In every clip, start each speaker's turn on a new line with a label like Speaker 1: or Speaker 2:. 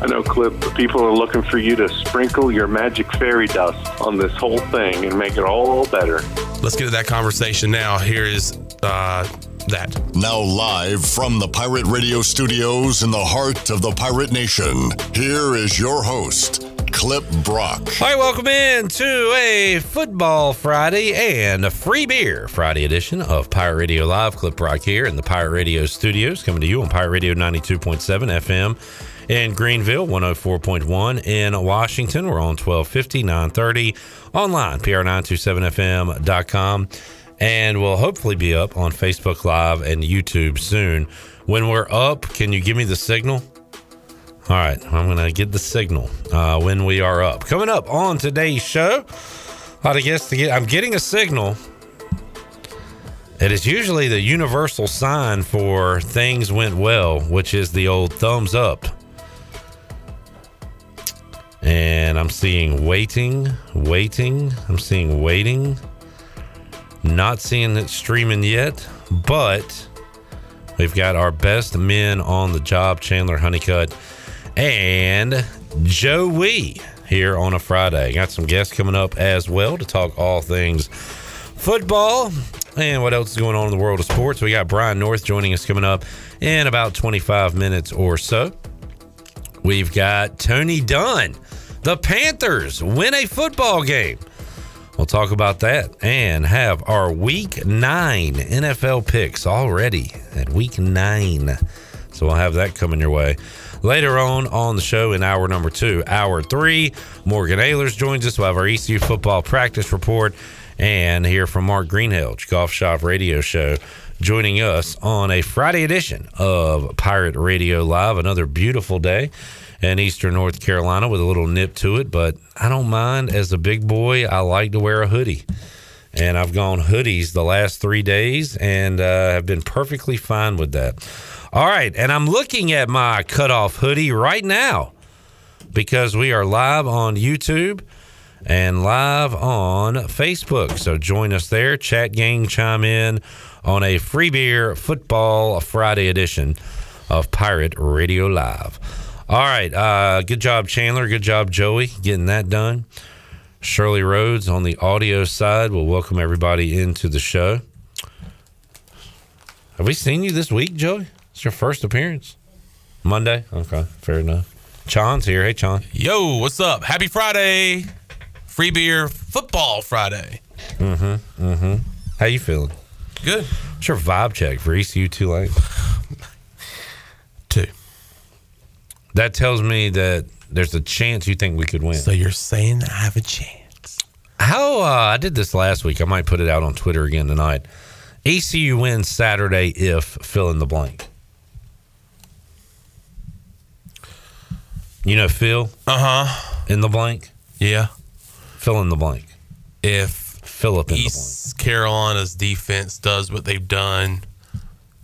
Speaker 1: I know, Clip, the people are looking for you to sprinkle your magic fairy dust on this whole thing and make it all better.
Speaker 2: Let's get to that conversation now. Here is uh, that.
Speaker 3: Now, live from the Pirate Radio studios in the heart of the Pirate Nation, here is your host, Clip Brock.
Speaker 4: All right, welcome in to a Football Friday and a Free Beer Friday edition of Pirate Radio Live. Clip Rock here in the Pirate Radio studios, coming to you on Pirate Radio 92.7 FM in Greenville, 104.1 in Washington. We're on 1250, 930 online, pr927fm.com. And we'll hopefully be up on Facebook Live and YouTube soon. When we're up, can you give me the signal? All right, I'm going to get the signal uh, when we are up. Coming up on today's show, I guess to get, I'm getting a signal. It is usually the universal sign for things went well, which is the old thumbs up. And I'm seeing waiting, waiting. I'm seeing waiting. Not seeing it streaming yet, but we've got our best men on the job Chandler Honeycutt and Joe Wee here on a Friday. Got some guests coming up as well to talk all things football and what else is going on in the world of sports. We got Brian North joining us coming up in about 25 minutes or so. We've got Tony Dunn. The Panthers win a football game. We'll talk about that and have our week nine NFL picks already at week nine. So we'll have that coming your way. Later on on the show in hour number two, hour three, Morgan Ayler's joins us. We'll have our ECU football practice report and hear from Mark Greenhedge, Golf Shop Radio Show, joining us on a Friday edition of Pirate Radio Live. Another beautiful day in Eastern North Carolina with a little nip to it, but I don't mind. As a big boy, I like to wear a hoodie. And I've gone hoodies the last three days and uh, have been perfectly fine with that. All right. And I'm looking at my cutoff hoodie right now because we are live on YouTube and live on Facebook. So join us there. Chat gang chime in on a free beer football Friday edition of Pirate Radio Live. All right. Uh, good job, Chandler. Good job, Joey, getting that done. Shirley Rhodes on the audio side will welcome everybody into the show. Have we seen you this week, Joey? It's your first appearance. Monday? Okay, fair enough. Chon's here. Hey, Chon.
Speaker 2: Yo, what's up? Happy Friday. Free beer, football Friday.
Speaker 4: Mm-hmm, How you feeling?
Speaker 2: Good.
Speaker 4: What's your vibe check for ECU Tulane?
Speaker 2: Two.
Speaker 4: That tells me that there's a chance you think we could win.
Speaker 2: So you're saying I have a chance?
Speaker 4: How uh, I did this last week. I might put it out on Twitter again tonight. ECU wins Saturday if fill in the blank. You know, fill
Speaker 2: Uh huh.
Speaker 4: in the blank,
Speaker 2: Yeah.
Speaker 4: fill in the blank,
Speaker 2: If
Speaker 4: Philip in
Speaker 2: East Carolina's defense does what they've done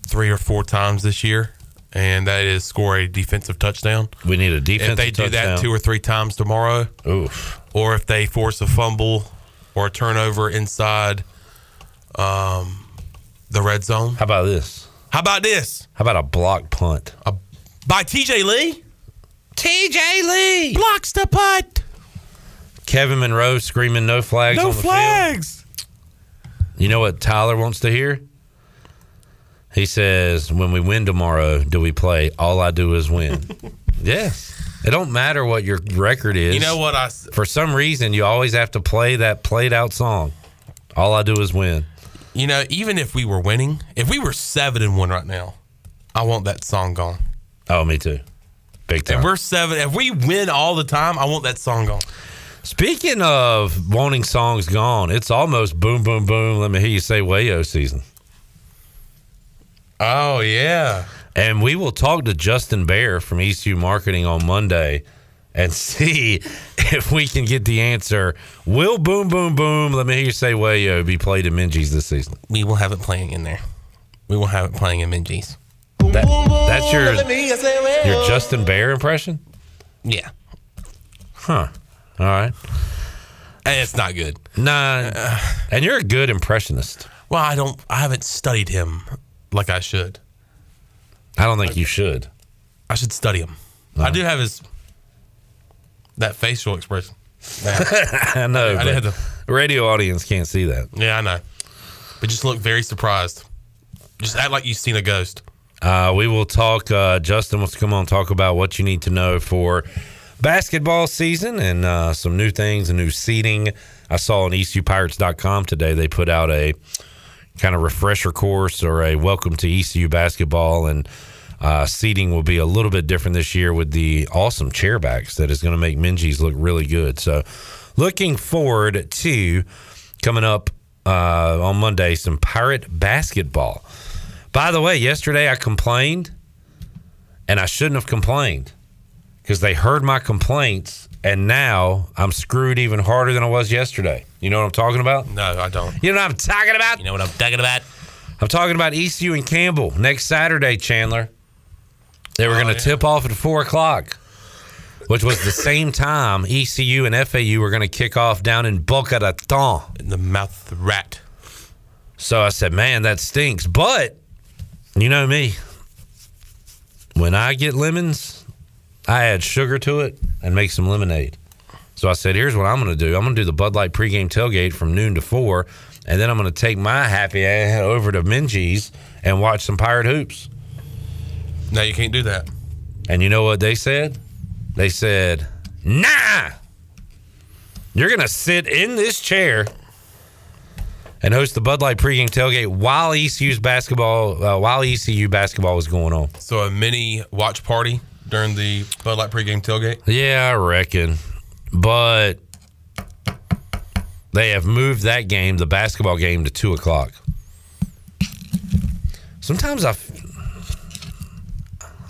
Speaker 2: three or four times this year, and that is score a defensive touchdown.
Speaker 4: the blank. We need a defense.
Speaker 2: if they do that two or three times tomorrow,
Speaker 4: oof,
Speaker 2: or if they force a fumble or a turnover inside um, the red zone.
Speaker 4: how about this?
Speaker 2: How about this?
Speaker 4: How about a block punt?
Speaker 2: A, by TJ Lee?
Speaker 4: TJ Lee,
Speaker 2: Blocks the putt.
Speaker 4: Kevin Monroe screaming no flags.
Speaker 2: No
Speaker 4: on the
Speaker 2: flags.
Speaker 4: Field. You know what Tyler wants to hear? He says, "When we win tomorrow, do we play? All I do is win." yes, it don't matter what your record is.
Speaker 2: You know what I s-
Speaker 4: for some reason you always have to play that played out song. All I do is win.
Speaker 2: You know, even if we were winning, if we were 7 and 1 right now, I want that song gone.
Speaker 4: Oh, me too. Big time.
Speaker 2: If we're 7, if we win all the time, I want that song gone.
Speaker 4: Speaking of wanting songs gone, it's almost boom, boom, boom. Let me hear you say Wayo season.
Speaker 2: Oh yeah.
Speaker 4: And we will talk to Justin Bear from ECU Marketing on Monday and see if we can get the answer. Will Boom Boom Boom, let me hear you say Wayo, be played in Minji's this season?
Speaker 2: We will have it playing in there. We will have it playing in Minji's.
Speaker 4: That, that's your, your Justin Bear impression?
Speaker 2: Yeah.
Speaker 4: Huh. All right.
Speaker 2: And it's not good.
Speaker 4: Nah. And you're a good impressionist.
Speaker 2: Well, I don't. I haven't studied him like I should.
Speaker 4: I don't think you should.
Speaker 2: I should study him. I do have his that facial expression.
Speaker 4: I know.
Speaker 2: I didn't
Speaker 4: but radio audience can't see that.
Speaker 2: Yeah, I know. But just look very surprised. Just act like you've seen a ghost.
Speaker 4: Uh, we will talk. Uh, Justin wants to come on and talk about what you need to know for basketball season and uh, some new things and new seating. I saw on E ECUPirates.com today they put out a kind of refresher course or a welcome to ECU basketball and uh, seating will be a little bit different this year with the awesome chairbacks that is going to make Minji's look really good. So, looking forward to coming up uh, on Monday some pirate basketball. By the way, yesterday I complained, and I shouldn't have complained because they heard my complaints, and now I'm screwed even harder than I was yesterday. You know what I'm talking about?
Speaker 2: No, I don't.
Speaker 4: You know what I'm talking about?
Speaker 2: You know what I'm talking about?
Speaker 4: I'm talking about ECU and Campbell next Saturday, Chandler. They
Speaker 2: Oh,
Speaker 4: were going to tip off at four o'clock, which was the same time ECU and FAU were going to kick off down in Boca Raton.
Speaker 2: In the mouth of the rat.
Speaker 4: So I said, man, that stinks. But you know me, when I get lemons, I add sugar to it and make some lemonade. So I said, here's what I'm going to do I'm going to do the Bud Light pregame tailgate from noon to four, and then I'm going to take my happy ass over to Minji's and watch some Pirate Hoops.
Speaker 2: No, you can't do that.
Speaker 4: And you know what they said? They said, nah, you're going to sit in this chair and host the Bud Light pregame tailgate while ECU's basketball, uh, while ECU basketball was going on.
Speaker 2: So a mini watch party during the Bud Light pregame tailgate.
Speaker 4: Yeah, I reckon. But they have moved that game, the basketball game, to two o'clock. Sometimes I, f-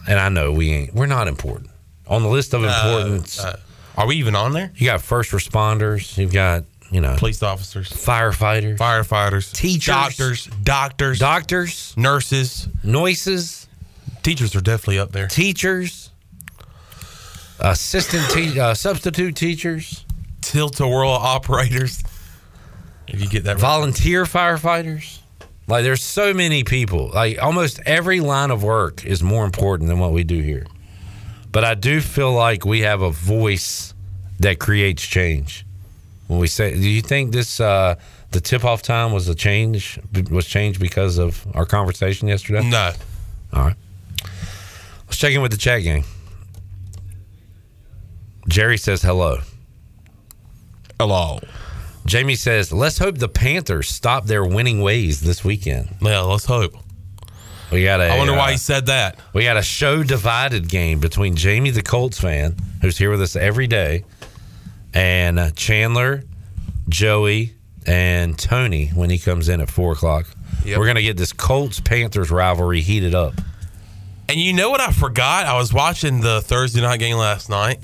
Speaker 4: and I know we ain't, we're not important on the list of importance.
Speaker 2: Uh, are we even on there?
Speaker 4: you got first responders. You've got you know
Speaker 2: Police officers,
Speaker 4: firefighters,
Speaker 2: firefighters,
Speaker 4: Teachers.
Speaker 2: doctors, doctors,
Speaker 4: doctors,
Speaker 2: nurses.
Speaker 4: noises,
Speaker 2: Teachers are definitely up there.
Speaker 4: teachers, assistant, te- uh, substitute teachers,
Speaker 2: Tilt a whirl operators. If you get that right.
Speaker 4: volunteer firefighters. Like there's so many people. Like almost every line of work is more important than what we do here. But I do feel like we have a voice that creates change. When we say, do you think this uh, the tip off time was a change was changed because of our conversation yesterday?
Speaker 2: No.
Speaker 4: Let's check in with the chat gang. Jerry says hello.
Speaker 2: Hello.
Speaker 4: Jamie says, let's hope the Panthers stop their winning ways this weekend.
Speaker 2: Yeah, let's hope.
Speaker 4: We got a
Speaker 2: I wonder why
Speaker 4: uh,
Speaker 2: he said that.
Speaker 4: we got a show divided game between Jamie the Colts fan, who's here with us every day, and uh, Chandler, Joey, and Tony when he comes in at four o'clock.
Speaker 2: Yep.
Speaker 4: We're gonna get this Colts Panthers rivalry heated up.
Speaker 2: And you know what I forgot? I was watching the Thursday night game last night.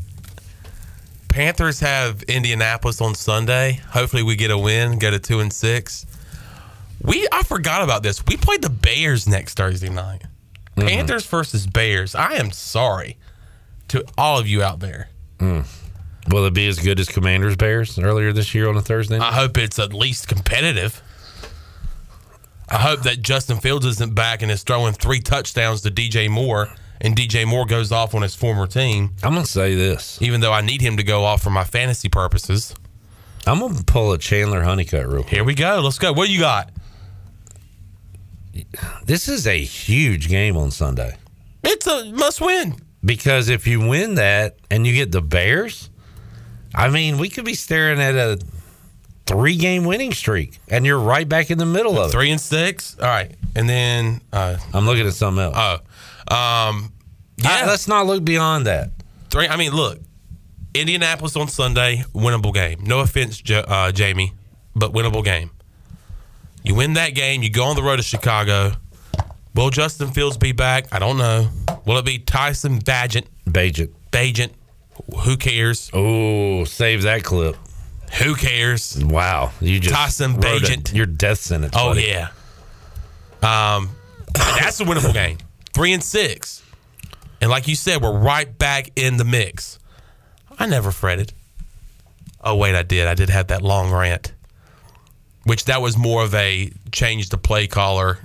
Speaker 2: Panthers have Indianapolis on Sunday. Hopefully we get a win, go to two and six. We I forgot about this. We played the Bears next Thursday night. Panthers versus Bears. I am sorry to all of you out there.
Speaker 4: Mm. Will it be as good as Commanders Bears earlier this year on a Thursday? night?
Speaker 2: I hope it's at least competitive. I hope that Justin Fields isn't back and is throwing three touchdowns to DJ Moore and DJ Moore goes off on his former team.
Speaker 4: I'm gonna say this.
Speaker 2: even though I need him to go off for my fantasy purposes.
Speaker 4: I'm gonna pull a Chandler Honeycutt real quick.
Speaker 2: Here we go. Let's go. What you got?
Speaker 4: This is a huge game on Sunday
Speaker 2: It's a must win.
Speaker 4: because if you win that and you get the Bears, I mean, we could be staring at a three-game winning streak, and you're right back in the middle of it.
Speaker 2: Three and six. All right. And then, uh,
Speaker 4: I'm looking at something else.
Speaker 2: oh, um,
Speaker 4: I-
Speaker 2: yeah.
Speaker 4: let's not look beyond that.
Speaker 2: three. I mean, look, Indianapolis on Sunday, winnable game. No offense, jo- uh, Jamie, but winnable game. You win that game, you go on the road to Chicago. Will Justin Fields be back? I don't know. Will it be Tyson Bagent?
Speaker 4: Bajent.
Speaker 2: Bagent. uh, Who cares?
Speaker 4: Oh, save that clip.
Speaker 2: Who cares?
Speaker 4: Wow, you just
Speaker 2: Tyson
Speaker 4: wrote a-
Speaker 2: Bagent.
Speaker 4: Your death sentence.
Speaker 2: Oh
Speaker 4: buddy.
Speaker 2: yeah. Um, that's a winnable game. Three and six, and like you said, we're right back in the mix. I never fretted. Oh wait, I did. I did have that long rant, which that was more of a change the play caller.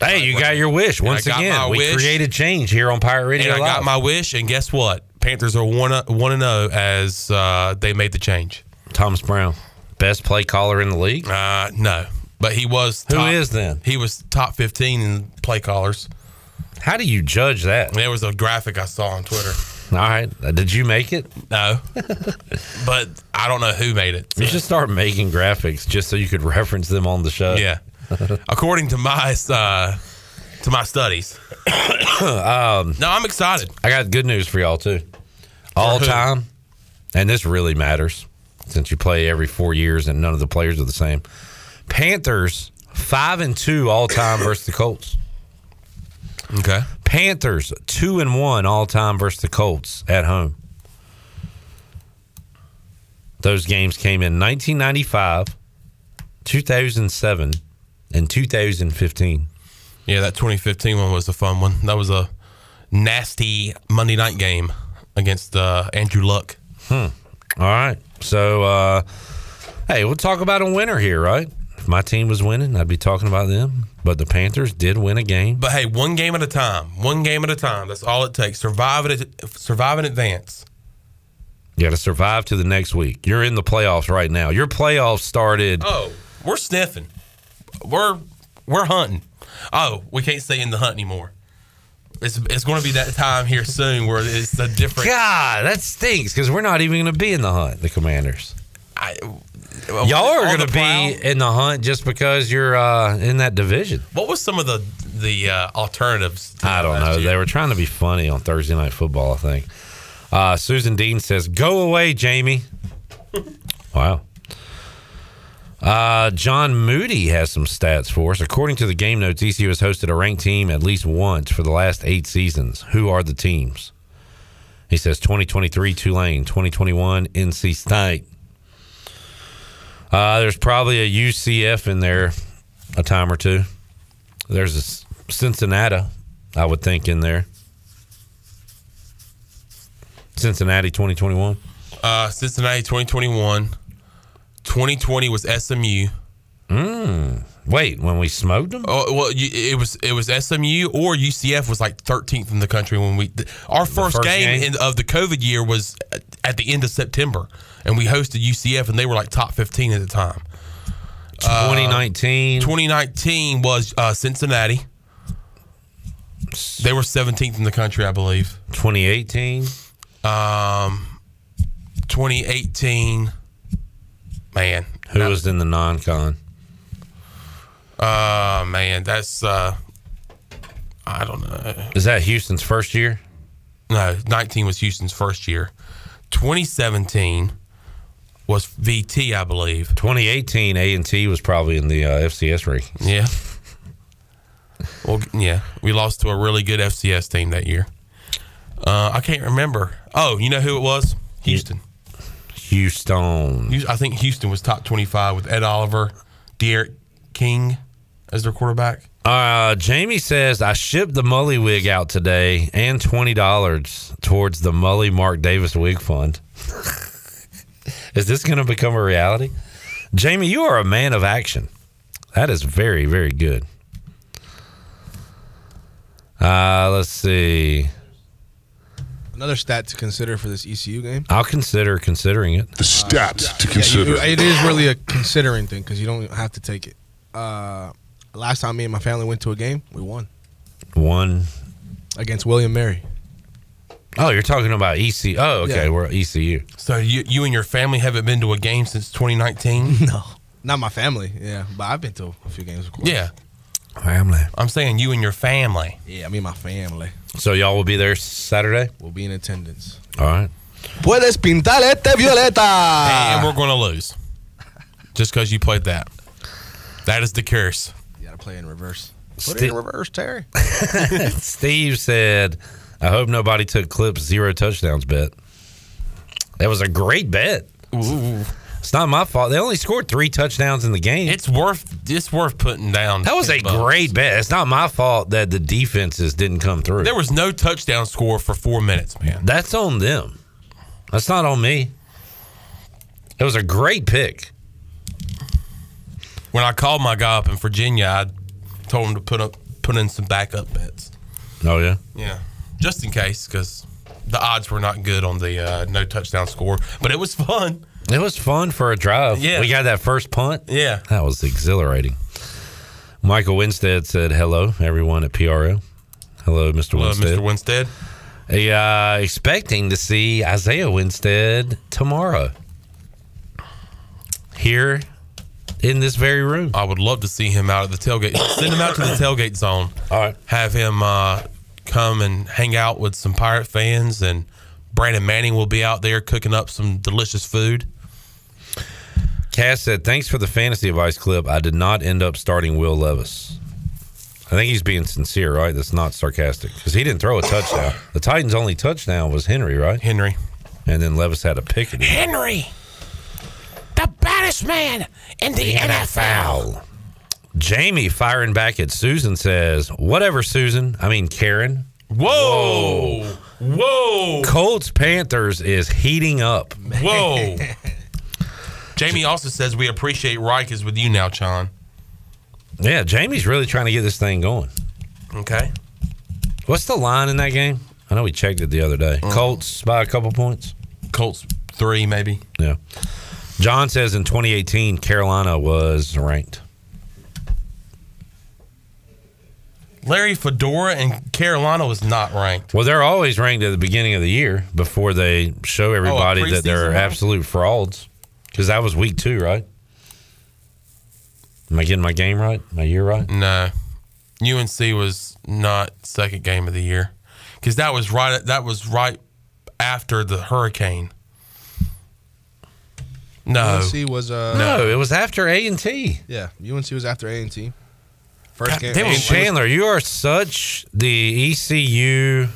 Speaker 4: Hey, you got your wish once
Speaker 2: I got my
Speaker 4: again. We
Speaker 2: wish.
Speaker 4: created change here on Pirate Radio.
Speaker 2: And I got
Speaker 4: Live.
Speaker 2: my wish, and guess what? Panthers are one one and zero as uh, they made the change.
Speaker 4: Thomas Brown, best play caller in the league.
Speaker 2: Uh, no, but he was
Speaker 4: Who
Speaker 2: top,
Speaker 4: is then?
Speaker 2: He was top fifteen in play callers.
Speaker 4: How do you judge that?
Speaker 2: There was a graphic I saw on Twitter.
Speaker 4: All right, uh, did you make it?
Speaker 2: No, but I don't know who made it.
Speaker 4: You should start making graphics just so you could reference them on the show.
Speaker 2: Yeah, according to my uh, to my studies. no, I'm excited.
Speaker 4: Um, I got good news for y'all too. All
Speaker 2: who?
Speaker 4: time, and this really matters since you play every four years and none of the players are the same. Panthers five and two all time versus the Colts.
Speaker 2: Okay,
Speaker 4: Panthers two and one all time versus the Colts at home. Those games came in 1995, 2007, and 2015.
Speaker 2: yeah, that 2015 one was a fun one. That was a nasty Monday night game against uh, Andrew Luck.
Speaker 4: Hmm. All right. So, uh, hey, we'll talk about a winner here, right? If my team was winning, I'd be talking about them. But the Panthers did win a game.
Speaker 2: But hey, one game at a time. One game at a time. That's all it takes. Survive it. Survive in advance.
Speaker 4: You got to survive to the next week. You're in the playoffs right now. Your playoffs started.
Speaker 2: Oh, we're sniffing. We're we're hunting. Oh, we can't stay in the hunt anymore. It's it's going to be that time here soon where it's a different.
Speaker 4: God, that stinks because we're not even going to be in the hunt, the Commanders.
Speaker 2: I,
Speaker 4: Y'all are
Speaker 2: on
Speaker 4: going
Speaker 2: the
Speaker 4: to
Speaker 2: prowl.
Speaker 4: be in the hunt just because you're uh, in that division.
Speaker 2: What was some of the the uh, alternatives? to
Speaker 4: I don't
Speaker 2: last
Speaker 4: know.
Speaker 2: year?
Speaker 4: They were trying to be funny on Thursday Night Football, I think. Uh, Susan Dean says, Go away, Jamie. wow. Uh, John Moody has some stats for us. According to the game notes, ECU has hosted a ranked team at least once for the last eight seasons. Who are the teams? He says 2023 Tulane, 2021 NC State. Uh, there's probably a UCF in there a time or two. There's a S- Cincinnati, I would think, in there. Cincinnati 2021.
Speaker 2: uh, Cincinnati 2021. 2020 was SMU.
Speaker 4: Hmm. Wait, when we smoked them?
Speaker 2: Oh, well, you, it was it was SMU or UCF was like 13th in the country when we th- our first,
Speaker 4: first
Speaker 2: game,
Speaker 4: game?
Speaker 2: In, of the COVID year was at- at the end of September, and we hosted UCF, and they were like top 15 at the time.
Speaker 4: 2019.
Speaker 2: 2019 Uh, was uh, Cincinnati. They were 17th in the country, I believe.
Speaker 4: 2018.
Speaker 2: Um, 2018, man,
Speaker 4: Who was in the non con?
Speaker 2: uh, man, that's uh, I don't know.
Speaker 4: Is that Houston's first year?
Speaker 2: No, 19 was Houston's first year. 2017 was VT, I believe.
Speaker 4: 2018, A&T was probably in the uh, FCS ranking.
Speaker 2: Yeah. Well, yeah, we lost to a really good FCS team that year. Uh, I can't remember. Oh, you know who it was? Houston.
Speaker 4: Houston.
Speaker 2: Hous- I think Houston was top 25 with Ed Oliver, Derek King as their quarterback.
Speaker 4: Uh, Jamie says, I shipped the Mully wig out today and $20 towards the Mully Mark Davis wig fund. is this going to become a reality? Jamie, you are a man of action. That is very, very good. Uh, let's see.
Speaker 5: Another stat to consider for this ECU game. Uh,
Speaker 4: I'll consider considering it.
Speaker 3: The stats
Speaker 5: Yeah, you-
Speaker 3: to consider.
Speaker 5: it is really a considering thing because you don't have to take it. Uh, last time me and my family went to a game, we won
Speaker 4: One.
Speaker 5: against William Mary.
Speaker 4: Oh, you're talking about EC. Oh, okay.
Speaker 5: Yeah.
Speaker 4: We're ECU.
Speaker 2: So you, you and your family haven't been to a game since 2019?
Speaker 5: No, not my family. Yeah, but I've been to a few games. Of course.
Speaker 2: yeah.
Speaker 4: Family.
Speaker 2: I'm saying you and your family.
Speaker 5: yeah. I mean, my family
Speaker 4: So y'all will be there Saturday?
Speaker 5: will be in attendance.
Speaker 4: All right.
Speaker 5: Puedes pintar este violeta.
Speaker 2: and we're going to lose just because you played that. That is the curse.
Speaker 5: You gotta play in reverse. Put it in reverse, Terry.
Speaker 4: Steve said, "I hope nobody took Clip's zero touchdowns bet. That was a great bet. It's not my fault. They only scored three touchdowns in the game.
Speaker 2: It's worth it's worth putting down.
Speaker 4: That was a great bet. It's not my fault that the defenses didn't come through.
Speaker 2: There was no touchdown score for four minutes, man.
Speaker 4: That's on them. That's not on me. It was a great pick.
Speaker 2: When I called my guy up in Virginia, I told him to put up put in some backup bets.
Speaker 4: Oh yeah.
Speaker 2: Yeah, just in case, because the odds were not good on the uh, no touchdown score. But it was fun.
Speaker 4: It was fun for a drive.
Speaker 2: Yeah.
Speaker 4: We got that first punt.
Speaker 2: Yeah.
Speaker 4: That was exhilarating. Michael Winstead said hello, everyone at PRO. Hello, Mr.
Speaker 2: Hello,
Speaker 4: Winstead.
Speaker 2: Mr. Winstead.
Speaker 4: Yeah, expecting to see Isaiah Winstead tomorrow here in this very room.
Speaker 2: I would love to see him out at the tailgate. Send him out to the tailgate zone.
Speaker 4: All right.
Speaker 2: Have him uh, come and hang out with some Pirate fans, and Brandon Manning will be out there cooking up some delicious food.
Speaker 4: Cass said, Thanks for the fantasy advice clip. I did not end up starting Will Levis. I think he's being sincere, right? That's not sarcastic because he didn't throw a touchdown. The Titans' only touchdown was Henry, right?
Speaker 2: Henry.
Speaker 4: And then Levis had a pick. in it.
Speaker 6: Henry, the baddest man in the NFL.
Speaker 4: Jamie firing back at Susan says, Whatever, Susan. I mean, Karen.
Speaker 2: Whoa. Whoa.
Speaker 4: Colts Panthers is heating up.
Speaker 2: Whoa. Jamie also says we appreciate Reich is with you now, Chon.
Speaker 4: Yeah, Jamie's really trying to get this thing going.
Speaker 2: Okay.
Speaker 4: What's the line in that game? I know we checked it the other day. Colts by a couple points.
Speaker 2: Mm. Colts three, maybe.
Speaker 4: Yeah. John says in 2018, Carolina was ranked.
Speaker 2: Larry Fedora and Carolina was not ranked.
Speaker 4: Well, they're always ranked at the beginning of the year before they
Speaker 5: Oh,
Speaker 4: show everybody that they're
Speaker 2: preseason rank?
Speaker 4: absolute frauds. Because that was week two, right? Am I getting my game right? My year right?
Speaker 2: No, UNC was not second game of the year because that was right. That was right after the hurricane. No,
Speaker 5: UNC was uh
Speaker 4: No, it was after A and T.
Speaker 5: yeah. UNC was after A and T. First
Speaker 4: God
Speaker 5: game.
Speaker 4: damn,
Speaker 5: A&T.
Speaker 4: Chandler, you are such the E ECU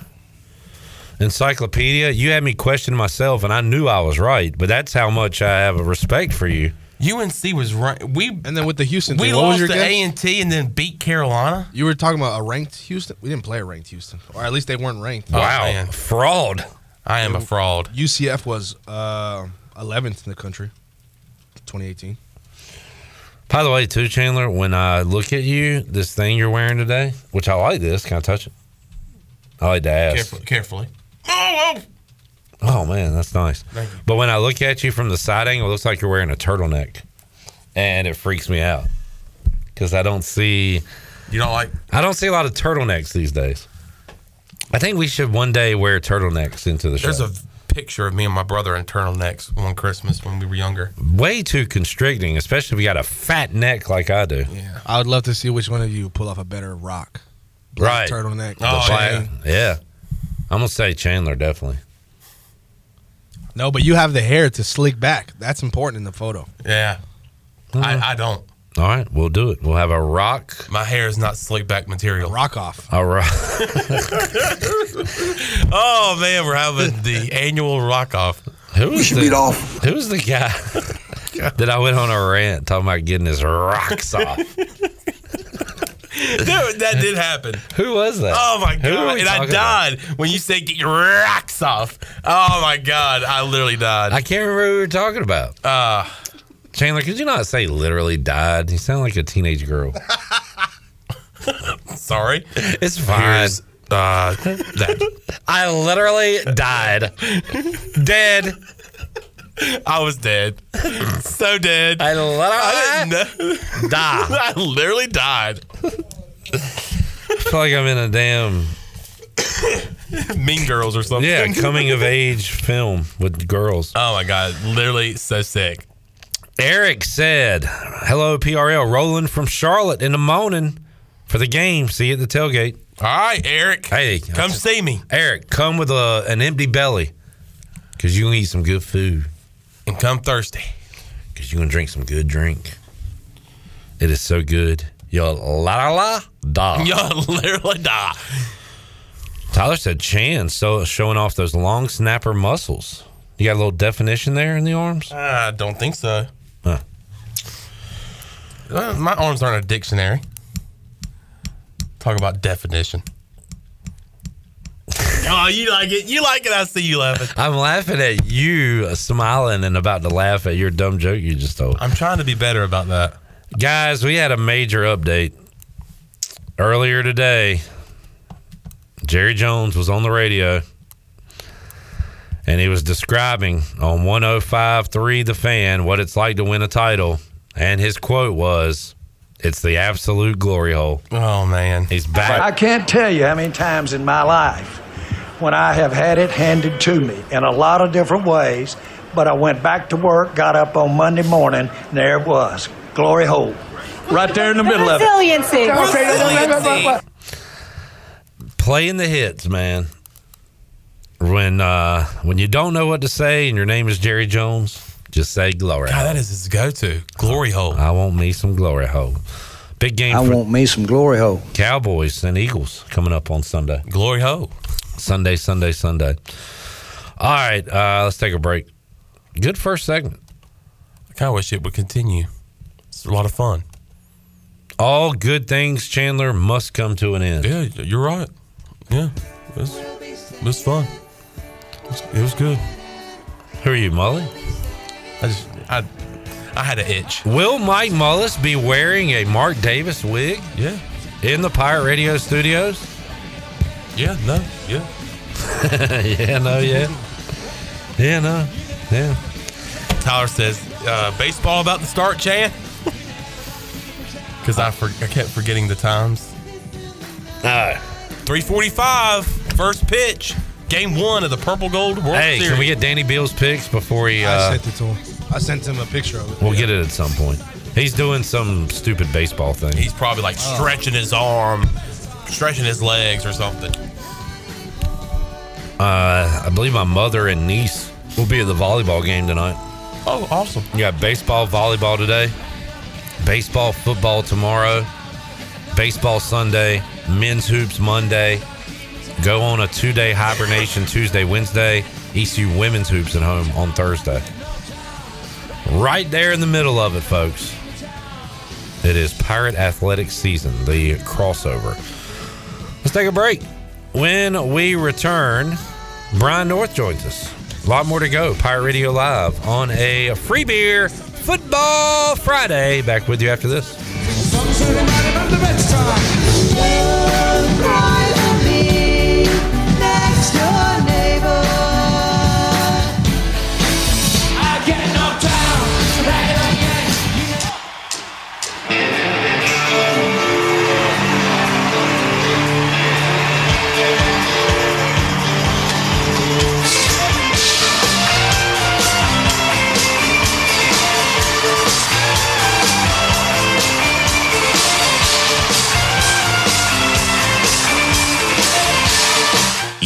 Speaker 4: encyclopedia. You had me question myself, and I knew I was right. But that's how much I have a respect for you.
Speaker 2: UNC was right. We
Speaker 5: And then with the Houston,
Speaker 2: we
Speaker 5: thing, what was
Speaker 2: lost
Speaker 5: your
Speaker 2: to
Speaker 5: guess?
Speaker 2: A and T and then beat Carolina.
Speaker 5: You were talking about a ranked Houston. We didn't play a ranked Houston, or at least they weren't ranked.
Speaker 4: wow,
Speaker 2: Oh, man.
Speaker 4: fraud.
Speaker 2: I am a fraud.
Speaker 5: UCF was uh, 11th in the country, 2018.
Speaker 4: By the way, too, Chandler, when I look at you, this thing you're wearing today, which I like this. Can I touch it? I like to ask.
Speaker 2: Carefully, carefully. Oh, oh.
Speaker 4: Oh man, that's nice.
Speaker 2: Thank you.
Speaker 4: But when I look at you from the side angle, it looks like you're wearing a turtleneck, and it freaks me out because I don't see
Speaker 2: you don't like?
Speaker 4: I don't see a lot of turtlenecks these days. I think we should one day wear turtlenecks into the show.
Speaker 2: There's a picture of me and my brother in turtlenecks one Christmas when we were younger.
Speaker 4: Way too constricting, especially if you got a fat neck like I do.
Speaker 5: I would love to see which one of you pull off a better rock.
Speaker 4: Right.
Speaker 5: Turtleneck.
Speaker 2: Oh,
Speaker 4: Black-
Speaker 5: chain.
Speaker 4: yeah. I'm gonna say Chandler definitely.
Speaker 5: No, but you have the hair to slick back. That's important in the photo.
Speaker 2: Yeah, I, I don't.
Speaker 4: Uh-huh. All right, we'll do it. We'll have a rock.
Speaker 2: My hair is not slick back material.
Speaker 5: Rock off.
Speaker 4: A rock.
Speaker 2: Oh man, we're having the annual rock off.
Speaker 4: Who was the, off. Who was the guy that I went on a rant talking about getting his rocks off?
Speaker 2: Dude, that did happen.
Speaker 4: Who was that?
Speaker 2: Oh my
Speaker 4: Who are
Speaker 2: god!
Speaker 4: we
Speaker 2: And I
Speaker 4: talking about?
Speaker 2: died when you said get your rocks off. Oh my god! I literally died.
Speaker 4: I can't remember who we were talking about.
Speaker 2: Uh,
Speaker 4: Chandler, could you not say literally died? You sound like a teenage girl.
Speaker 2: sorry.
Speaker 4: It's fine.
Speaker 2: Here's, uh, that.
Speaker 4: I literally died. Dead.
Speaker 2: I was dead, so dead.
Speaker 4: I
Speaker 2: I
Speaker 4: literally
Speaker 2: didn't know.
Speaker 4: died.
Speaker 2: I literally died.
Speaker 4: I feel like I'm in a damn
Speaker 2: Mean Girls or something.
Speaker 4: yeah coming of age film with girls.
Speaker 2: Oh my god! Literally so sick.
Speaker 4: Eric said, "Hello, PRL. Rolling from Charlotte in the morning for the game. See you at the tailgate."
Speaker 2: All right, Eric.
Speaker 4: Hey,
Speaker 2: come see me
Speaker 4: Eric, come with a, an empty belly because you gonna eat some good food
Speaker 2: and come thirsty.
Speaker 4: because you gonna drink some good drink. It is so good Yo la la la da.
Speaker 2: Yo literally da.
Speaker 4: Tyler said Chan so showing off those long snapper muscles. You got a little definition there in the arms?
Speaker 2: I don't think so.
Speaker 4: Huh.
Speaker 2: Uh, My arms aren't a dictionary. Talk about definition. oh, you like it? You like it? I see you laughing.
Speaker 4: I'm laughing at you uh, smiling and about to laugh at your dumb joke you just told.
Speaker 2: I'm trying to be better about that.
Speaker 4: Guys, we had a major update earlier today. Jerry Jones was on the radio and he was describing on 1053 The Fan what it's like to win a title. And his quote was, It's the absolute glory hole.
Speaker 2: Oh, man.
Speaker 4: He's back.
Speaker 7: I can't tell you how many times in my life when I have had it handed to me in a lot of different ways, but I went back to work, got up on Monday morning, and there it was. Glory hole. Right there in the middle of it.
Speaker 8: Resiliency.
Speaker 4: playing the hits, man. When uh when you don't know what to say and your name is Jerry Jones, just say glory.
Speaker 2: God, that is his go-to glory hole.
Speaker 4: I want me some glory hole. Big game.
Speaker 7: I
Speaker 4: for
Speaker 7: want me some glory hole.
Speaker 4: Cowboys and Eagles coming up on Sunday.
Speaker 2: Glory hole.
Speaker 4: Sunday, Sunday, Sunday. All right, uh, let's take a break. Good first segment.
Speaker 2: I kind of wish it would continue. It's a lot of fun.
Speaker 4: All good things, Chandler, must come to an end.
Speaker 2: Yeah, you're right. Yeah, it was, it was fun. It was, it was good.
Speaker 4: Who are you, Mully?
Speaker 2: I just I I had an itch.
Speaker 4: Will Mike Mullis be wearing a Mark Davis wig?
Speaker 2: Yeah.
Speaker 4: In the Pirate Radio studios?
Speaker 2: Yeah, no, yeah.
Speaker 4: yeah, no, yeah. Yeah, no, yeah.
Speaker 2: Tyler says, uh, baseball about to start, Chan. Because I, for, I kept forgetting the times.
Speaker 4: Uh,
Speaker 2: 345, first pitch, game one of the Purple Gold World
Speaker 4: Hey,
Speaker 2: Series.
Speaker 4: can we get Danny Beal's picks before he?
Speaker 5: I
Speaker 4: Uh,
Speaker 5: sent it to him. I sent him a picture of it.
Speaker 4: we'll get it at some point. He's doing some stupid baseball thing.
Speaker 2: He's probably like stretching his arm, stretching his legs or something.
Speaker 4: Uh, I believe my mother and niece will be at the volleyball game tonight.
Speaker 2: Oh, awesome.
Speaker 4: You got baseball, volleyball today, baseball, football tomorrow, baseball Sunday, men's hoops Monday. Go on a two-day hibernation Tuesday, Wednesday. ECU women's hoops at home on Thursday. Right there in the middle of it, folks. It is Pirate Athletic season, the crossover. Let's take a break. When we return, Brian North joins us. A lot more to go. Pirate Radio Live on a free beer football Friday. Back with you after this.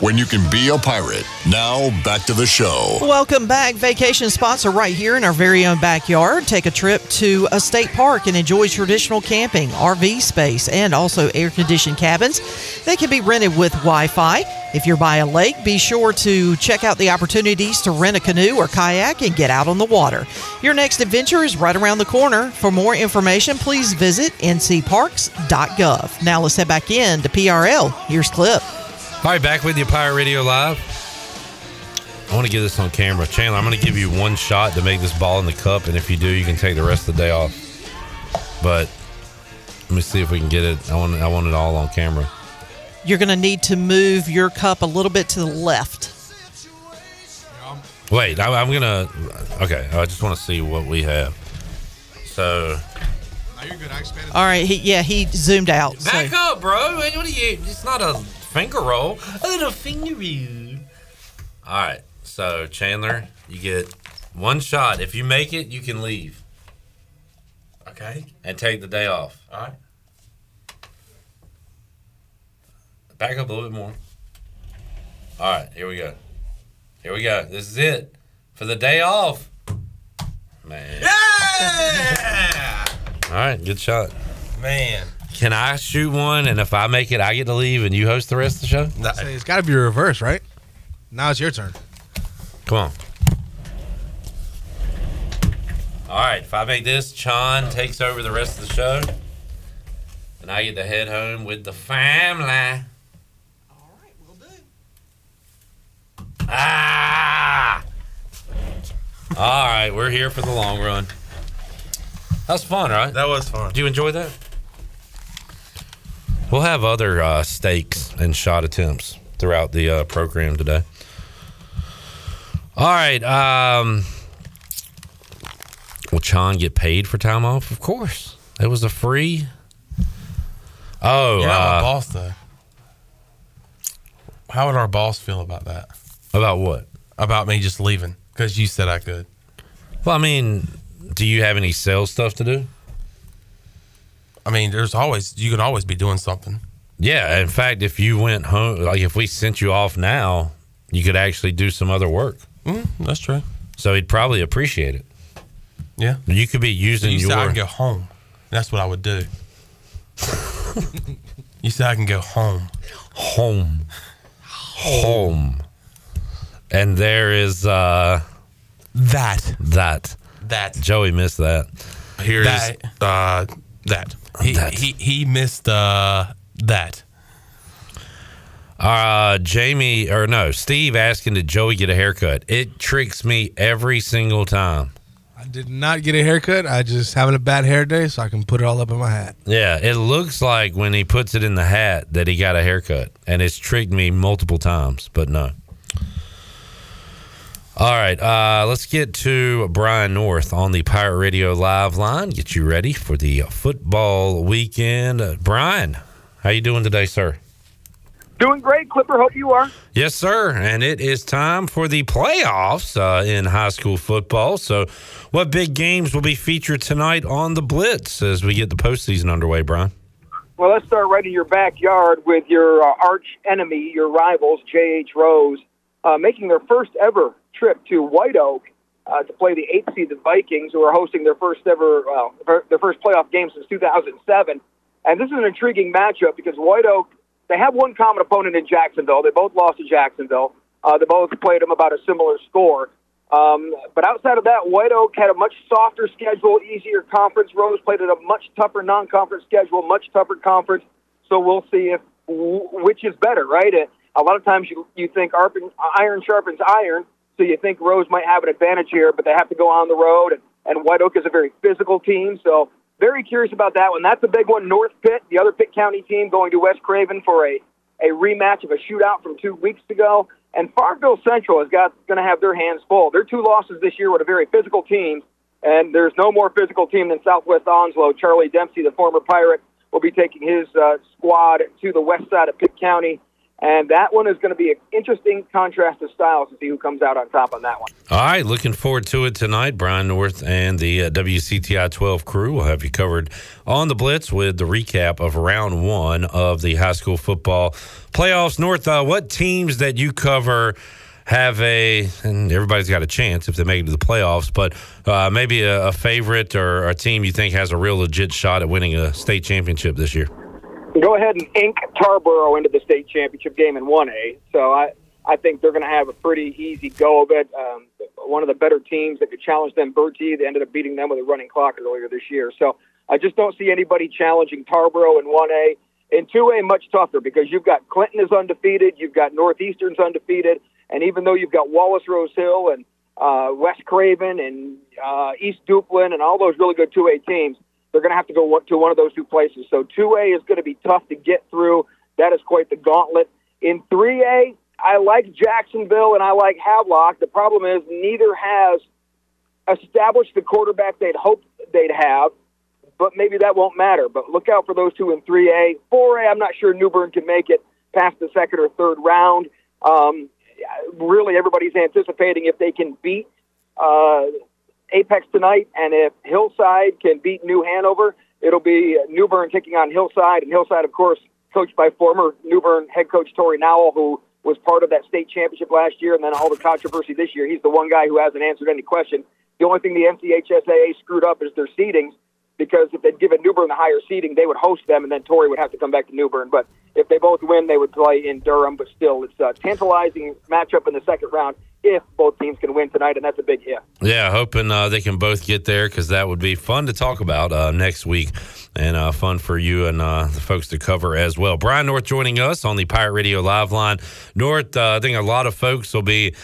Speaker 3: when you can be a pirate? Now, back to the show.
Speaker 9: Welcome back. Vacation spots are right here in our very own backyard. Take a trip to a state park and enjoy traditional camping, RV space, and also air conditioned cabins. They can be rented with Wi Fi. If you're by a lake, be sure to check out the opportunities to rent a canoe or kayak and get out on the water. Your next adventure is right around the corner. For more information, please visit ncparks.gov. Now let's head back in to PRL. Here's Clip.
Speaker 4: All right, back with you, Pirate Radio Live. I want to get this on camera. Chandler, I'm going to give you one shot to make this ball in the cup, and if you do, you can take the rest of the day off. But let me see if we can get it. I want, I want it all on camera.
Speaker 9: You're going to need to move your cup a little bit to the left.
Speaker 4: Wait, I, I'm gonna. Okay, I just want to see what we have. So
Speaker 9: All right, he, yeah, he zoomed out. so-
Speaker 4: back up, bro. What are you? It's not a finger roll. A little finger roll. All right. So Chandler, you get one shot. If you make it, you can leave
Speaker 2: Okay.
Speaker 4: and take the day off.
Speaker 2: All right.
Speaker 4: Back up a little bit more. All right, here we go. Here we go. This is it for the day off. Man.
Speaker 2: Yeah!
Speaker 4: All right, good shot.
Speaker 2: Man.
Speaker 4: Can I shoot one? And if I make it, I get to leave, and you host the rest of the show.
Speaker 5: Say, it's got to be reverse, right? Now it's your turn.
Speaker 4: Come on. All right, if I make this, Chan takes over the rest of the show, and I get to head home with the family. All right, we'll do. Ah! All right, we're here for the long run. That's fun, right? That
Speaker 2: was fun.
Speaker 4: Do you enjoy that? We'll have other uh, stakes and shot attempts throughout the uh, program today. All right. Um, will Chan get paid for time off? Of course. It was a free. Oh,
Speaker 2: You're not my
Speaker 4: uh,
Speaker 2: boss though. How would our boss feel about that?
Speaker 4: About what?
Speaker 2: About me just leaving because you said I could.
Speaker 4: Well, I mean, do you have any sales stuff to do?
Speaker 2: I mean, there's always you can always be doing something.
Speaker 4: yeah. In fact, if you went home, like if we sent you off now, you could actually do some other work.
Speaker 2: Mm, that's true.
Speaker 4: So he'd probably appreciate it.
Speaker 2: Yeah.
Speaker 4: You could be using
Speaker 2: you
Speaker 4: your.
Speaker 2: said I can go home. That's what I would do. you said I can go home.
Speaker 4: home home and there is uh
Speaker 2: that
Speaker 4: that
Speaker 2: That.
Speaker 4: joey missed that
Speaker 2: Here's that. uh that. He he he missed uh that
Speaker 4: uh jamie or no steve asking did joey get a haircut it tricks me every single time
Speaker 5: I did not get a haircut. I just having a bad hair day, so I can put it all up in my hat.
Speaker 4: yeah it looks like when he puts it in the hat that he got a haircut and it's tricked me multiple times but no all right uh let's get to brian north on the pirate radio live line get you ready for the football weekend Uh, brian how you doing today sir
Speaker 8: Doing great, Clipper. Hope you are.
Speaker 4: Yes, sir. And it is time for the playoffs uh, in high school football. So, what big games will be featured tonight on the Blitz as we get the postseason underway, Brian?
Speaker 8: Well, let's start right in your backyard with your uh, arch enemy, your rivals, J.H. Rose, uh, making their first ever trip to White Oak uh, to play the eighth seed, the Vikings, who are hosting their first ever uh, fir- their first playoff game since 2007. And this is an intriguing matchup because White Oak they have one common opponent in Jacksonville. They both lost to Jacksonville. Uh, they both played them about a similar score. Um, but outside of that, White Oak had a much softer schedule, easier conference. Rose played at a much tougher non-conference schedule, much tougher conference. So we'll see if w- which is better, right? Uh, A lot of times you you think arpin- iron sharpens iron, so you think Rose might have an advantage here, but they have to go on the road, and, and White Oak is a very physical team, so very curious about that one. That's a big one. North Pitt, the other Pitt County team, going to West Craven for a a rematch of a shootout from two weeks ago. And Farmville Central has got going to have their hands full. Their two losses this year were to very physical teams, and there's no more physical team than Southwest Onslow. Charlie Dempsey, the former Pirate, will be taking his uh, squad to the west side of Pitt County, and that one is going to be an interesting contrast of styles to see who comes out on top on that one.
Speaker 4: All right, looking forward to it tonight. Brian North and the uh, WCTI 12 crew will have you covered on the Blitz with the recap of round one of the high school football playoffs. North, uh, what teams that you cover have a, and everybody's got a chance if they make it to the playoffs, but uh, maybe a, a favorite or a team you think has a real legit shot at winning a state championship this year?
Speaker 8: go ahead and ink Tarboro into the state championship game in 1A. So I, I think they're going to have a pretty easy go of it. Um, one of the better teams that could challenge them, Bertie, they ended up beating them with a running clock earlier this year. So I just don't see anybody challenging Tarboro in 1A. In 2A, much tougher because you've got Clinton is undefeated, you've got Northeastern's undefeated, and even though you've got Wallace Rose Hill and uh, West Craven and uh, East Duplin and all those really good 2A teams, they're going to have to go one- to one of those two places. So 2A is going to be tough to get through. That is quite the gauntlet. In 3A, I like Jacksonville and I like Havelock. The problem is neither has established the quarterback they'd hoped they'd have, but maybe that won't matter. But look out for those two in 3A. 4A, I'm not sure Newbern can make it past the second or third round. Um, really, everybody's anticipating if they can beat uh, Apex tonight, and if Hillside can beat New Hanover, it'll be New Bern taking on Hillside, and Hillside, of course, coached by former Newbern head coach Torrey Nowell, who was part of that state championship last year, and then all the controversy this year. He's the one guy who hasn't answered any question. The only thing the MCHSAA screwed up is their seedings, because if they'd given Newbern the higher seeding, they would host them, and then Torrey would have to come back to Newbern. But if they both win, they would play in Durham. But still, it's a tantalizing matchup in the second round if both teams can win tonight, and that's a big if.
Speaker 4: Yeah, hoping uh, they can both get there because that would be fun to talk about uh, next week and uh, fun for you and uh, the folks to cover as well. Brian North joining us on the Pirate Radio Live Line. North, uh, I think a lot of folks will be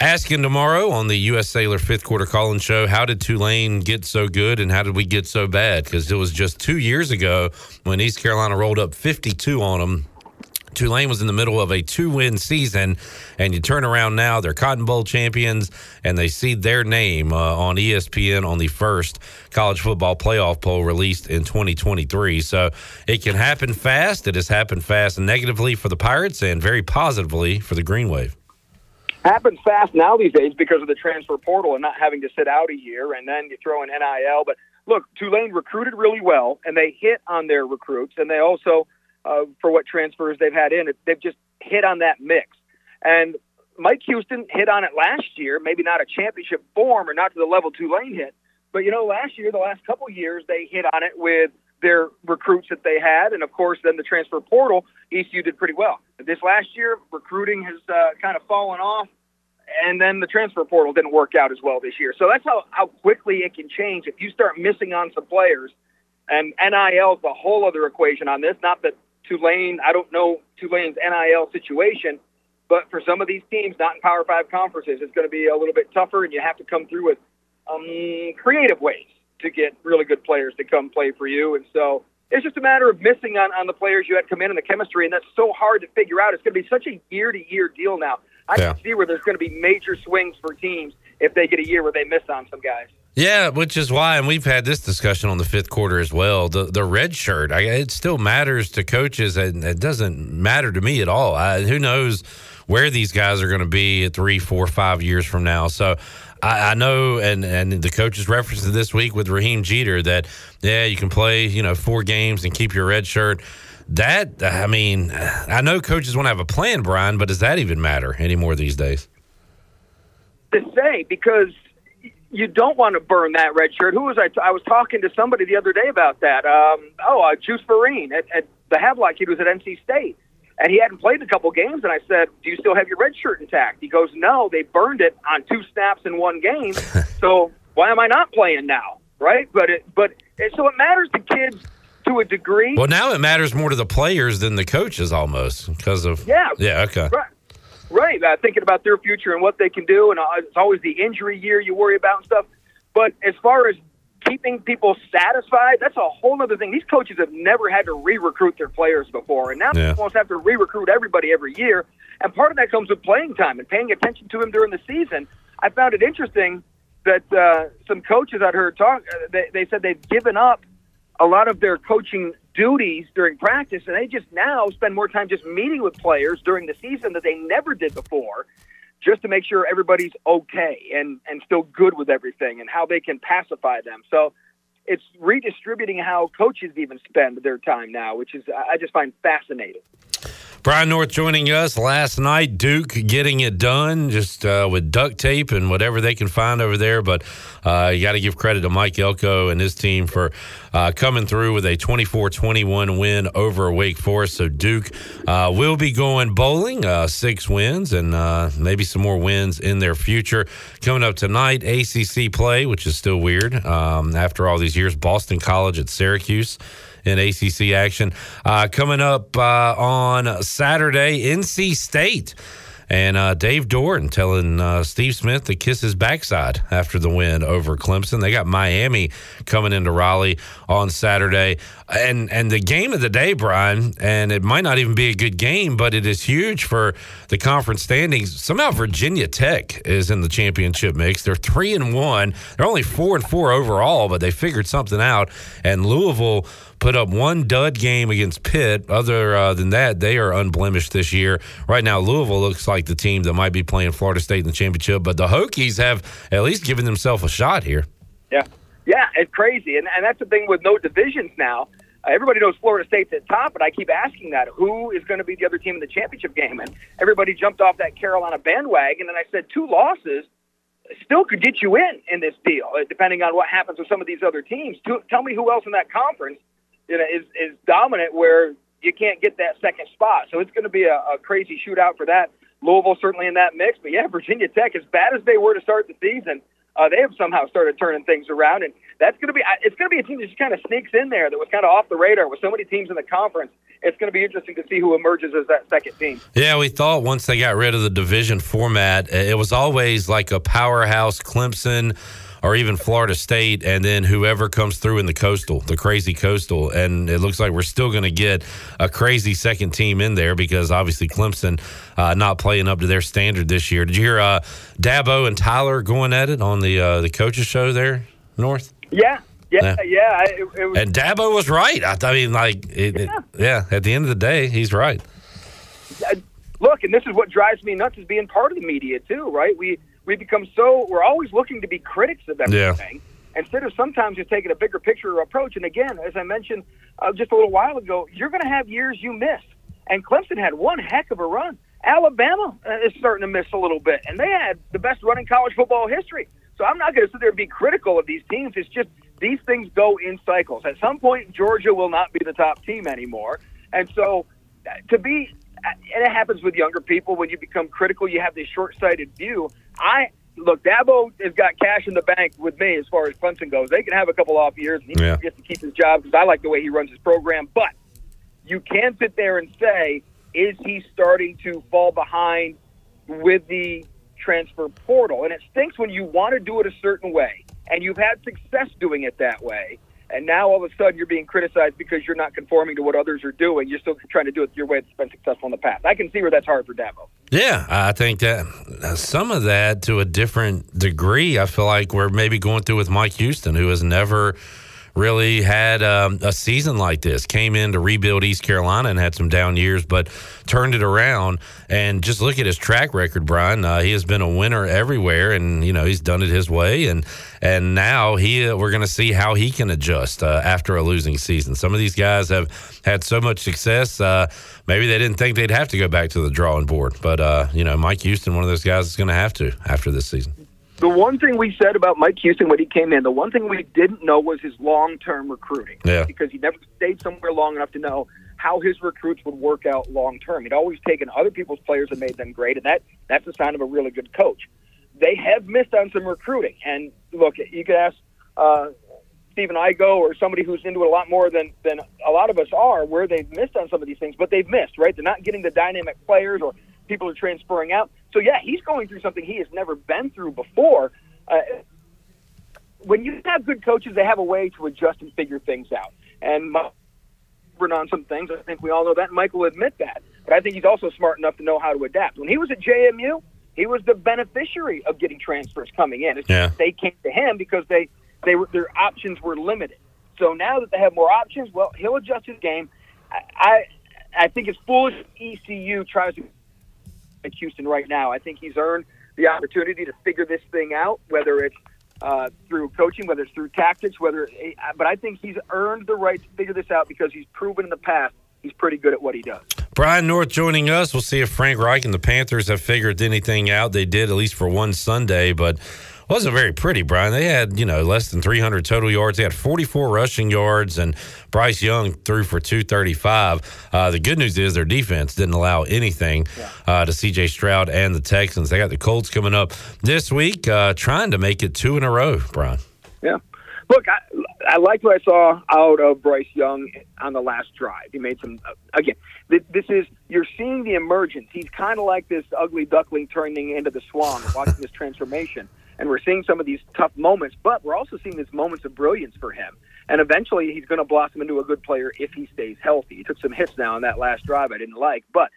Speaker 4: asking tomorrow on the U.S. Sailor fifth quarter call in show how did Tulane get so good and how did we get so bad? Because it was just two years ago when East Carolina rolled up 52 on them. Tulane was in the middle of a two win season, and you turn around now, they're Cotton Bowl champions, and they see their name uh, on ESPN on the first college football playoff poll released in 2023. So it can happen fast. It has happened fast negatively for the Pirates and very positively for the Green Wave.
Speaker 8: happens fast now these days because of the transfer portal and not having to sit out a year, and then you throw in NIL. But look, Tulane recruited really well, and they hit on their recruits, and they also, uh, for what transfers they've had in, they've just hit on that mix. And Mike Houston hit on it last year, maybe not a championship form or not to the level Tulane hit, but you know, last year, the last couple years, they hit on it with their recruits that they had, and of course, then the transfer portal, ECU did pretty well. This last year, recruiting has uh, kind of fallen off, and then the transfer portal didn't work out as well this year. So that's how, how quickly it can change if you start missing on some players. And NIL is the whole other equation on this. Not that Tulane, I don't know Tulane's NIL situation, but for some of these teams, not in Power Five conferences, it's going to be a little bit tougher, and you have to come through with um, creative ways to get really good players to come play for you. And so it's just a matter of missing on, on the players you had come in and the chemistry, and that's so hard to figure out. It's going to be such a year to year deal now. I
Speaker 4: Yeah.
Speaker 8: can see where there's going to be major swings for teams if they get a year where they miss on some guys.
Speaker 4: Yeah, which is why, and we've had this discussion on the fifth quarter as well. The the red shirt, I, it still matters to coaches, and it doesn't matter to me at all. I, who knows where these guys are going to be at three, four, five years from now? So I, I know, and and the coaches referenced it this week with Raheem Jeter that yeah, you can play you know four games and keep your red shirt. That I mean, I know coaches want to have a plan, Brian, but does that even matter anymore these days?
Speaker 8: to say because you don't want to burn that red shirt. Who was I? I was talking to somebody the other day about that. Um, oh, uh, Juice Vereen at, at the Havelock. He was at NC State, and he hadn't played in a couple games. And I said, "Do you still have your red shirt intact?" He goes, "No, they burned it on two snaps in one game. so why am I not playing now?" Right? But it, but it, so it matters to kids to a degree.
Speaker 4: Well, now it matters more to the players than the coaches almost because of
Speaker 8: Yeah.
Speaker 4: yeah, okay.
Speaker 8: Right. Right. Uh, thinking about their future and what they can do. And uh, it's always the injury year you worry about and stuff. But as far as keeping people satisfied, that's a whole other thing. These coaches have never had to re recruit their players before. And now
Speaker 4: Yeah.
Speaker 8: they almost have to re recruit everybody every year. And part of that comes with playing time and paying attention to him during the season. I found it interesting that uh, some coaches I'd heard talk, uh, they, they said they've given up a lot of their coaching duties during practice, and they just now spend more time just meeting with players during the season that they never did before, just to make sure everybody's okay and and still good with everything, and how they can pacify them. So it's redistributing how coaches even spend their time now, which is I I just find fascinating.
Speaker 4: Brian North joining us last night. Duke getting it done just uh, with duct tape and whatever they can find over there. But uh, you got to give credit to Mike Elko and his team for uh, coming through with a 24 21 win over Wake Forest. So Duke uh, will be going bowling, uh, six wins, and uh, maybe some more wins in their future. Coming up tonight, ACC play, which is still weird um, after all these years. Boston College at Syracuse in ACC action. Uh, coming up uh, on Saturday, NC State. And uh, Dave Dorn telling uh, Steve Smith to kiss his backside after the win over Clemson. They got Miami coming into Raleigh on Saturday, and and the game of the day, Brian. And it might not even be a good game, but it is huge for the conference standings. Somehow Virginia Tech is in the championship mix. They're three and one. They're only four and four overall, but they figured something out. And Louisville put up one dud game against Pitt. Other uh, than that, they are unblemished this year. Right now, Louisville looks like the team that might be playing Florida State in the championship, but the Hokies have at least given themselves a shot here.
Speaker 8: Yeah, it's crazy, and and that's the thing with no divisions now. Uh, everybody knows Florida State's at top, but I keep asking that who is going to be the other team in the championship game? And everybody jumped off that Carolina bandwagon, and I said two losses still could get you in in this deal, uh, depending on what happens with some of these other teams. To, tell me who else in that conference you know, is is dominant where you can't get that second spot. So it's going to be a, a crazy shootout for that. Louisville certainly in that mix, but yeah, Virginia Tech, as bad as they were to start the season, uh, they have somehow started turning things around, and that's going to be I- it's going to be a team that just kind of sneaks in there that was kind of off the radar with so many teams in the conference. It's going to be interesting to see who emerges as that second team.
Speaker 4: Yeah, we thought once they got rid of the division format, uh, it was always like a powerhouse Clemson or even Florida State, and then whoever comes through in the coastal, the crazy coastal. And it looks like we're still going to get a crazy second team in there because obviously Clemson uh, not playing up to their standard this year. Did you hear uh, Dabo and Tyler going at it on the uh, the coaches show there, North?
Speaker 8: Yeah, yeah,
Speaker 4: Yeah.
Speaker 8: yeah. yeah I- it, it was,
Speaker 4: And Dabo was right. I, I mean, like, it, it- yeah, at the end of the day, he's right.
Speaker 8: I- look, and this is what drives me nuts is being part of the media too, right? We we become so we're always looking to be critics of
Speaker 4: Yeah.
Speaker 8: everything instead of sometimes just taking a bigger picture approach. And again, as I mentioned uh, just a little while ago, you're going to have years you miss. And Clemson had one heck of a run. Alabama uh, is starting to miss a little bit, and they had the best run in college football history. So I'm not going to sit there and be critical of these teams. It's just these things go in cycles. At some point, Georgia will not be the top team anymore, and so uh, to be and it happens with younger people when you become critical you have this short-sighted view i look dabo has got cash in the bank with me as far as clemson goes they can have a couple off years and he
Speaker 10: Yeah.
Speaker 8: gets to keep his job because i like the way he runs his program but you can sit there and say is he starting to fall behind with the transfer portal and it stinks when you want to do it a certain way and you've had success doing it that way and now all of a sudden you're being criticized because you're not conforming to what others are doing. You're still trying to do it your way that's been successful in the past. I can see where that's hard for Dabo.
Speaker 4: Yeah, I think that uh, some of that to a different degree, I feel like we're maybe going through with Mike Houston, who has never really had um, a season like this. Came in to rebuild East Carolina and had some down years, but turned it around. And just look at his track record, Brian. Uh, he has been a winner everywhere, and you know he's done it his way. And and now he, uh, we're going to see how he can adjust uh, after a losing season. Some of these guys have had so much success. Uh, maybe they didn't think they'd have to go back to the drawing board, but uh, you know Mike Houston, one of those guys, is going to have to after this season.
Speaker 8: The one thing we said about Mike Houston when he came in, the one thing we didn't know was his long term recruiting.
Speaker 4: Yeah.
Speaker 8: Because he never stayed somewhere long enough to know how his recruits would work out long term. He'd always taken other people's players and made them great, and that that's a sign of a really good coach. They have missed on some recruiting. And look, you could ask uh, Stephen Igo or somebody who's into it a lot more than, than a lot of us are, where they've missed on some of these things, but they've missed, right? They're not getting the dynamic players or people are transferring out. So, yeah, he's going through something he has never been through before. Uh, when you have good coaches, they have a way to adjust and figure things out. And my stubborn on some things. I think we all know that. and Mike will admit that. But I think he's also smart enough to know how to adapt. When he was at JMU, he was the beneficiary of getting transfers coming in. It's
Speaker 4: Yeah.
Speaker 8: just They came to him because they, they were, their options were limited. So now that they have more options, well, he'll adjust his game. I, I, I think it's foolish ECU tries to at Houston right now. I think he's earned the opportunity to figure this thing out, whether it's uh, through coaching, whether it's through tactics, whether. eh, But I think he's earned the right to figure this out because he's proven in the past he's pretty good at what he does.
Speaker 4: Brian North joining us. We'll see if Frank Reich and the Panthers have figured anything out. They did at least for one Sunday, but wasn't very pretty, Brian. They had, you know, less than 300 total yards. They had 44 rushing yards, and Bryce Young threw for 235. Uh, the good news is their defense didn't allow anything uh, to C.J. Stroud and the Texans. They got the Colts coming up this week, uh, trying to make it two in a row, Brian.
Speaker 8: Yeah. Look, I, I liked what I saw out of Bryce Young on the last drive. He made some uh, again. th- This is you're seeing the emergence. He's kind of like this ugly duckling turning into the swan, watching this transformation. And we're seeing some of these tough moments, but we're also seeing these moments of brilliance for him. And eventually, he's going to blossom into a good player if he stays healthy. He took some hits now on that last drive I didn't like, but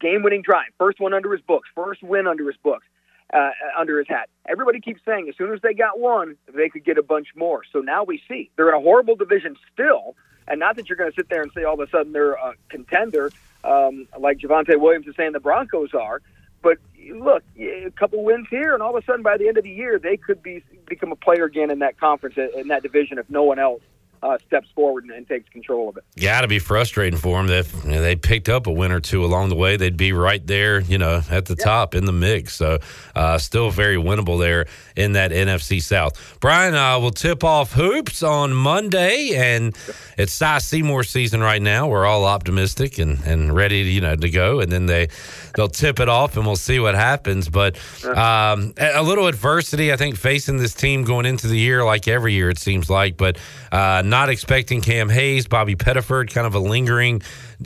Speaker 8: game-winning drive, first one under his books, first win under his books uh, under his hat. Everybody keeps saying as soon as they got one, they could get a bunch more. So now we see they're in a horrible division still, and not that you're going to sit there and say all of a sudden they're a contender um, like Javante Williams is saying the Broncos are. But look, a couple wins here, and all of a sudden by the end of the year they could be become a player again in that conference in that division if no one else uh, steps forward and, and takes control of it.
Speaker 4: Got to be frustrating for them that you know, they picked up a win or two along the way. They'd be right there, you know, at the top in the mix. So, uh, still very winnable there in that NFC South. Brian uh, will tip off hoops on Monday, and it's Cy Seymour season right now. We're all optimistic and, and ready, to, you know, to go. And then they they'll tip it off, and we'll see what happens. But um, a a little adversity, I think, facing this team going into the year, like every year it seems like. But uh, not expecting Cam Hayes, Bobby Pettiford, kind of a lingering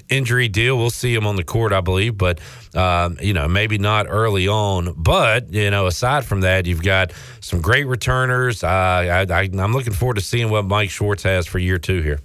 Speaker 4: injury deal. We'll see him on the court, I believe, but um, you know maybe not early on. But you know, aside from that, you've got some great returners. Uh, I, I, I'm looking forward to seeing what Mike Schwartz has for year two here.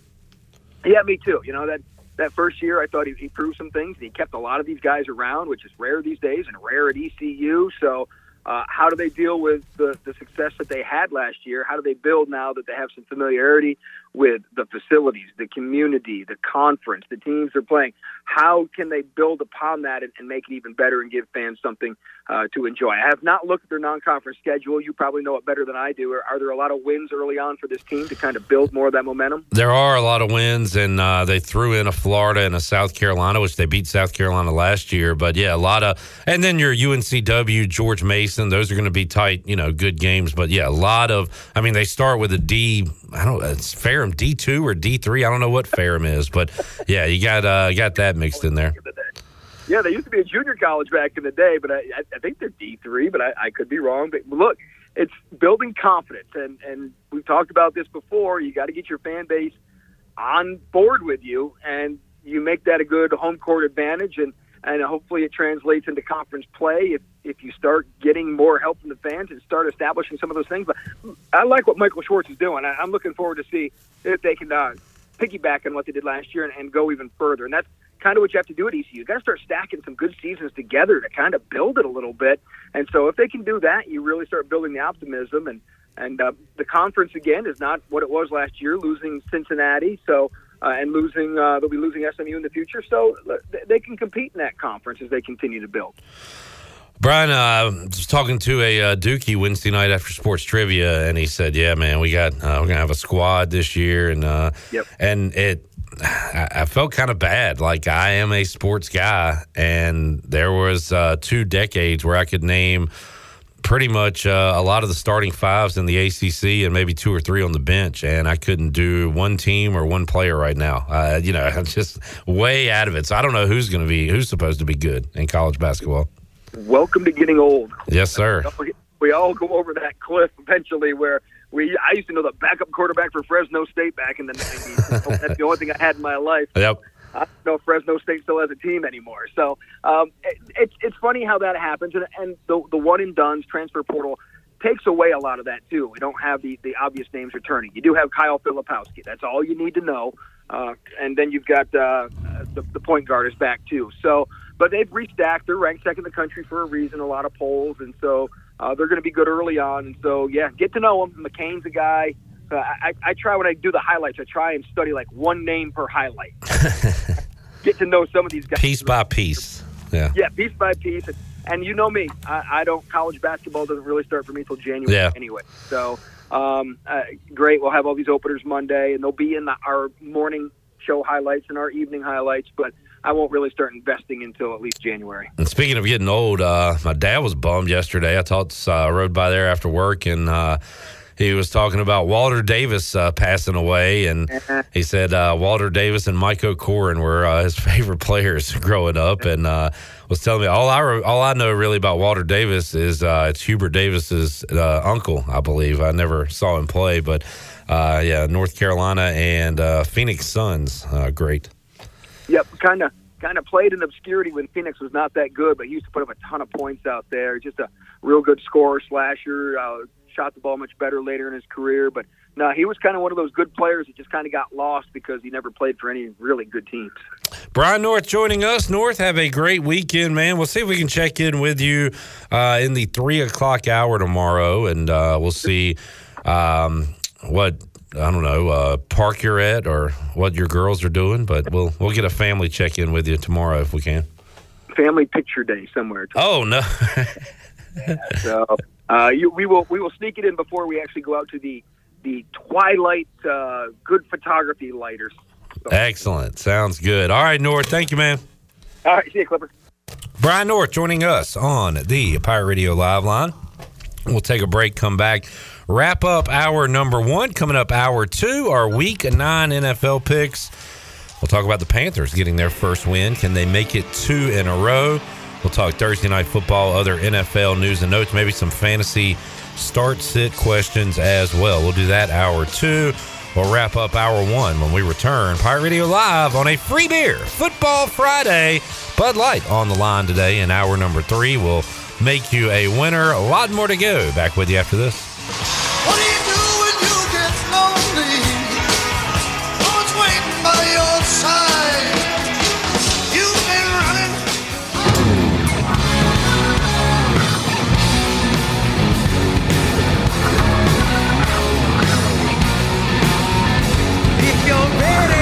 Speaker 8: Yeah, me too. You know that that first year, I thought he, he proved some things. and He kept a lot of these guys around, which is rare these days and rare at ECU. So, uh, how do they deal with the, the success that they had last year? How do they build now that they have some familiarity with the facilities, the community, the conference, the teams they're playing? How can they build upon that and, and make it even better and give fans something uh, to enjoy? I have not looked at their non conference schedule. You probably know it better than I do. Are, are there a lot of wins early on for this team to kind of build more of that momentum?
Speaker 4: There are a lot of wins, and uh, they threw in a Florida and a South Carolina, which they beat South Carolina last year. But yeah, a lot of, and then your UNCW, George Mason, those are going to be tight, you know, good games. But yeah, a lot of, I mean, they start with a D. I don't. uh, It's Ferrum D two or D three. I don't know what Ferrum is, but yeah, you got uh, got that mixed in there.
Speaker 8: Yeah, they used to be a junior college back in the day, but I, I- I think they're D three, but I, I could be wrong. But look, it's building confidence, and and we've talked about this before. You got to get your fan base on board with you, and you make that a good home court advantage, and and hopefully it translates into conference play if if you start getting more help from the fans and start establishing some of those things. But I like what Michael Schwartz is doing. I, I'm looking forward to see if they can uh, piggyback on what they did last year and, and go even further. And that's kind of what you have to do at ECU. You got to start stacking some good seasons together to kind of build it a little bit. And so if they can do that, you really start building the optimism. And and uh, the conference again is not what it was last year, losing Cincinnati. So. Uh, and losing, uh, they'll be losing SMU in the future, so uh, they- they can compete in that conference as they continue to build.
Speaker 4: Brian uh, was talking to a uh, Dookie Wednesday night after sports trivia, and he said, "Yeah, man, we got uh, we're gonna have a squad this year, and uh, and it." I I felt kind of bad. Like I am a sports guy, and there was uh, two decades where I could name pretty much uh, a lot of the starting fives in the ACC and maybe two or three on the bench, and I couldn't do one team or one player right now. Uh, you know, I'm just way out of it. So I don't know who's going to be who's supposed to be good in college basketball.
Speaker 8: Welcome to getting old.
Speaker 4: Yes, sir.
Speaker 8: We- We all go over that cliff eventually where we I used to know the backup quarterback for Fresno State back in the 90s. That's the only thing I had in my life.
Speaker 4: Yep.
Speaker 8: I don't know if Fresno State still has a team anymore. So um, it, it's it's funny how that happens, and, and the the one and done's transfer portal takes away a lot of that too. We don't have the the obvious names returning. You do have Kyle Filipowski. That's all you need to know, uh, and then you've got uh, the the point guard is back too. So, but they've restacked. They're ranked second in the country for a reason. A lot of polls, and so uh, they're going to be good early on. And so yeah, get to know them. McCain's a guy. Uh, I, I try when I do the highlights. I try and study like one name per highlight get to know some of these guys.
Speaker 4: Piece by piece. Yeah.
Speaker 8: Yeah, piece by piece. And, and you know me, I, I don't. College basketball doesn't really start for me till January
Speaker 4: Yeah.
Speaker 8: anyway. So, um, uh, great. We'll have all these openers Monday, and they'll be in the, our morning show highlights and our evening highlights. But I won't really start investing until at least January.
Speaker 4: And speaking of getting old, uh, my dad was bummed yesterday. I talked, uh, rode by there after work, and uh, he was talking about Walter Davis uh, passing away, and he said uh, Walter Davis and Mike O'Corin were uh, his favorite players growing up, and uh, was telling me all I re- all I know really about Walter Davis is uh, it's Hubert Davis's uh, uncle, I believe. I never saw him play, but uh, yeah, North Carolina and uh, Phoenix Suns, uh, great.
Speaker 8: Yep, kind of kind of played in obscurity when Phoenix was not that good, but he used to put up a ton of points out there. Just a real good scorer, slasher. Uh, shot the ball much better later in his career, but no, he was kind of one of those good players that just kind of got lost because he never played for any really good teams.
Speaker 4: Brian North joining us. North, have a great weekend, man. We'll see if we can check in with you uh, in the three o'clock hour tomorrow, and uh, we'll see um, what I don't know uh, park you're at or what your girls are doing. But we'll we'll get a family check in with you tomorrow if we can.
Speaker 8: Family picture day somewhere.
Speaker 4: Oh no,
Speaker 8: So uh, you, we will we will sneak it in before we actually go out to the the Twilight uh, Good Photography lighters.
Speaker 4: Excellent. Sounds good. All right, North. Thank you, man.
Speaker 8: All right, see you, Clipper.
Speaker 4: Brian North joining us on the Pirate Radio Live Line. We'll take a break, come back, wrap up hour number one. Coming up, hour two, our week nine NFL picks. We'll talk about the Panthers getting their first win. Can they make it two in a row? We'll talk Thursday night football, other NFL news and notes, maybe some fantasy start sit questions as well. We'll do that hour two. We'll wrap up hour one when we return. Pirate Radio Live on a free beer, Football Friday. Bud Light on the line today in hour number three. We'll make you a winner. A lot more to go. Back with you after this.
Speaker 10: What do you do when you get lonely? Someone's waiting by your side. You've been running. If you're ready,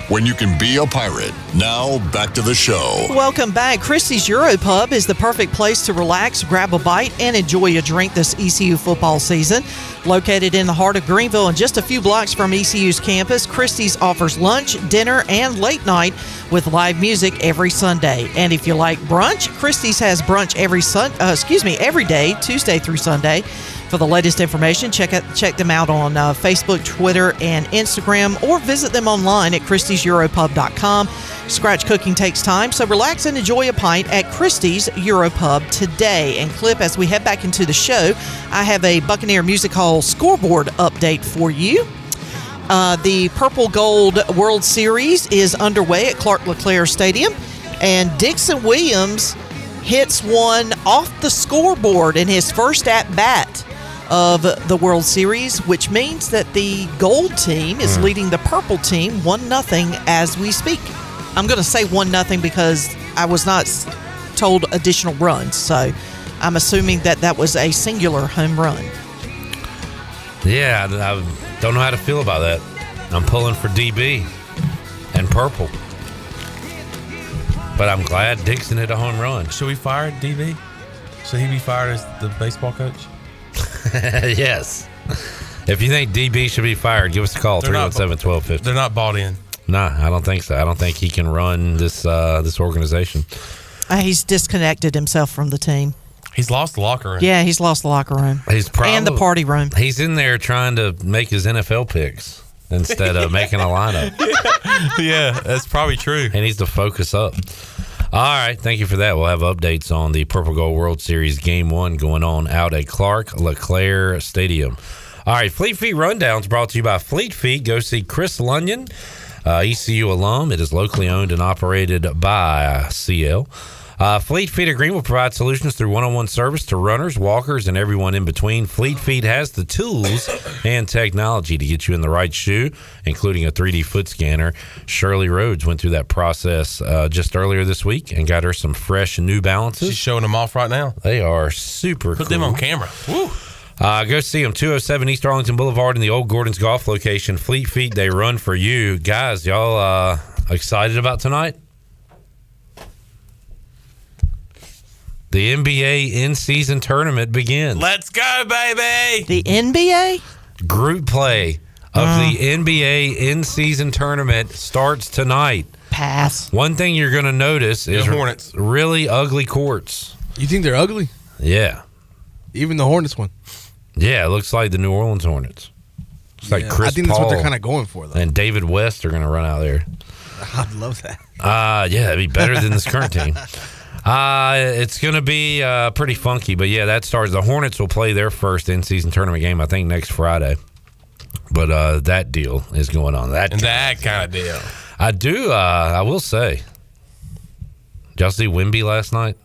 Speaker 3: when you can be a pirate? Now, back to the show.
Speaker 9: Welcome back. Christie's Euro Pub is the perfect place to relax, grab a bite, and enjoy a drink this ECU football season. Located in the heart of Greenville and just a few blocks from ECU's campus, Christie's offers lunch, dinner, and late night with live music every Sunday. And if you like brunch, Christie's has brunch every sun, uh, excuse me, every day, Tuesday through Sunday. For the latest information, check out, check them out on uh, Facebook, Twitter, and Instagram, or visit them online at christieseuropub.com. Scratch cooking takes time, so relax and enjoy a pint at Christie's Europub today. And Clip, as we head back into the show, I have a Buccaneer Music Hall scoreboard update for you. Uh, the Purple Gold World Series is underway at Clark LeClaire Stadium, and Dixon Williams hits one off the scoreboard in his first at bat of the World Series, which means that the gold team is
Speaker 4: Hmm.
Speaker 9: leading the purple team one nothing as we speak. I'm going to say one nothing because I was not s- told additional runs, so I'm assuming that that was a singular home run.
Speaker 4: Yeah, I, I don't know how to feel about that. I'm pulling for DB and purple. But I'm glad Dixon hit a home run.
Speaker 2: Should we fire DB? Should he be fired as the baseball coach?
Speaker 4: yes. If you think DB should be fired, give us a call
Speaker 2: They're not-
Speaker 4: 317 1250.
Speaker 2: They're not bought in.
Speaker 4: Nah, I don't think so. I don't think he can run this uh, this organization.
Speaker 9: Uh, he's disconnected himself from the team.
Speaker 2: He's lost the locker room.
Speaker 9: Yeah, he's lost the locker room.
Speaker 4: He's probably,
Speaker 9: And the party room.
Speaker 4: He's in there trying to make his NFL picks instead of making a lineup.
Speaker 2: yeah, that's probably true.
Speaker 4: He needs to focus up. All right, thank you for that. We'll have updates on the Purple Gold World Series Game One going on out at Clark LeClaire Stadium. All right, Fleet Feet Rundowns brought to you by Fleet Feet. Go see Chris Lunyon, uh, ECU alum. It is locally owned and operated by CL. Uh, Fleet Feet of Green will provide solutions through one on one service to runners, walkers, and everyone in between. Fleet Feet has the tools and technology to get you in the right shoe, including a 3D foot scanner. Shirley Rhodes went through that process uh, just earlier this week and got her some fresh New Balances. She's
Speaker 2: showing them off right now.
Speaker 4: They are super
Speaker 2: Put them
Speaker 4: cool.
Speaker 2: on camera. Woo.
Speaker 4: Uh, go see them 207 East Arlington Boulevard in the old Gordon's Golf location. Fleet Feet, they run for you. Guys, y'all uh, excited about tonight? The NBA in season tournament begins.
Speaker 2: Let's go, baby.
Speaker 9: The NBA?
Speaker 4: Group play of the NBA in season tournament starts tonight.
Speaker 9: Pass.
Speaker 4: One thing you're going to notice is
Speaker 5: The
Speaker 4: Hornets. really ugly courts.
Speaker 5: You think they're ugly?
Speaker 4: Yeah.
Speaker 5: Even the Hornets one.
Speaker 4: Yeah, it looks like the New Orleans Hornets. It's like
Speaker 5: Yeah,
Speaker 4: Chris
Speaker 5: I think that's what they're
Speaker 4: Paul
Speaker 5: kinda going for, though.
Speaker 4: And David West are going to run out there.
Speaker 5: I'd love that.
Speaker 4: Uh, yeah, it'd be better than this current team. Uh, it's going to be uh, pretty funky, but yeah, that starts. The Hornets will play their first in season tournament game, I think, next Friday. But uh, that deal is going on. That
Speaker 2: And that kind of deal.
Speaker 4: I do. Uh, I will say, did y'all see Wimby last night?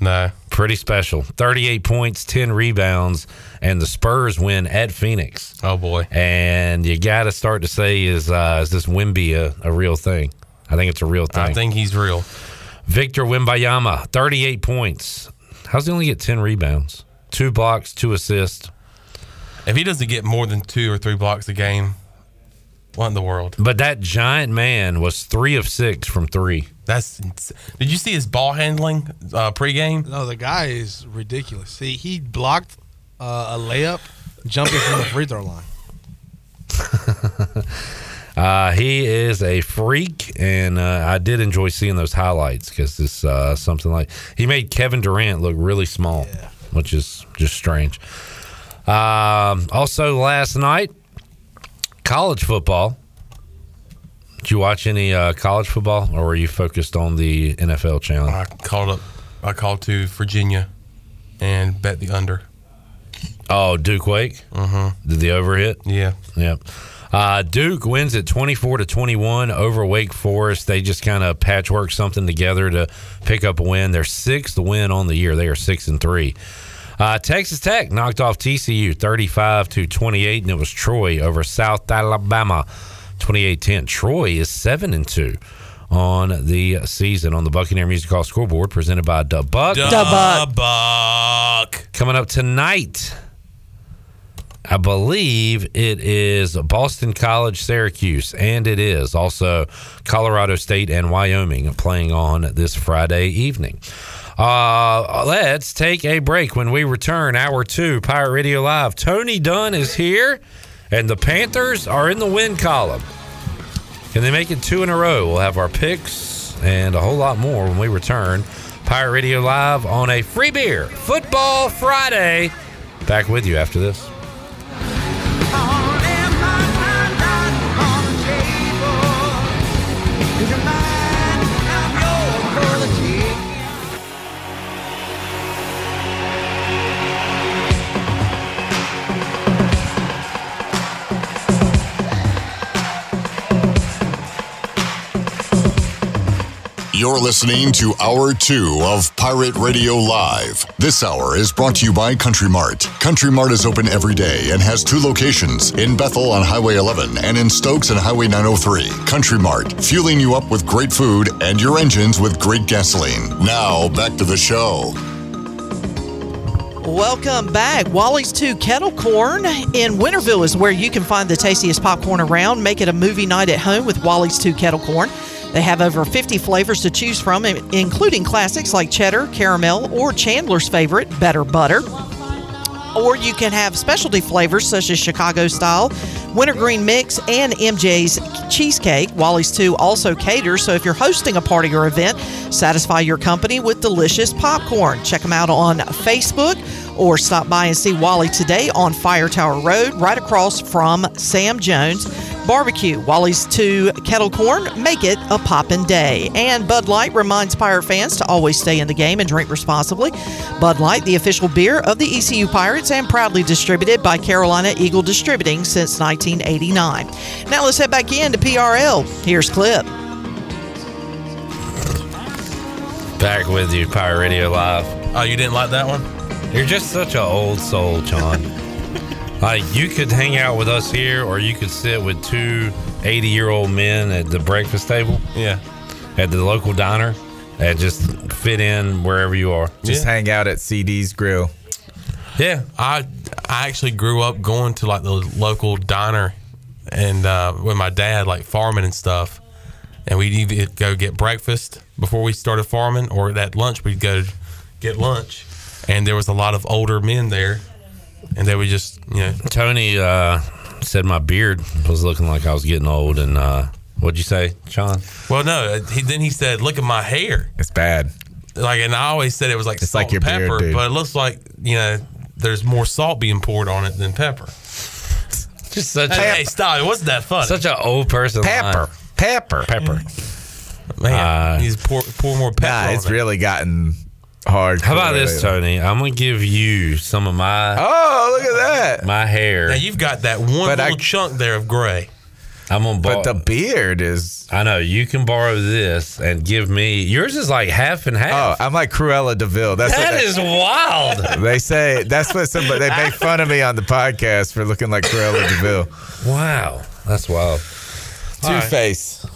Speaker 2: No.
Speaker 4: Pretty special. Thirty-eight points, ten rebounds, and the Spurs win at Phoenix.
Speaker 2: Oh boy!
Speaker 4: And you got to start to say, is uh, is this Wimby a, a real thing? I think it's a real thing.
Speaker 2: I think he's real.
Speaker 4: Victor Wimbayama, 38 points. How's he only get 10 rebounds? Two blocks, two assists.
Speaker 2: If he doesn't get more than two or three blocks a game, what in the world?
Speaker 4: But that giant man was three of six from three.
Speaker 2: That's Did you see his ball handling uh, pregame?
Speaker 5: No, the guy is ridiculous. See, he blocked uh, a layup jumping from the free throw line.
Speaker 4: Uh, he is a freak, and uh, I did enjoy seeing those highlights because it's uh, something like he made Kevin Durant look really small, which is just strange. Um, also, last night, college football. Did you watch any uh, college football, or were you focused on the NFL channel?
Speaker 2: I called up. I called to Virginia and bet the under.
Speaker 4: Oh, Duke Wake. Mm-hmm. Did the over hit?
Speaker 2: Yeah.
Speaker 4: Yep. Uh, Duke wins at 24 to 21 over Wake Forest. They just kind of patchwork something together to pick up a win. Their sixth win on the year. They are six and three. Uh, Texas Tech knocked off TCU 35 to 28, and it was Troy over South Alabama 28-10. Troy is seven and two on the season on the Buccaneer Music Hall scoreboard presented by Dub Buck.
Speaker 2: Da Buck. Buck.
Speaker 4: Coming up tonight, I believe it is Boston College, Syracuse, and it is also Colorado State and Wyoming playing on this Friday evening. Uh, let's take a break when we return. Hour two, Pirate Radio Live. Tony Dunn is here, and the Panthers are in the win column. Can they make it two in a row? We'll have our picks and a whole lot more when we return. Pirate Radio Live on a free beer football Friday. Back with you after this.
Speaker 3: You're listening to Hour 2 of Pirate Radio Live. This hour is brought to you by Country Mart. Country Mart is open every day and has two locations in Bethel on Highway 11 and in Stokes on Highway 903. Country Mart, fueling you up with great food and your engines with great gasoline. Now, back to the show.
Speaker 9: Welcome back. Wally's 2 Kettle Corn in Winterville is where you can find the tastiest popcorn around. Make it a movie night at home with Wally's 2 Kettle Corn. They have over 50 flavors to choose from, in- including classics like cheddar, caramel, or Chandler's favorite, better butter. Or you can have specialty flavors such as Chicago style, wintergreen mix, and MJ's cheesecake. Wally's 2 also caters, so if you're hosting a party or event, satisfy your company with delicious popcorn. Check them out on Facebook or stop by and see Wally today on Fire Tower Road, right across from Sam Jones Barbecue. Wally's 2 Kettle Corn, make it a poppin' day. And Bud Light reminds Pirate fans to always stay in the game and drink responsibly. Bud Light, the official beer of the ECU Pirates and proudly distributed by Carolina Eagle Distributing since 1989. Now let's head back in to PRL. Here's Clip.
Speaker 4: Back with you, Pirate Radio Live.
Speaker 2: Oh, you didn't like that one?
Speaker 4: You're just such an old soul, John. like you could hang out with us here, or you could sit with two 80 year old men at the breakfast table.
Speaker 2: Yeah.
Speaker 4: At the local diner, and just fit in wherever you are.
Speaker 11: Just hang out at CD's Grill.
Speaker 2: Yeah, I I actually grew up going to like the local diner, and uh, with my dad like farming and stuff, and we'd either go get breakfast before we started farming, or at lunch we'd go get lunch, and there was a lot of older men there, and they would just you know
Speaker 4: Tony uh, said my beard was looking like I was getting old, and uh, what'd you say, Sean?
Speaker 2: well no uh, he, then he said look at my hair
Speaker 11: It's bad.
Speaker 2: like and I always said it was like
Speaker 11: It's
Speaker 2: salt
Speaker 11: like your
Speaker 2: and
Speaker 11: beard,
Speaker 2: pepper,
Speaker 11: dude.
Speaker 2: but it looks like you know there's more salt being poured on it than pepper.
Speaker 4: Just such
Speaker 2: hey,
Speaker 4: a-
Speaker 2: hey, stop! It wasn't that funny.
Speaker 4: Such an old person.
Speaker 11: Pepper. Pepper. Uh,
Speaker 4: Pepper.
Speaker 2: Man, he's pour, pour more
Speaker 11: Nah, Uh,
Speaker 2: pepper. on
Speaker 11: ah, it's
Speaker 2: it.
Speaker 11: really gotten hard.
Speaker 4: How about this, Tony? I'm gonna give you some of my
Speaker 11: Oh, look at that.
Speaker 4: my hair.
Speaker 2: Now you've got that one
Speaker 11: But I-
Speaker 2: little chunk there of gray.
Speaker 4: I'm on.
Speaker 11: But the beard is.
Speaker 4: I know you can borrow this and give me yours is like half and
Speaker 11: Oh,
Speaker 4: half.
Speaker 11: I'm like Cruella Deville. That's what
Speaker 4: that is wild.
Speaker 11: They say that's what somebody they make fun of me on the podcast for looking like Cruella Deville.
Speaker 4: Wow, that's wild. All
Speaker 11: Two
Speaker 4: right.
Speaker 11: Face.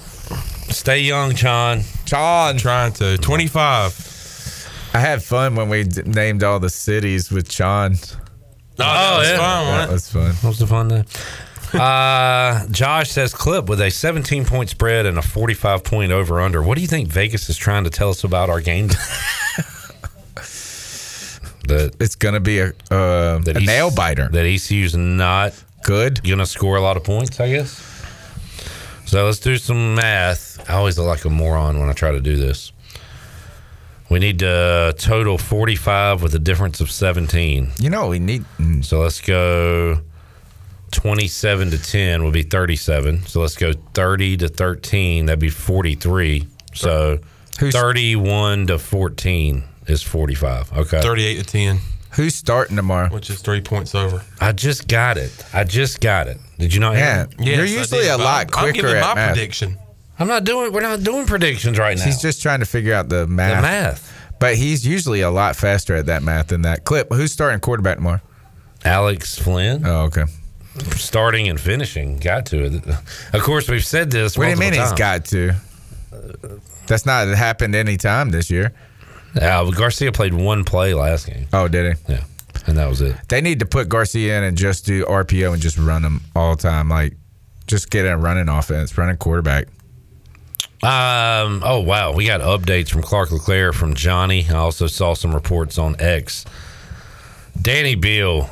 Speaker 4: Stay young, John.
Speaker 11: John.
Speaker 2: Trying to 25.
Speaker 11: I had fun when we d- named all the cities with John.
Speaker 2: that
Speaker 10: Oh,
Speaker 2: was fun, wasn't
Speaker 4: Oh, That
Speaker 2: it?
Speaker 4: was fun. That was a fun day. uh, Josh says clip with a 17 point spread and a 45 point over under. What do you think Vegas is trying to tell us about our game? that it's going to be a, uh, a nail biter. That ECU's not good. Going to score a lot of points, I guess. So let's do some math. I always look like a moron when I try to do this. We need to total 45 with a difference of 17. You know, we need. Mm. So let's go 27 to 10 would be 37. So let's go 30 to 13. That'd be 43. So 31 to 14 is 45. Okay.
Speaker 2: 38 to 10.
Speaker 4: Who's starting tomorrow?
Speaker 2: Which is three points over.
Speaker 4: I just got it. I just got it. Did you not hear it?
Speaker 2: Yes, I did, but I'm, I'm giving my prediction.
Speaker 4: I'm not doing. We're not doing predictions right now.
Speaker 11: He's just trying to figure out the math.
Speaker 4: math.
Speaker 11: But he's usually a lot faster at that math than that clip. Who's starting quarterback tomorrow?
Speaker 4: Alex Flynn.
Speaker 11: Oh, okay.
Speaker 4: starting and finishing. Got to it. Of course, we've said this.
Speaker 11: What do you mean
Speaker 4: multiple
Speaker 11: he's
Speaker 4: times.
Speaker 11: got to? That's not happened any time this year.
Speaker 4: Uh, Garcia played one play last game.
Speaker 11: Oh, did he?
Speaker 4: Yeah, and that was it.
Speaker 11: They need to put Garcia in and just do RPO and just run him all the time. Like, just get a running offense, running quarterback.
Speaker 4: Um. Oh wow, we got updates from Clark LeClaire from Johnny. I also saw some reports on X. Danny Beal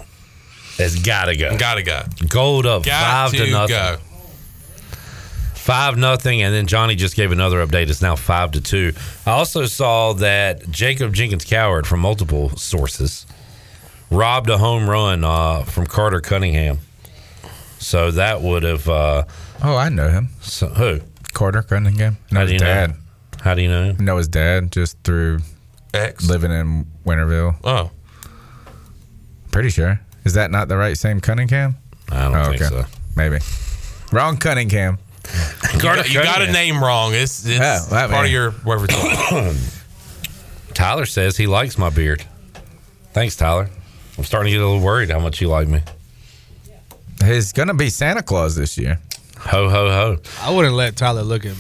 Speaker 4: has got to go.
Speaker 2: Got to go.
Speaker 4: Gold up
Speaker 2: Got
Speaker 4: five to,
Speaker 2: to
Speaker 4: nothing.
Speaker 2: go.
Speaker 4: Five nothing, and then Johnny just gave another update. It's now five to two. I also saw that Jacob Jenkins Coward from multiple sources robbed a home run uh, from Carter Cunningham. So that would have. Uh,
Speaker 11: Oh, I know him.
Speaker 4: So, who?
Speaker 11: Carter Cunningham. No,
Speaker 4: How do
Speaker 11: his
Speaker 4: you know
Speaker 11: dad.
Speaker 4: him? How do you know him?
Speaker 11: No, his dad just through
Speaker 2: X.
Speaker 11: living in Winterville.
Speaker 2: Oh.
Speaker 11: Pretty sure. Is that not the right same Cunningham? Oh,
Speaker 4: I don't think so.
Speaker 11: Maybe. Wrong Cunningham.
Speaker 2: You got, you got a
Speaker 11: Cunningham.
Speaker 2: name wrong. It's, it's
Speaker 11: Yeah, that
Speaker 2: part
Speaker 11: man.
Speaker 2: of your repertoire.
Speaker 4: Tyler says he likes my beard. Thanks, Tyler. I'm starting to get a little worried how much you like me.
Speaker 11: He's gonna be Santa Claus this year.
Speaker 4: Ho ho ho!
Speaker 5: I wouldn't let Tyler look at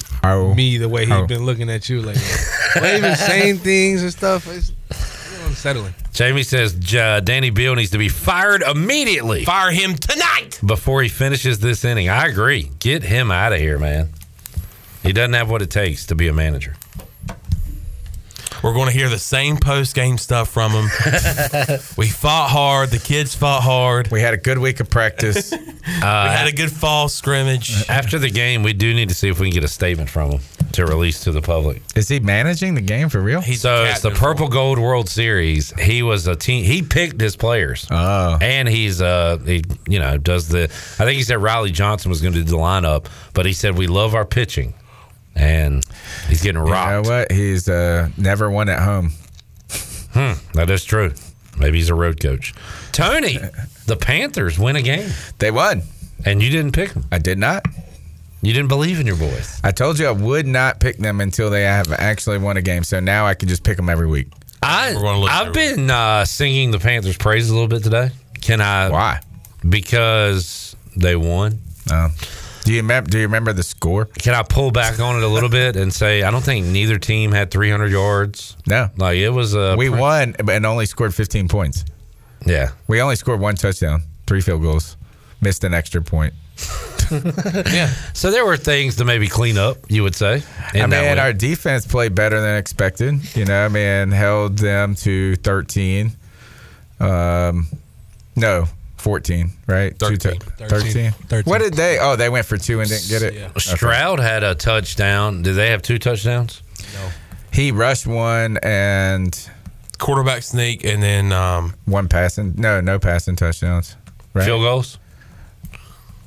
Speaker 5: me the way he's
Speaker 11: Oh.
Speaker 5: been looking at you lately. Waving saying things and stuff. It's a little unsettling.
Speaker 4: Jamie says J- Danny Beal needs to be fired immediately.
Speaker 2: Fire him tonight
Speaker 4: before he finishes this inning. I agree. Get him out of here, man. He doesn't have what it takes to be a manager.
Speaker 2: We're going to hear the same post game stuff from him. we fought hard. The kids fought hard.
Speaker 11: We had a good week of practice.
Speaker 2: we had a good fall scrimmage.
Speaker 4: Uh, After the game, we do need to see if we can get a statement from him to release to the public.
Speaker 11: Is he managing the game for real?
Speaker 2: He's
Speaker 4: so it's the Purple Gold World Series. He was a team. He picked his players.
Speaker 11: Ah.
Speaker 4: Oh, and he's uh, he you know does the. I think he said Riley Johnson was going to do the lineup, but he said we love our pitching, and he's getting rocked.
Speaker 11: You know what? He's uh, never won at home.
Speaker 4: Hmm, that is true. Maybe he's a road coach. Tony, the Panthers win a game.
Speaker 11: They won.
Speaker 4: And you didn't pick them.
Speaker 11: I did not.
Speaker 4: You didn't believe in your boys.
Speaker 11: I told you I would not pick them until they have actually won a game. So now I can just pick them every week.
Speaker 4: I I've been uh, singing the Panthers' praise a little bit today. Can I?
Speaker 11: Why?
Speaker 4: Because they won.
Speaker 11: Um, do you remember? Do you remember the score?
Speaker 4: Can I pull back on it a little bit and say I don't think neither team had 300 yards?
Speaker 11: No,
Speaker 4: like it was a
Speaker 11: we won and only scored 15 points.
Speaker 4: Yeah,
Speaker 11: we only scored one touchdown, three field goals, missed an extra point.
Speaker 4: yeah. So there were things to maybe clean up. You would say. in
Speaker 11: I
Speaker 4: that
Speaker 11: mean,
Speaker 4: win.
Speaker 11: our defense played better than expected. You know, I mean, held them to 13. Um, no, 14, right? Two tou- 13.
Speaker 4: 13.
Speaker 11: What did they? Oh, they went for two and didn't get it. Okay.
Speaker 4: Stroud had a touchdown. Did they have two touchdowns?
Speaker 11: He rushed one and
Speaker 2: quarterback sneak, and then um,
Speaker 11: one passing. No, no passing touchdowns. Right?
Speaker 4: Field goals.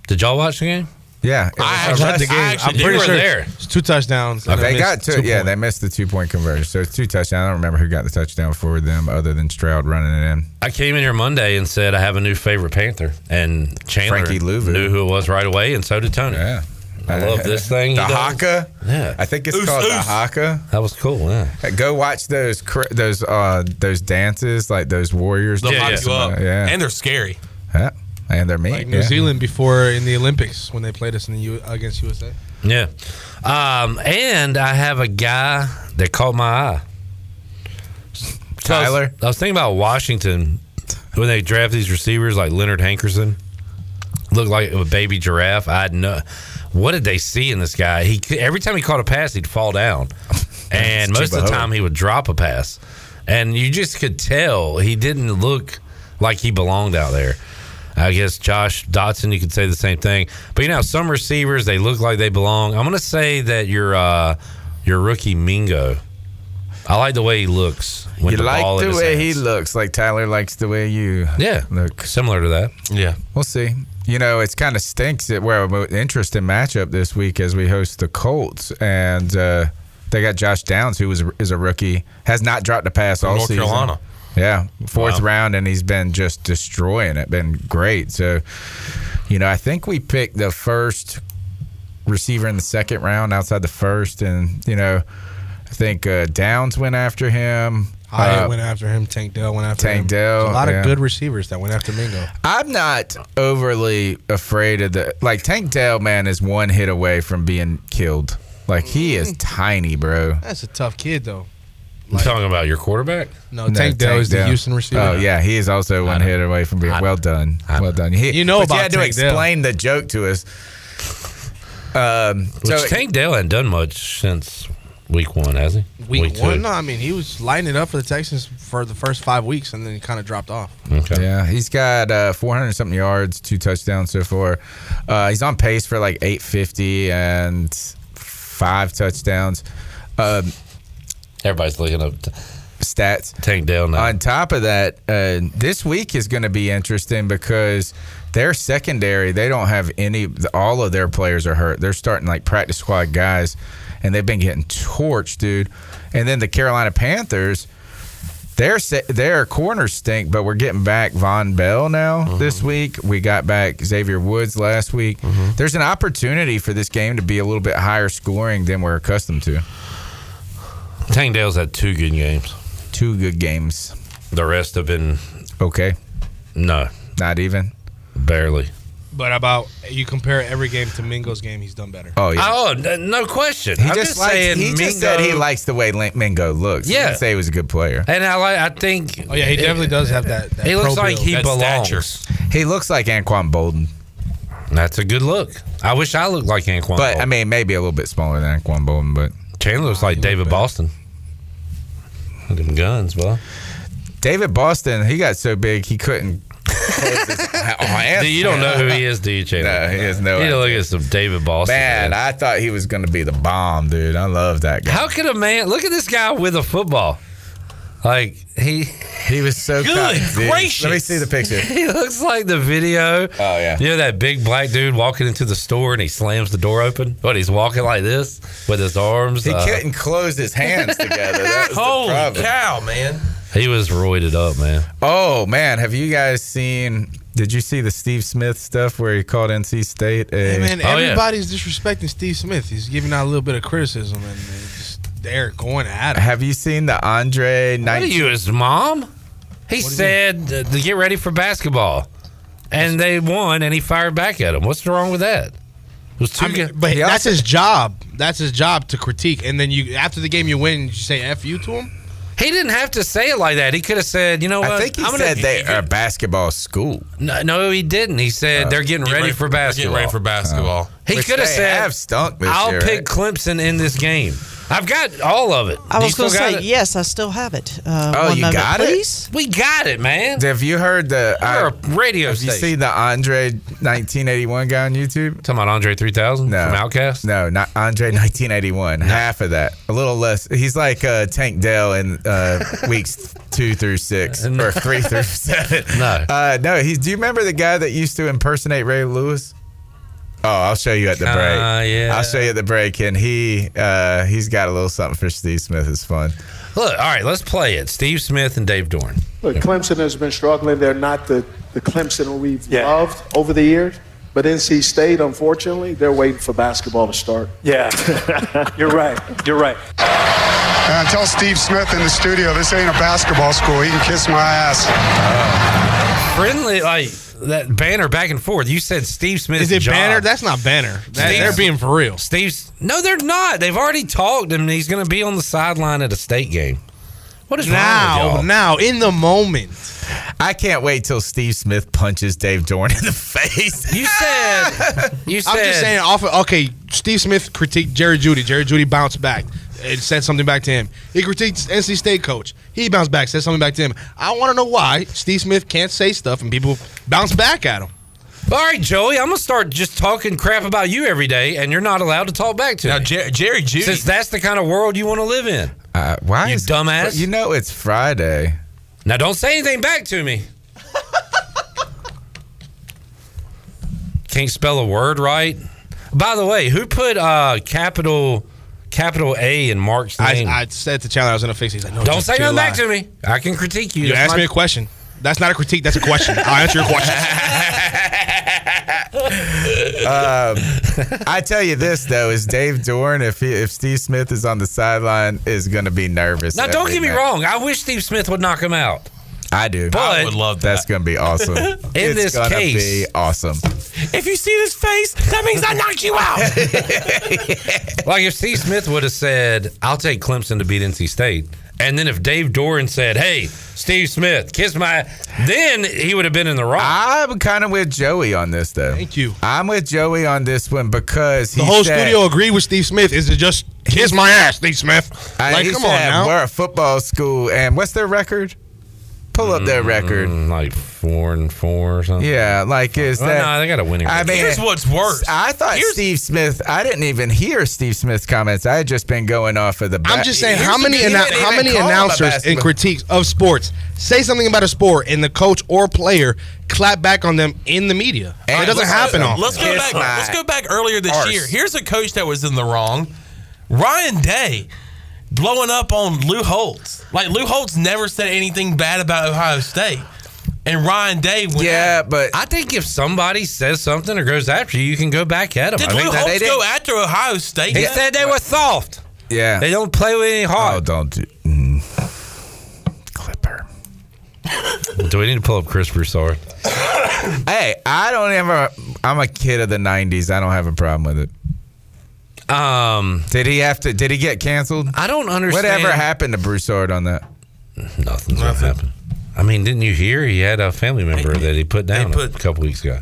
Speaker 4: Did y'all watch the game?
Speaker 11: Yeah,
Speaker 4: I actually- I actually did. You were there.
Speaker 5: It's two touchdowns. and
Speaker 11: They
Speaker 5: missed
Speaker 11: got two. yeah,
Speaker 5: points.
Speaker 11: they missed the two point conversion. So it's two touchdowns. I don't remember who got the touchdown for them other than Stroud running it in.
Speaker 4: I came in here Monday and said I have a new favorite Panther, and Chandler
Speaker 11: Frankie Louvu.
Speaker 4: knew who it was right away, and so did Tony. Yeah, I love this thing.
Speaker 11: The
Speaker 4: he does.
Speaker 11: Haka.
Speaker 4: Yeah,
Speaker 11: I think it's
Speaker 4: Oos,
Speaker 11: called the
Speaker 4: oos.
Speaker 11: Haka.
Speaker 4: That was cool. Yeah.
Speaker 11: Go watch those cr- those uh those dances like those warriors.
Speaker 2: they'll
Speaker 11: dance.
Speaker 2: hype you up.
Speaker 11: Yeah.
Speaker 2: And they're scary.
Speaker 11: Yeah. and they're mean.
Speaker 5: Like New
Speaker 11: yeah.
Speaker 5: Zealand before in the Olympics when they played us in the U- against USA.
Speaker 4: Yeah. Um, and I have a guy that caught my eye. Tyler? I was, thinking about Washington when they draft these receivers like Leonard Hankerson, looked like a baby giraffe. I would know what did they see in this guy? He could- every time he caught a pass, he'd fall down, and most
Speaker 11: Chuba
Speaker 4: of the
Speaker 11: Hubbard.
Speaker 4: time he would drop a pass, and you just could tell he didn't look like he belonged out there. I guess Josh Dotson, you could say the same thing, but you know some receivers they look like they belong. I'm going to say that your uh, your rookie Mingo. I like the way he looks. When
Speaker 11: you
Speaker 4: the
Speaker 11: like
Speaker 4: ball in
Speaker 11: the
Speaker 4: his
Speaker 11: way
Speaker 4: hands.
Speaker 11: he looks, like Tyler likes the way you.
Speaker 4: Yeah,
Speaker 11: look
Speaker 4: similar to that. Yeah,
Speaker 11: we'll see. You know, it's kind of stinks that we're an interesting matchup this week as we host the Colts, and uh, they got Josh Downs, who is is a rookie, has not dropped a pass
Speaker 2: From
Speaker 11: all
Speaker 2: North
Speaker 11: season.
Speaker 2: Carolina.
Speaker 11: Yeah, fourth
Speaker 2: Wow.
Speaker 11: round, and he's been just destroying it. Been great. So, you know, I think we picked the first receiver in the second round outside the first, and you know, I think uh, Downs went after him.
Speaker 5: Hyatt
Speaker 11: Uh,
Speaker 5: went after him. Tank Dell went after
Speaker 11: Tank
Speaker 5: him.
Speaker 11: Dell,
Speaker 5: There's A lot
Speaker 11: yeah.
Speaker 5: of good receivers that went after Mingo.
Speaker 11: I'm not overly afraid of the like Tank Dell man is one hit away from being killed. Like he is tiny, bro.
Speaker 5: That's a tough kid though.
Speaker 4: Mm. You talking about your quarterback?
Speaker 5: No, Tank Dell is the Houston receiver.
Speaker 11: Oh yeah, he is also one hit away from being well done. Well done. He,
Speaker 5: You know
Speaker 11: but
Speaker 5: about
Speaker 11: you had to
Speaker 5: Tank Dell.
Speaker 11: explain the joke to us. Um,
Speaker 4: Which Tank Dale hadn't done much since week one, has he?
Speaker 5: Week, one,
Speaker 4: two.
Speaker 5: no, I mean he was lighting it up for the Texans for the first five weeks, and then he kind of dropped off.
Speaker 4: Okay.
Speaker 11: Yeah, he's got uh, 400 something yards, two touchdowns so far. Uh, he's on pace for like 850 and five touchdowns. Um,
Speaker 4: Everybody's looking up
Speaker 11: stats.
Speaker 4: Tank Dale now.
Speaker 11: On top of that, uh, this week is going to be interesting because their secondary, they don't have any, all of their players are hurt. They're starting like practice squad guys, and they've been getting torched, dude. And then the Carolina Panthers, their se- their corners stink, but we're getting back Von Bell now
Speaker 4: Mm-hmm.
Speaker 11: this week. We got back Xavier Woods last week.
Speaker 4: Mm-hmm.
Speaker 11: There's an opportunity for this game to be a little bit higher scoring than we're accustomed to.
Speaker 4: Tank Dale's had two good games.
Speaker 11: Two good games.
Speaker 4: The rest have been
Speaker 11: okay.
Speaker 4: No,
Speaker 11: not even
Speaker 4: barely.
Speaker 5: But about you compare every game to Mingo's game, he's done better.
Speaker 11: Oh, yeah.
Speaker 4: Oh, n- no question.
Speaker 11: He
Speaker 4: I'm
Speaker 11: just,
Speaker 4: just,
Speaker 11: likes,
Speaker 4: saying.
Speaker 11: he
Speaker 4: Mingo,
Speaker 11: just said he likes the way Lin- Mingo looks. He
Speaker 4: Yeah.
Speaker 11: didn't say he was a good player.
Speaker 4: and I like. I think.
Speaker 5: Oh yeah, he definitely does have that. that
Speaker 4: He looks
Speaker 5: pro
Speaker 4: like
Speaker 5: build.
Speaker 4: he belongs.
Speaker 11: He looks like Anquan Bolden.
Speaker 4: That's a good look. I wish I looked like Anquan.
Speaker 11: But I mean, maybe a little bit smaller than Anquan Bolden. But
Speaker 4: Chandler looks like David Boston. Look at them guns, bro.
Speaker 11: David Boston, he got so big he couldn't. Oh, close his hands.
Speaker 4: Dude, you don't know who he is, do you, Chandler?
Speaker 11: No, he has no
Speaker 4: You need to
Speaker 11: idea.
Speaker 4: look at some David Boston.
Speaker 11: Man,
Speaker 4: man.
Speaker 11: I thought he was going to be the bomb, dude. I love that guy.
Speaker 4: How could a man look at this guy with a football? Like he
Speaker 11: he was so
Speaker 4: good
Speaker 11: cocky, dude.
Speaker 4: gracious.
Speaker 11: Let me see the picture.
Speaker 4: He looks like the video. Oh
Speaker 11: yeah,
Speaker 4: you know that big black dude walking into the store and he slams the door open, but he's walking like this with his arms.
Speaker 11: He
Speaker 4: uh,
Speaker 11: couldn't close his hands together. That was the problem.
Speaker 2: cow, man!
Speaker 4: He was roided up, man.
Speaker 11: Oh man, have you guys seen? Did you see the Steve Smith stuff where he called NC State? A,
Speaker 5: Hey, man,
Speaker 4: Oh, yeah.
Speaker 5: everybody's disrespecting Steve Smith. He's giving out a little bit of criticism, and uh, they just, they're going at him.
Speaker 11: Have you seen the Andre? 19-
Speaker 4: What are you, his mom? He said uh, to get ready for basketball, and they won, and he fired back at him. What's wrong with that? It was too
Speaker 5: I mean,
Speaker 4: good.
Speaker 5: but that's his job. That's his job to critique. And then you after the game, you win. You say "f you" to him.
Speaker 4: He didn't have to say it like that. He could have said, "You know what?
Speaker 11: I think he
Speaker 4: I'm gonna-
Speaker 11: said they are a basketball school.
Speaker 4: No, no, he didn't. He said they're getting
Speaker 2: Get
Speaker 4: ready,
Speaker 2: ready
Speaker 4: for
Speaker 2: for- they're getting
Speaker 4: basketball. Uh-huh.
Speaker 2: ready for basketball.
Speaker 4: He
Speaker 11: Uh, Which
Speaker 4: could have
Speaker 11: they
Speaker 4: said,
Speaker 11: have stunk this
Speaker 4: "I'll
Speaker 11: year,
Speaker 4: pick
Speaker 11: right?
Speaker 4: Clemson in this game." I've got all of it.
Speaker 9: I
Speaker 4: You
Speaker 9: was going to
Speaker 4: still got
Speaker 9: say,
Speaker 4: it?
Speaker 9: yes, I still have it. Uh,
Speaker 11: Oh,
Speaker 9: one
Speaker 11: you
Speaker 9: moment,
Speaker 11: got it?
Speaker 9: please.
Speaker 4: we got it, man.
Speaker 11: Have you heard the
Speaker 4: We're
Speaker 11: I-
Speaker 4: a radio
Speaker 11: Have you
Speaker 4: station.
Speaker 11: seen the Andre 1981 guy on YouTube?
Speaker 4: Talking about Andre 3000
Speaker 11: No.
Speaker 4: from Outcast.
Speaker 11: No, not Andre 1981. Half of that, a little less. He's like uh, Tank Dell in uh, weeks two through six or three through seven.
Speaker 4: No.
Speaker 11: Uh, no, he's. Do you remember the guy that used to impersonate Ray Lewis? Oh, I'll show you at the break.
Speaker 4: Ah, yeah.
Speaker 11: I'll show you at the break, and he uh, he's got a little something for Steve Smith. It's fun.
Speaker 4: Look, all right, let's play it. Steve Smith and Dave Dorn.
Speaker 12: Look, Clemson has been struggling. They're not the, the Clemson we've loved over the years. But NC State, unfortunately, they're waiting for basketball to start.
Speaker 13: Yeah, you're right. You're right.
Speaker 14: And I Uh, tell Steve Smith in the studio, this ain't a basketball school. He can kiss my ass.
Speaker 4: Friendly, like that banner back and forth. You said Steve Smith.
Speaker 5: Is it
Speaker 4: job.
Speaker 5: Banner? That's not Banner. That-
Speaker 4: Steve-
Speaker 5: they're being for real.
Speaker 4: Steve's. No, they're not. They've already talked, and he's going to be on the sideline at a state game. What is
Speaker 5: now,
Speaker 11: wrong with y'all?
Speaker 5: Now, in the moment.
Speaker 11: I can't wait till Steve Smith punches Dave Dorn in the face.
Speaker 4: You said. You
Speaker 5: I'm just saying, off of, okay, Steve Smith critiqued Jerry Judy. Jerry Judy bounced back and said something back to him. He critiqued NC State coach. He bounced back, said something back to him. I want to know why Steve Smith can't say stuff and people bounce back at him.
Speaker 4: All right, Joey, I'm gonna start just talking crap about you every day, and you're not allowed to talk back to
Speaker 2: Now,
Speaker 4: me.
Speaker 2: Jer- Jerry Judy.
Speaker 4: Since that's the kind of world you want to live in.
Speaker 11: Uh, why
Speaker 4: You
Speaker 11: is
Speaker 4: dumbass.
Speaker 11: You know it's Friday.
Speaker 4: Now, don't say anything back to me. Can't spell a word right. By the way, who put uh, capital capital A in Mark's
Speaker 5: I,
Speaker 4: name?
Speaker 5: I said to Chandler I was going to fix it. He's like, no,
Speaker 4: don't
Speaker 5: just-
Speaker 4: say
Speaker 5: just
Speaker 4: nothing back
Speaker 5: lie.
Speaker 4: to me. I can critique you.
Speaker 5: You
Speaker 4: That's
Speaker 5: asked
Speaker 4: my-
Speaker 5: me a question. That's not a critique. That's a question. I'll answer your question.
Speaker 11: Um, I tell you this though: is Dave Dorn, if he, if Steve Smith is on the sideline, is going to be nervous.
Speaker 4: Now, don't
Speaker 11: every
Speaker 4: get me
Speaker 11: night.
Speaker 4: wrong. I wish Steve Smith would knock him out.
Speaker 11: I do.
Speaker 4: But- I would
Speaker 11: love That's going to be awesome. In it's
Speaker 4: this
Speaker 11: gonna be
Speaker 4: case-
Speaker 11: awesome.
Speaker 6: If you see this face, that means I knocked you out.
Speaker 4: Like if Steve Smith would have said, "I'll take Clemson to beat NC State," and then if Dave Doran said, "Hey, Steve Smith, kiss my," then he would have been in the wrong.
Speaker 11: I'm kind of with Joey on this though. Thank
Speaker 5: you.
Speaker 11: I'm with Joey on this one because he
Speaker 5: The whole
Speaker 11: said-
Speaker 5: studio agreed with Steve Smith. Is it just kiss my ass, Steve Smith?
Speaker 11: I,
Speaker 5: like,
Speaker 11: he
Speaker 5: come on
Speaker 11: said
Speaker 5: now.
Speaker 11: we're a football school, and what's their record? Pull up their record.
Speaker 4: Mm, like four and four or something.
Speaker 11: Yeah, like is
Speaker 4: Well,
Speaker 11: that?
Speaker 4: no, they got a winning
Speaker 11: I
Speaker 4: record.
Speaker 11: mean,
Speaker 2: Here's what's worse.
Speaker 11: I thought Steve Smith. I didn't even hear Steve Smith's comments. I had just been going off of the.
Speaker 5: I'm
Speaker 11: ba-
Speaker 5: just saying,
Speaker 11: Here's
Speaker 5: how
Speaker 11: the
Speaker 5: many
Speaker 11: thing,
Speaker 5: annou-
Speaker 11: they
Speaker 5: how
Speaker 11: didn't
Speaker 5: many
Speaker 11: call him a
Speaker 5: announcers and
Speaker 11: basketball-
Speaker 5: critiques of sports say something about a sport and the coach or player clap back on them in the media? it doesn't happen often.
Speaker 2: Let's go back. Let's go back earlier this
Speaker 5: arse.
Speaker 2: year. Here's a coach that was in the wrong. Ryan Day blowing up on Lou Holtz. Like Lou Holtz never said anything bad about Ohio State, and Ryan Day went.
Speaker 11: Yeah, but
Speaker 4: I think if somebody says something or goes after you, you can go back at them.
Speaker 2: Did
Speaker 4: I
Speaker 2: Lou
Speaker 4: think that-
Speaker 2: Holtz
Speaker 4: they
Speaker 2: go
Speaker 4: didn't-
Speaker 2: after Ohio State?
Speaker 4: He
Speaker 2: yet?
Speaker 4: said they were soft.
Speaker 11: Yeah,
Speaker 4: They don't play with any
Speaker 11: Oh,
Speaker 4: heart.
Speaker 11: don't. Do-
Speaker 4: mm. Do we need to pull up Chris Broussard?
Speaker 11: hey, I don't ever. I'm a kid of the '90s. I don't have a problem with
Speaker 4: it. Um,
Speaker 11: did he have to? Did he get canceled?
Speaker 4: I don't understand.
Speaker 11: Whatever happened to Broussard on that?
Speaker 4: Nothing's gonna happen. I mean, didn't you hear he had a family member that he put down
Speaker 2: put-
Speaker 4: a couple weeks ago?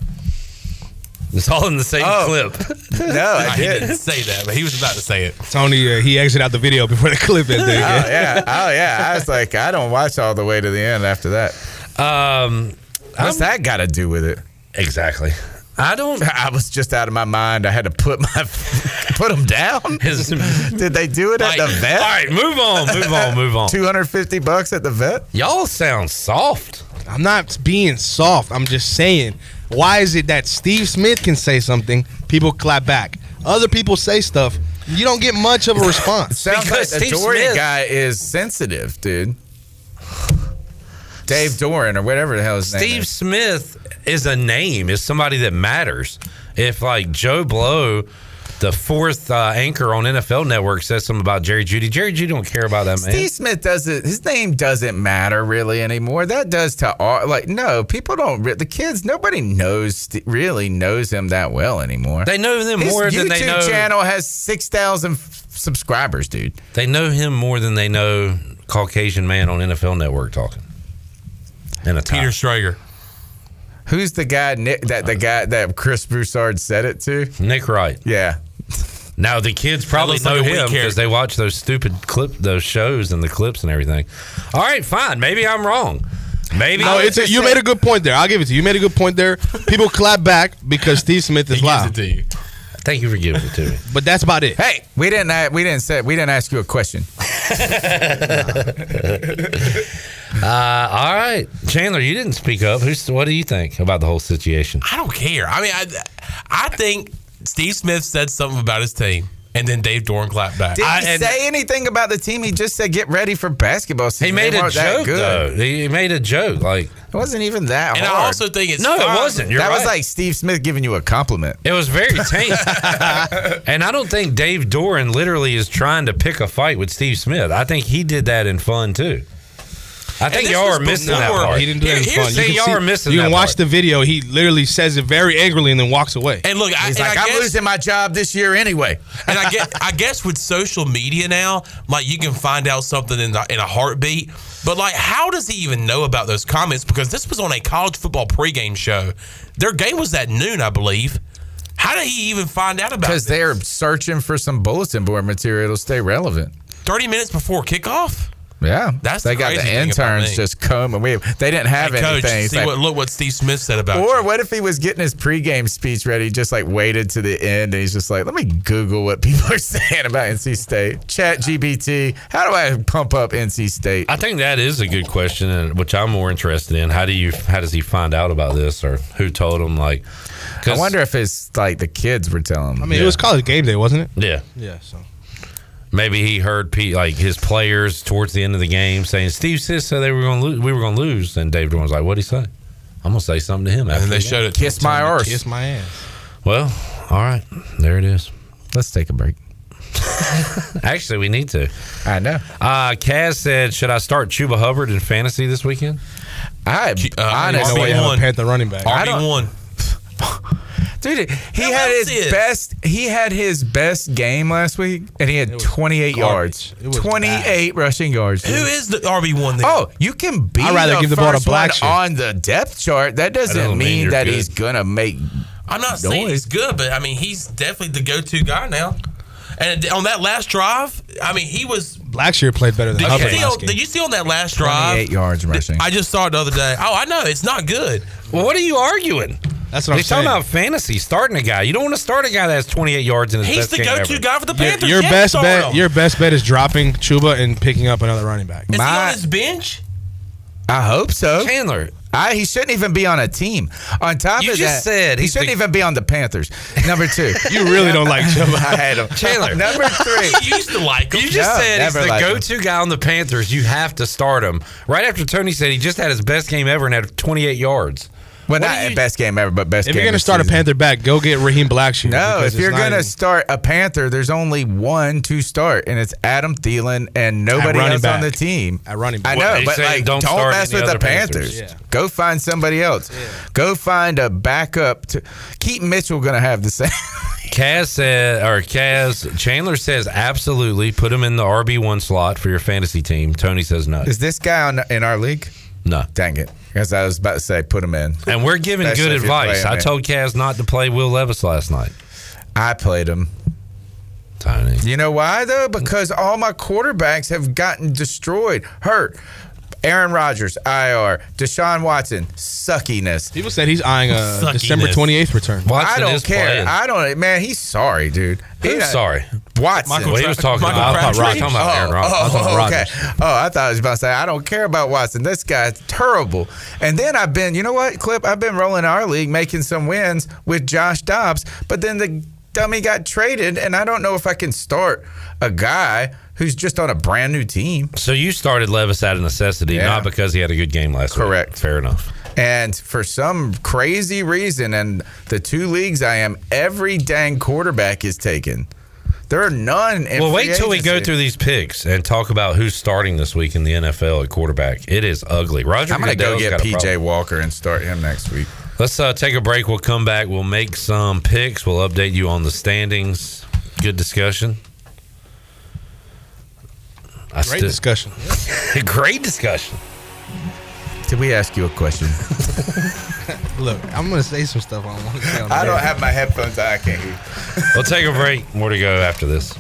Speaker 4: It's all in the same clip.
Speaker 11: Oh. No, I
Speaker 2: he
Speaker 11: did.
Speaker 2: didn't say that, but he was about to say it.
Speaker 5: Tony, uh, he exited out the video before the clip ended.
Speaker 11: Oh yeah, oh yeah. I was like, I don't watch all the way to the end after that.
Speaker 4: Um,
Speaker 11: What's that got to do with it?
Speaker 4: Exactly. I don't.
Speaker 11: I was just out of my mind. I had to put my put him down. Did they do it at the vet?
Speaker 4: All right, move on, move on, move on.
Speaker 11: Two hundred fifty bucks at the vet.
Speaker 4: Y'all sound soft.
Speaker 5: I'm not being soft. I'm just saying, why is it that Steve Smith can say something, people clap back? Other people say stuff, you don't get much of a response.
Speaker 11: Sounds
Speaker 4: Because
Speaker 11: like the
Speaker 4: Steve
Speaker 11: Dorian
Speaker 4: Smith-
Speaker 11: guy is sensitive, dude. Dave Doran or whatever the hell his name
Speaker 4: Steve
Speaker 11: is.
Speaker 4: Smith is a name. Is somebody that matters. If like Joe Blow, the fourth uh, anchor on NFL Network, says something about Jerry Judy, Jerry Judy don't care about that man.
Speaker 11: Steve Smith doesn't. His name doesn't matter really anymore. That does to all. Like no, people don't. re- The kids, nobody knows Ste- really knows him that well anymore.
Speaker 4: They know them
Speaker 11: His
Speaker 4: more than they
Speaker 11: YouTube
Speaker 4: know-
Speaker 11: channel has six thousand subscribers, dude.
Speaker 4: They know him more than they know Caucasian man on NFL Network talking. And a tie.
Speaker 2: Peter Schrager.
Speaker 11: Who's the guy Nick, that the guy that Chris Broussard said it to?
Speaker 4: Nick Wright.
Speaker 11: Yeah.
Speaker 4: Now the kids probably
Speaker 2: looks like
Speaker 4: know
Speaker 2: a weak
Speaker 4: him because
Speaker 2: character.
Speaker 4: they watch those stupid clip, those shows and the clips and everything. All right, fine. Maybe I'm wrong. Maybe
Speaker 5: No, it's a, you made a good point there. I'll give it to you. You made a good point there. People clap back because Steve Smith is loud.
Speaker 4: Thank you for giving it to me.
Speaker 5: But that's about it.
Speaker 11: Hey, we didn't a- we didn't say we didn't ask you a question.
Speaker 4: Uh, all right, Chandler, you didn't speak up. Who's, what do you think about the whole situation?
Speaker 2: I don't care. I mean, I, I think Steve Smith said something about his team, and then Dave Dorn clapped back.
Speaker 11: Did
Speaker 2: I,
Speaker 11: he
Speaker 2: and-
Speaker 11: say anything about the team? He just said get ready for basketball season.
Speaker 4: He made
Speaker 11: They
Speaker 4: a
Speaker 11: weren't that
Speaker 4: joke
Speaker 11: good.
Speaker 4: though. He made a joke. Like
Speaker 11: It wasn't even that
Speaker 2: And I
Speaker 11: hard.
Speaker 2: also think it's
Speaker 4: no,
Speaker 2: fine.
Speaker 4: it wasn't. You're
Speaker 11: that was
Speaker 4: right.
Speaker 11: like Steve Smith giving you a compliment.
Speaker 4: It was very tame. and I don't think Dave Doran literally is trying to pick a fight with Steve Smith. I think he did that in fun too. I think
Speaker 2: this
Speaker 4: y'all
Speaker 2: was
Speaker 4: are missing that
Speaker 2: before-
Speaker 4: part.
Speaker 5: He didn't do that.
Speaker 2: Here- here's
Speaker 5: in fun.
Speaker 2: the
Speaker 5: You
Speaker 2: thing,
Speaker 5: can
Speaker 2: y'all
Speaker 5: see-
Speaker 2: are missing
Speaker 5: You
Speaker 2: that
Speaker 5: can watch
Speaker 2: part.
Speaker 5: the video. He literally says it very angrily and then walks away.
Speaker 2: And look, I,
Speaker 5: He's
Speaker 2: and
Speaker 5: like,
Speaker 2: I
Speaker 5: "I'm
Speaker 2: guess,
Speaker 5: losing
Speaker 11: my job this year anyway.
Speaker 2: and I get, I guess with social media now, like you can find out something in, the, in a heartbeat. But like, how does he even know about those comments? Because this was on a college football pregame show. Their game was at noon, I believe. How did he even find out about?
Speaker 11: Because
Speaker 2: it?
Speaker 11: they're searching for some bulletin board material to stay relevant.
Speaker 2: Thirty minutes before kickoff.
Speaker 11: Yeah,
Speaker 2: That's
Speaker 11: they
Speaker 2: the
Speaker 11: got
Speaker 2: crazy
Speaker 11: the
Speaker 2: thing about
Speaker 11: interns
Speaker 2: me.
Speaker 11: just coming. We they didn't have
Speaker 2: Hey, coach,
Speaker 11: anything. It's
Speaker 2: see
Speaker 11: like-
Speaker 2: what, look what Steve Smith said about.
Speaker 11: or what if he was getting his pregame speech ready, just like waited to the end, and he's just like, "Let me Google what people are saying about NC State." Chat GBT. How do I pump up NC State?
Speaker 4: I think that is a good question, and which I'm more interested in. How do you? How does he find out about this, or who told him? Like,
Speaker 11: I wonder if it's like the kids were telling. Him.
Speaker 4: I mean, it was
Speaker 5: college game day, wasn't it?
Speaker 4: Yeah,
Speaker 5: Yeah. So
Speaker 4: maybe he heard Pete, like his players towards the end of the game saying, "Steve Sis said they were going to lose. We were going to lose." And David was like, "What would he say?" I'm gonna say something to him. After
Speaker 2: And they
Speaker 4: the
Speaker 2: showed
Speaker 4: game.
Speaker 2: it. to him.
Speaker 5: Kiss my ass.
Speaker 4: Well, all right, there it is.
Speaker 11: Let's take a break.
Speaker 4: Actually, we need to.
Speaker 11: I know.
Speaker 4: Uh, Kaz said, "Should I start Chuba Hubbard in fantasy this weekend?"
Speaker 11: I
Speaker 2: uh,
Speaker 5: honestly- RB1. Have a Panther running back.
Speaker 4: I don't-
Speaker 2: one.
Speaker 11: Dude, he had his best. He had his best game last week, and he had 28 yards, 28 rushing yards.
Speaker 2: Who is the RB one?
Speaker 11: Oh, you can be.
Speaker 2: I'd rather give the ball to
Speaker 11: first
Speaker 2: Blackshear.
Speaker 11: one on the depth chart. That doesn't,
Speaker 2: doesn't mean
Speaker 11: mean,
Speaker 2: you're
Speaker 11: that
Speaker 2: good.
Speaker 11: he's gonna make.
Speaker 2: I'm not saying he's good, but I mean he's definitely the go-to guy now. And on that last drive, I mean he was.
Speaker 5: Blackshear played better than
Speaker 2: Did you,
Speaker 5: Hubbard
Speaker 2: see
Speaker 5: last
Speaker 2: on,
Speaker 5: game.
Speaker 2: did you see on that last drive?
Speaker 11: yards rushing.
Speaker 2: I just saw it the other day. Oh, I know it's not good.
Speaker 4: Well, what are you arguing?
Speaker 5: That's
Speaker 4: They're talking about fantasy starting a guy. You don't want to start a guy that has 28 yards in his
Speaker 2: He's
Speaker 4: best
Speaker 2: the
Speaker 4: game
Speaker 2: go-to
Speaker 4: ever.
Speaker 2: guy for the
Speaker 5: Your-
Speaker 2: Panthers.
Speaker 5: your
Speaker 2: Yes,
Speaker 5: best
Speaker 2: start
Speaker 5: bet,
Speaker 2: him.
Speaker 5: your best bet is dropping Chuba and picking up another running back.
Speaker 2: Is he on his bench?
Speaker 11: I hope so.
Speaker 4: Chandler.
Speaker 11: I, he shouldn't even be on a team. On top
Speaker 4: You
Speaker 11: of
Speaker 4: just
Speaker 11: that,
Speaker 4: said
Speaker 11: he
Speaker 4: he's
Speaker 11: shouldn't
Speaker 4: the-
Speaker 11: even be on the Panthers. Number two,
Speaker 5: You really don't like Chuba.
Speaker 11: I hate him.
Speaker 4: Chandler.
Speaker 11: number three.
Speaker 2: You used to like him.
Speaker 4: You just
Speaker 11: No,
Speaker 4: said he's
Speaker 11: never
Speaker 4: the
Speaker 11: liked him.
Speaker 4: go-to guy on the Panthers. You have to start him. Right after Tony said he just had his best game ever and had 28 yards.
Speaker 11: Well, not best game ever, but best.
Speaker 5: If
Speaker 11: game
Speaker 5: you're gonna
Speaker 11: this
Speaker 5: start
Speaker 11: season.
Speaker 5: a Panther back, go get Raheem Blackshear.
Speaker 11: No, if
Speaker 5: because it's
Speaker 11: you're
Speaker 5: not
Speaker 11: gonna
Speaker 5: even-
Speaker 11: start a Panther, there's only one to start, and it's Adam Thielen and nobody
Speaker 5: running
Speaker 11: else on the
Speaker 5: back.
Speaker 11: team.
Speaker 5: At running
Speaker 11: I
Speaker 5: back.
Speaker 11: know,
Speaker 5: They
Speaker 11: but
Speaker 5: say
Speaker 11: like, don't,
Speaker 5: don't start
Speaker 11: mess
Speaker 5: any
Speaker 11: with the
Speaker 5: other
Speaker 11: Panthers.
Speaker 5: Panthers.
Speaker 11: Go find somebody else. Go find a backup. To Keith Mitchell gonna have the same.
Speaker 4: Kaz said, or Kaz Chandler says, absolutely put him in the RB one slot for your fantasy team. Tony says no.
Speaker 11: Is this guy on, in our league?
Speaker 4: No.
Speaker 11: Dang it. Because I was about to say, put him in.
Speaker 4: And we're giving
Speaker 11: Especially
Speaker 4: good
Speaker 11: if you're
Speaker 4: advice.
Speaker 11: playing
Speaker 4: I
Speaker 11: him.
Speaker 4: told Kaz not to play Will Levis last night.
Speaker 11: I played him.
Speaker 4: Tony.
Speaker 11: You know why though? Because all my quarterbacks have gotten destroyed, hurt. Aaron Rodgers, IR. Deshaun Watson, suckiness.
Speaker 5: People said he's eyeing a December 28th return.
Speaker 11: I don't care. I don't. Man, he's sorry, dude.
Speaker 5: Who's
Speaker 11: He-
Speaker 5: sorry?
Speaker 11: Watson.
Speaker 5: Michael Well, he Tra- was talking Michael about- I thought Rod- Crabtree? talking about Aaron Rod- I thought
Speaker 11: Oh, okay.
Speaker 5: Rodgers.
Speaker 11: Oh, I thought I was about to say I don't care about Watson. This guy's terrible. And then I've been, you know what, Clip? I've been rolling our league, making some wins with Josh Dobbs, but then the dummy got traded, and I don't know if I can start a guy who's just on a brand new team.
Speaker 4: So you started Levis out of necessity,
Speaker 11: Yeah.
Speaker 4: not because he had a good game last week. Correct. Fair enough.
Speaker 11: And for some crazy reason, and the two leagues I am, every dang quarterback is taken. There are none. In
Speaker 4: well,
Speaker 11: free
Speaker 4: wait till we go
Speaker 11: agency.
Speaker 4: through these picks and talk about who's starting this week in the NFL at quarterback. It is ugly. Roger,
Speaker 11: I'm gonna go
Speaker 4: Goodell's
Speaker 11: get
Speaker 4: got a
Speaker 11: PJ
Speaker 4: problem.
Speaker 11: Walker and start him next week.
Speaker 4: Let's uh, take a break. We'll come back. We'll make some picks. We'll update you on the standings. Good discussion. I
Speaker 5: Great
Speaker 4: still-
Speaker 5: discussion.
Speaker 4: Great discussion.
Speaker 11: Did we ask you a question?
Speaker 5: Look, I'm gonna say some stuff I don't want to say. on
Speaker 11: I
Speaker 5: the
Speaker 11: don't
Speaker 5: air.
Speaker 11: have my headphones. I can't hear.
Speaker 4: we'll take a break. More to go after this.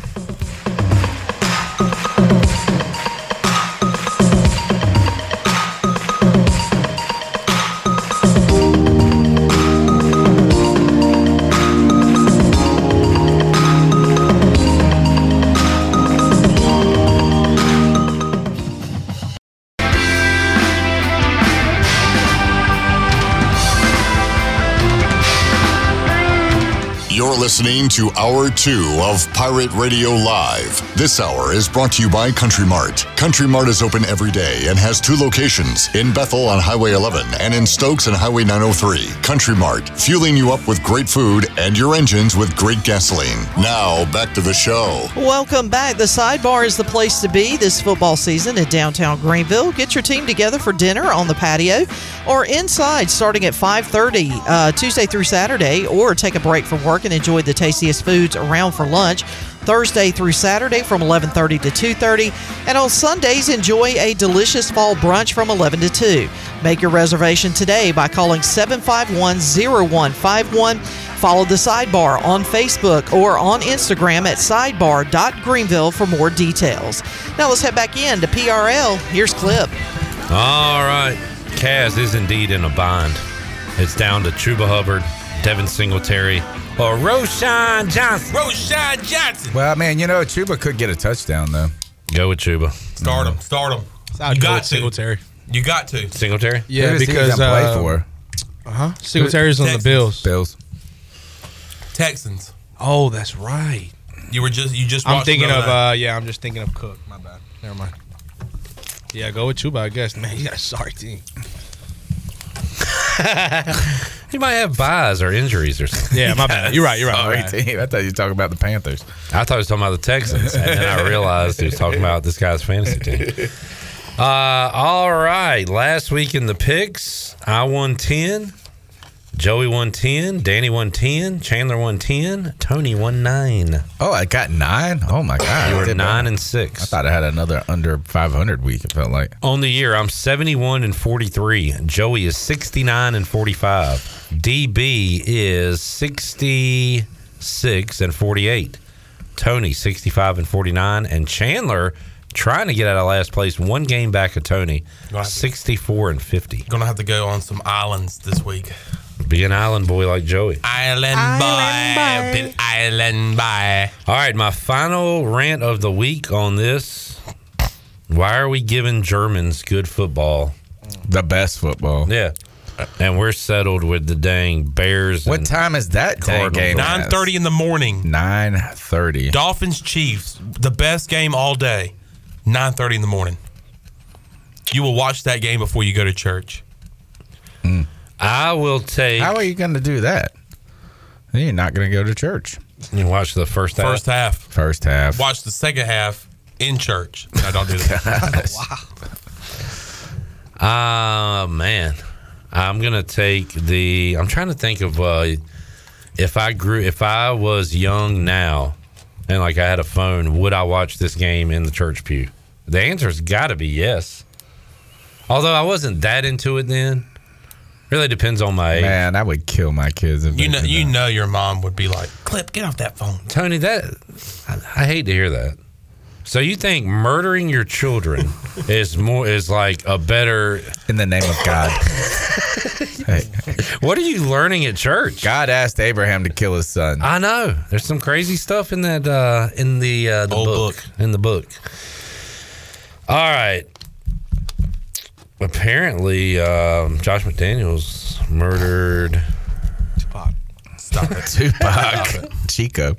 Speaker 3: You're listening to Hour 2 of Pirate Radio Live. This hour is brought to you by Country Mart. Country Mart is open every day and has two locations in Bethel on Highway 11 and in Stokes on Highway 903. Country Mart, fueling you up with great food and your engines with great gasoline. Now, back to the show.
Speaker 9: Welcome back. The sidebar is the place to be this football season in downtown Greenville. Get your team together for dinner on the patio or inside starting at 5.30 uh, Tuesday through Saturday or take a break from work and enjoy the tastiest foods around for lunch. Thursday through Saturday from 11:30 to 2:30, and on Sundays enjoy a delicious fall brunch from 11 to 2. Make your reservation today by calling 751-0151. Follow the sidebar on Facebook or on Instagram at sidebar.greenville for more details. Now let's head back in to PRL. Here's clip.
Speaker 4: All right. Kaz is indeed in a bind. It's down to Chuba Hubbard, Devin Singletary, or Roshan Johnson.
Speaker 2: Roshan Johnson.
Speaker 11: Well, man, you know Chuba could get a touchdown though.
Speaker 4: Go with Chuba.
Speaker 2: Start him. Start him.
Speaker 5: I'd
Speaker 2: You
Speaker 5: go
Speaker 2: got
Speaker 5: with
Speaker 2: to.
Speaker 5: Singletary.
Speaker 2: You got to.
Speaker 4: Singletary?
Speaker 5: Yeah, because uh, Uh huh. Singletary's on the
Speaker 2: Texans.
Speaker 5: Bills.
Speaker 11: Bills.
Speaker 2: Texans.
Speaker 5: uh, Oh, that's right.
Speaker 2: You were just you just.
Speaker 5: I'm
Speaker 2: watched the
Speaker 5: thinking
Speaker 2: other
Speaker 5: of
Speaker 2: night.
Speaker 5: uh, yeah. I'm just thinking of Cook. My bad. Never mind. Yeah, go with Chuba. I guess. Man, you got a sorry team.
Speaker 4: He might have buys or injuries or something.
Speaker 5: Yeah, my bad. You're right, you're right, my bad.
Speaker 4: Sorry,
Speaker 11: team. I thought you were talking about the Panthers.
Speaker 4: I thought he was talking about the Texans, and then I realized he was talking about this guy's fantasy team. Uh, all right. Last week in the picks, I won ten. Joey won ten. Danny won ten. Chandler won ten. Tony won nine.
Speaker 11: Oh, I got nine. Oh my god,
Speaker 4: You were
Speaker 11: I did
Speaker 4: nine and six.
Speaker 11: I thought I had another under 500 week. It felt like.
Speaker 4: On the year, I'm 71 and 43. Joey is 69 and 45. DB is 66 and 48. Tony 65 and 49. And Chandler trying to get out of last place, one game back of Tony, 64 and 50.
Speaker 2: Gonna have to go on some islands this week.
Speaker 4: Be an island boy like Joey.
Speaker 2: Island, boy. Been island boy.
Speaker 4: All right, my final rant of the week on this. Why are we giving Germans good football?
Speaker 11: The best football.
Speaker 4: Yeah. And we're settled with the dang Bears.
Speaker 11: What time is that dang game?
Speaker 2: Nine thirty in the morning.
Speaker 11: Nine thirty.
Speaker 2: Dolphins Chiefs, the best game all day. Nine thirty in the morning. You will watch that game before you go to church.
Speaker 11: Mm.
Speaker 4: I will take.
Speaker 11: How are you going to do that? You're not going to go to church.
Speaker 4: You watch the first
Speaker 2: First half.
Speaker 11: First half.
Speaker 2: Watch the second half in church. No, don't do that. wow.
Speaker 4: Ah, man. I'm gonna take the. I'm trying to think of uh, if I grew, if I was young now, and like I had a phone, would I watch this game in the church pew? The answer's got to be yes. Although I wasn't that into it then. Really depends on my age.
Speaker 11: Man, I would kill my kids if
Speaker 2: You
Speaker 11: they
Speaker 2: know,
Speaker 11: did
Speaker 2: you
Speaker 11: that.
Speaker 2: know, your mom would be like, "Clip, get off that phone."
Speaker 4: Oh, Tony, that I, I hate to hear that. So you think murdering your children is more is like a better
Speaker 11: in the name of God?
Speaker 4: What are you learning at church?
Speaker 11: God asked Abraham to kill his son.
Speaker 4: I know. There's some crazy stuff in that uh in the uh the book. In the book. All right. Apparently, um, Josh McDaniels murdered Tupac.
Speaker 2: Stop it.
Speaker 11: Tupac. Chico.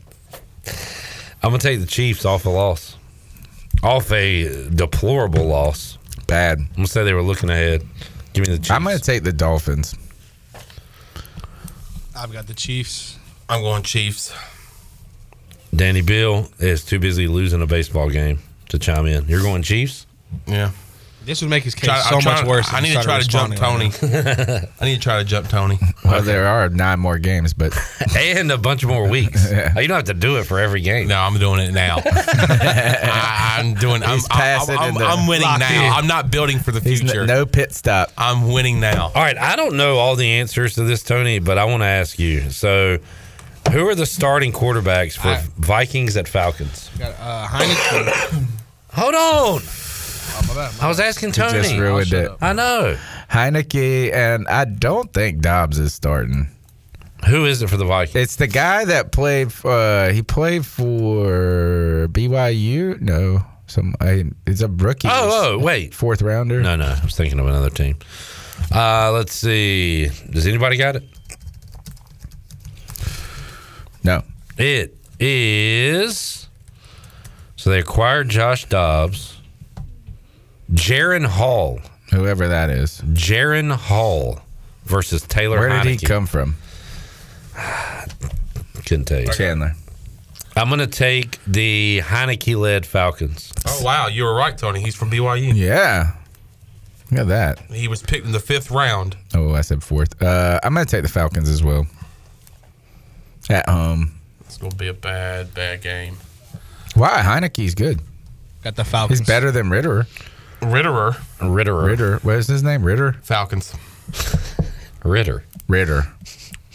Speaker 4: I'm gonna take the Chiefs off a loss. Off a deplorable loss.
Speaker 11: Bad. I'm
Speaker 4: gonna say they were looking ahead. Give me the Chiefs.
Speaker 11: I'm going to take the Dolphins.
Speaker 5: I've got the Chiefs.
Speaker 2: I'm going Chiefs.
Speaker 4: Danny Bill is too busy losing a baseball game to chime in. You're going Chiefs?
Speaker 2: Yeah.
Speaker 5: This would make his case
Speaker 2: Try-
Speaker 5: so
Speaker 2: I'm
Speaker 5: much
Speaker 2: trying-
Speaker 5: worse. if
Speaker 2: I
Speaker 5: he
Speaker 2: need to try
Speaker 5: started
Speaker 2: to jump Tony.
Speaker 5: responding right now.
Speaker 2: I need to try to jump Tony.
Speaker 11: Well, there are nine more games, but
Speaker 4: and a bunch more weeks. Oh, You don't have to do it for every game.
Speaker 2: No, I'm doing it now. I, am doing. I'm, I'm,
Speaker 11: passing in
Speaker 2: I'm-
Speaker 11: the-
Speaker 2: I'm winning
Speaker 11: Locked
Speaker 2: now.
Speaker 11: in.
Speaker 2: I'm not building for the future.
Speaker 11: no pit stop.
Speaker 2: I'm winning now.
Speaker 4: All right, I don't know all the answers to this, Tony, but I want to ask you. So, who are the starting quarterbacks for Vikings at Falcons?
Speaker 5: Got uh, Heineken.
Speaker 4: Hold on.
Speaker 5: my bad, my
Speaker 4: I was asking
Speaker 11: He
Speaker 4: Tony.
Speaker 11: just ruined it.
Speaker 4: I know.
Speaker 11: Heineke, and I don't think Dobbs is starting.
Speaker 4: Who is it for the Vikings?
Speaker 11: It's the guy that played. For, uh, he played for BYU. No, some. I, it's a rookie.
Speaker 4: Oh, oh, wait.
Speaker 11: Fourth rounder.
Speaker 4: No, no, I was thinking of another team. Uh, let's see. Does anybody got it?
Speaker 11: No.
Speaker 4: It is. So they acquired Josh Dobbs, Jaron Hall,
Speaker 11: whoever that is.
Speaker 4: Jaron Hall versus Taylor.
Speaker 11: Where did he
Speaker 4: Heineke.
Speaker 11: come from?
Speaker 4: Couldn't tell you.
Speaker 11: Chandler.
Speaker 4: I'm going to take the Heineke led Falcons.
Speaker 2: Oh wow, you were right, Tony. He's from BYU.
Speaker 11: Yeah. Look at that.
Speaker 2: He was picked in the fifth round.
Speaker 11: Oh, I said fourth. Uh, I'm going to take the Falcons as well. At home.
Speaker 2: It's gonna be a bad, bad game.
Speaker 11: Why? Heineke's good.
Speaker 5: Got the Falcons.
Speaker 11: He's better than Ritterer.
Speaker 2: Ritterer.
Speaker 4: Ritterer.
Speaker 11: Ritter. What is his name? Ritter?
Speaker 2: Falcons.
Speaker 4: Ritter.
Speaker 11: Ritter.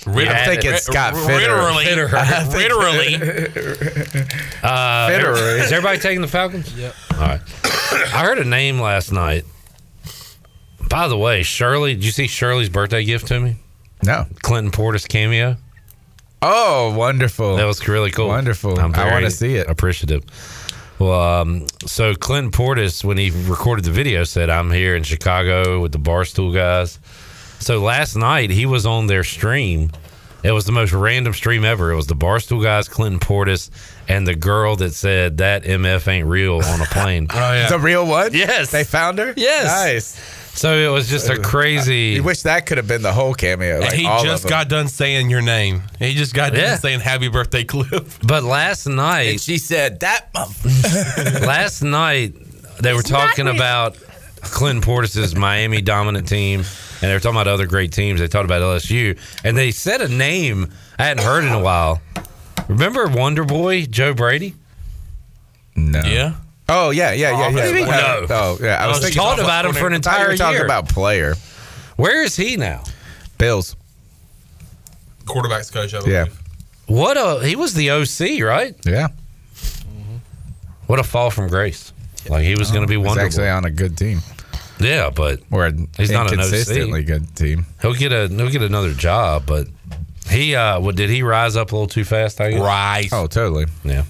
Speaker 2: Ritter.
Speaker 11: I'm thinking
Speaker 2: Ri-
Speaker 11: Scott
Speaker 2: ri-
Speaker 11: Fitterer.
Speaker 2: Ritterly. Ritterly.
Speaker 4: Uh,
Speaker 11: Fitterer.
Speaker 4: Is everybody taking the Falcons? Yep. All right. I heard a name last night. By the way, Shirley, did you see Shirley's birthday gift to me?
Speaker 11: No.
Speaker 4: Clinton Portis cameo.
Speaker 11: Oh, wonderful.
Speaker 4: That was really cool.
Speaker 11: Wonderful. I
Speaker 4: very
Speaker 11: wanna see it.
Speaker 4: Appreciative. Well, um, so Clinton Portis, when he recorded the video, said, I'm here in Chicago with the Barstool guys. So last night, he was on their stream. It was the most random stream ever. It was the Barstool guys, Clinton Portis, and the girl that said, That MF ain't real on a plane.
Speaker 2: oh, yeah.
Speaker 11: The real one?
Speaker 4: Yes.
Speaker 11: They found her?
Speaker 4: Yes.
Speaker 11: Nice.
Speaker 4: So it was just a crazy.
Speaker 11: You wish that could have been the whole cameo. Like
Speaker 2: and he
Speaker 11: all of
Speaker 2: just
Speaker 11: them.
Speaker 2: got done saying your name. He just got done
Speaker 4: Yeah.
Speaker 2: saying happy birthday, Cliff.
Speaker 4: But last night,
Speaker 11: she said that.
Speaker 4: last night they were talking about Clinton Portis's Miami dominant team, and they were talking about other great teams. They talked about LSU, and they said a name I hadn't heard in a while. Remember Wonder Boy Joe Brady?
Speaker 11: No.
Speaker 2: Yeah.
Speaker 11: Oh yeah, yeah, yeah, yeah.
Speaker 4: What do you mean no?
Speaker 11: Oh yeah, I was, thinking
Speaker 4: talking about him for an
Speaker 11: I thought you
Speaker 4: entire
Speaker 11: were talking
Speaker 4: year.
Speaker 11: about player
Speaker 4: Where is he now?
Speaker 11: Bills.
Speaker 2: Quarterbacks coach. I believe.
Speaker 11: Yeah,
Speaker 4: What a he was the OC, right? Mm-hmm.
Speaker 11: yeah.
Speaker 4: What a fall from grace. Like he was going to be
Speaker 11: Oh, He's
Speaker 4: Wonder
Speaker 11: actually
Speaker 4: Boy.
Speaker 11: on a good team
Speaker 4: Yeah, but
Speaker 11: or
Speaker 4: He's not an OC.
Speaker 11: consistently good team.
Speaker 4: he'll get a he'll get another job. But he uh, what did he rise up a little too fast? I guess.
Speaker 2: Right.
Speaker 11: Oh, totally.
Speaker 4: Yeah.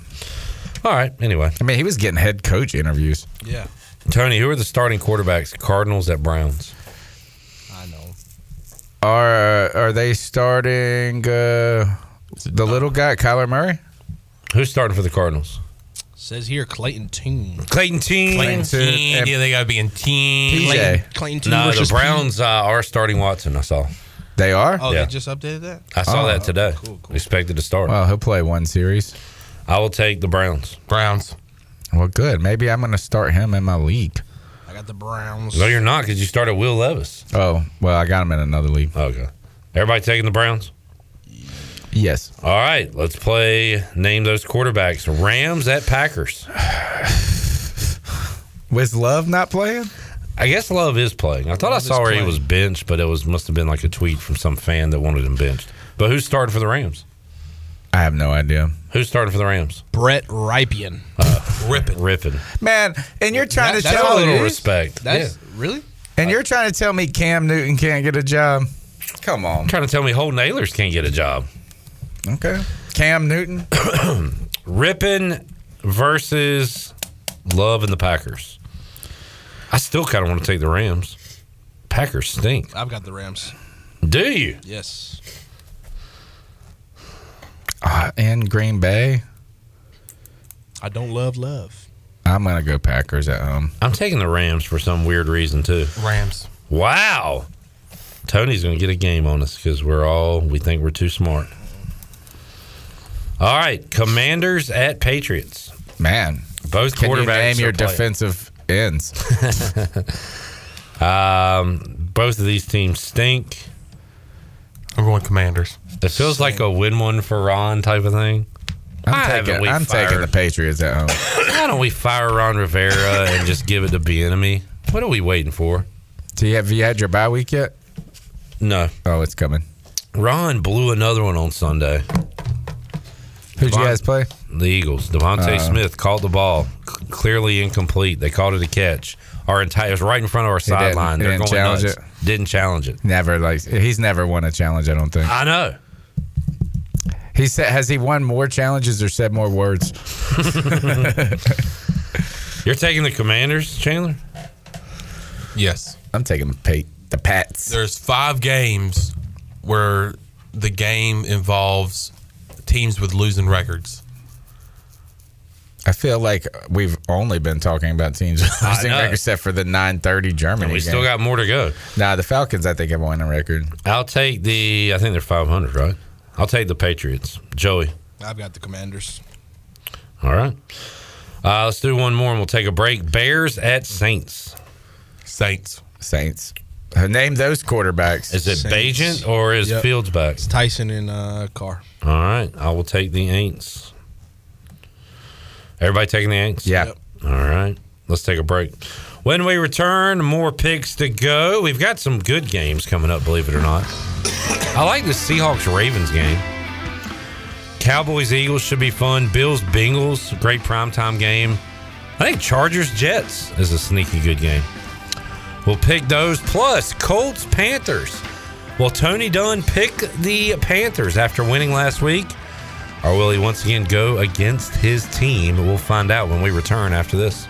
Speaker 4: All right. Anyway,
Speaker 11: I mean, he was getting head coach interviews.
Speaker 5: Yeah.
Speaker 4: Tony, who are the starting quarterbacks? Cardinals at Browns.
Speaker 11: Are uh, are they starting uh, the little guy, Kyler Murray?
Speaker 4: Who's starting for the Cardinals?
Speaker 5: Says here Clayton Toon.
Speaker 4: Clayton Team.
Speaker 2: Clayton Team.
Speaker 11: and-
Speaker 2: Yeah, they got to be in team.
Speaker 11: PJ.
Speaker 5: Clayton Toon
Speaker 4: No, the
Speaker 5: versus
Speaker 4: Browns uh, are starting Watson. I saw.
Speaker 11: They are.
Speaker 5: Oh,
Speaker 4: Yeah.
Speaker 5: they just updated that.
Speaker 4: I
Speaker 11: Oh,
Speaker 4: saw
Speaker 5: Ah,
Speaker 4: that today. Expected to start.
Speaker 11: Well, he'll play one series.
Speaker 4: I will take the Browns.
Speaker 2: Browns.
Speaker 11: Well, good. Maybe I'm going to start him in my league.
Speaker 5: I got the Browns.
Speaker 4: No, you're not because you started Will Levis.
Speaker 11: Oh, well, I got him in another league.
Speaker 4: Okay. Everybody taking the Browns.
Speaker 11: Yes.
Speaker 4: All right, let's play. Name those quarterbacks. Rams at Packers.
Speaker 11: Was Love not playing?
Speaker 4: I guess Love is playing. I thought I
Speaker 5: Love
Speaker 4: saw
Speaker 5: is
Speaker 4: where he
Speaker 5: playing.
Speaker 4: was benched, but it was must have been like a tweet from some fan that wanted him benched. But who started for the Rams?
Speaker 11: I have no idea.
Speaker 4: Who started for the Rams? Uh,
Speaker 5: Brett Ripien.
Speaker 2: Ripping.
Speaker 4: Rippin.
Speaker 11: Man, and you're trying to
Speaker 5: That- that's
Speaker 11: tell
Speaker 5: all
Speaker 4: A
Speaker 5: it
Speaker 11: me
Speaker 4: little
Speaker 5: is?
Speaker 4: respect. Yeah.
Speaker 5: That's really.
Speaker 11: And you're trying to tell me Cam Newton can't get a job? Come on.
Speaker 4: Trying to tell me whole Nailers can't get a job.
Speaker 11: Okay. Cam Newton.
Speaker 4: Rippin versus Love and the Packers. I still kind of want to take the Rams. Packers stink.
Speaker 5: I've got the Rams.
Speaker 4: Do you?
Speaker 5: Yes.
Speaker 11: Uh, and Green Bay.
Speaker 5: I don't love love.
Speaker 11: I'm gonna go Packers at home.
Speaker 4: I'm taking the Rams for some weird reason too.
Speaker 2: Rams.
Speaker 4: Wow. Tony's going to get a game on us because we're all, we think we're too smart. All right. Commanders at Patriots.
Speaker 11: Man.
Speaker 4: Both
Speaker 11: Can you
Speaker 4: quarterbacks.
Speaker 11: name
Speaker 4: are
Speaker 11: your
Speaker 4: playing.
Speaker 11: defensive ends?
Speaker 4: Um, both of these teams stink.
Speaker 2: I'm going Commanders.
Speaker 4: It feels like a win one for Ron type of thing. Why
Speaker 11: I'm,
Speaker 4: haven't
Speaker 11: taking,
Speaker 4: we
Speaker 11: I'm taking the
Speaker 4: fired-
Speaker 11: Patriots at home.
Speaker 4: Why don't we fire Ron Rivera and just give it to Bienemy? What are we waiting for?
Speaker 11: Do you have you had your bye week yet?
Speaker 4: No.
Speaker 11: Oh, it's coming.
Speaker 4: Ron blew another one on Sunday.
Speaker 11: Who'd you
Speaker 4: Devon-
Speaker 11: guys play?
Speaker 4: The Eagles. Devontae
Speaker 11: Uh.
Speaker 4: Smith caught the ball, c- clearly incomplete. They called it a catch. Our entire it was right in front of our
Speaker 11: didn't-
Speaker 4: sideline.
Speaker 11: he
Speaker 4: They're
Speaker 11: didn't
Speaker 4: going
Speaker 11: challenge
Speaker 4: nuts.
Speaker 11: it?
Speaker 4: Didn't challenge it.
Speaker 11: Never like he's never won a challenge, I don't think.
Speaker 4: I know.
Speaker 11: He said has he won more challenges or said more words?
Speaker 4: You're taking the Commanders, Chandler.
Speaker 2: Yes.
Speaker 11: I'm taking the pa- the Pats.
Speaker 2: There's five games where the game involves teams with losing records.
Speaker 11: I feel like we've only been talking about teams
Speaker 4: I
Speaker 11: losing
Speaker 4: know.
Speaker 11: record except for the 930 Germany.
Speaker 4: And we still got more to go.
Speaker 11: Nah, the Falcons, I think, have a winning record.
Speaker 4: I'll take the. I think they're five hundred, right? I'll take the Patriots. Joey.
Speaker 5: I've got the Commanders.
Speaker 4: All right. Uh, let's do one more and we'll take a break. Bears at Saints.
Speaker 2: Saints.
Speaker 11: Saints. Name those quarterbacks.
Speaker 4: Is it Bajent or is
Speaker 5: Yep.
Speaker 4: Fields back?
Speaker 5: It's Tyson and uh, Carr.
Speaker 4: All right. I will take the Aints. Everybody taking the Aints?
Speaker 11: Yeah.
Speaker 4: All right. Let's take a break. When we return, more picks to go. We've got some good games coming up, believe it or not. I like the Seahawks Ravens game. Cowboys Eagles should be fun. Bills Bengals, great primetime game. I think Chargers Jets is a sneaky good game. We'll pick those. Plus, Colts Panthers. Will Tony Dunn pick the Panthers after winning last week? Or will he once again go against his team? We'll find out when we return after this.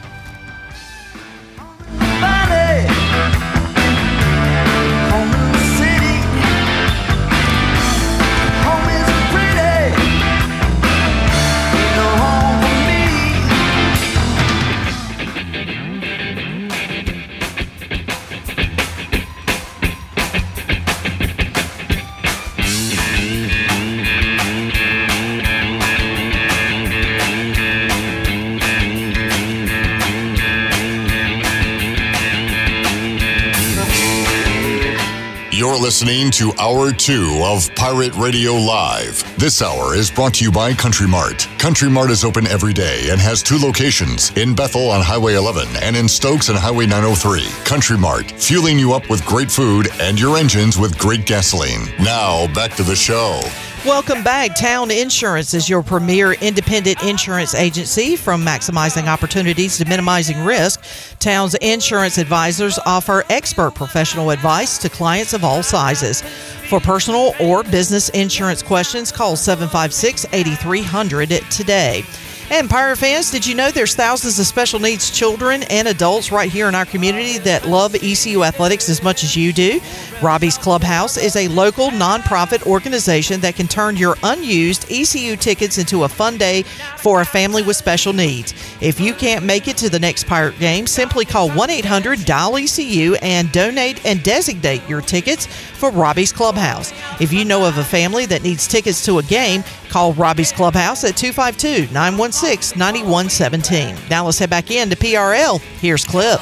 Speaker 3: You're listening to Hour 2 of Pirate Radio Live. This hour is brought to you by Country Mart. Country Mart is open every day and has two locations in Bethel on Highway 11 and in Stokes on Highway 903. Country Mart, fueling you up with great food and your engines with great gasoline. Now, back to the show.
Speaker 9: Welcome back. Town Insurance is your premier independent insurance agency from maximizing opportunities to minimizing risk. Town's insurance advisors offer expert professional advice to clients of all sizes. For personal or business insurance questions, call 756 8300 today. And Pirate fans, did you know there's thousands of special needs children and adults right here in our community that love ECU athletics as much as you do? Robbie's Clubhouse is a local nonprofit organization that can turn your unused ECU tickets into a fun day for a family with special needs. If you can't make it to the next Pirate game, simply call 1 800 DIAL ECU and donate and designate your tickets for Robbie's Clubhouse. If you know of a family that needs tickets to a game, call Robbie's Clubhouse at 252 916 9117. Now let's head back in to PRL. Here's Clip.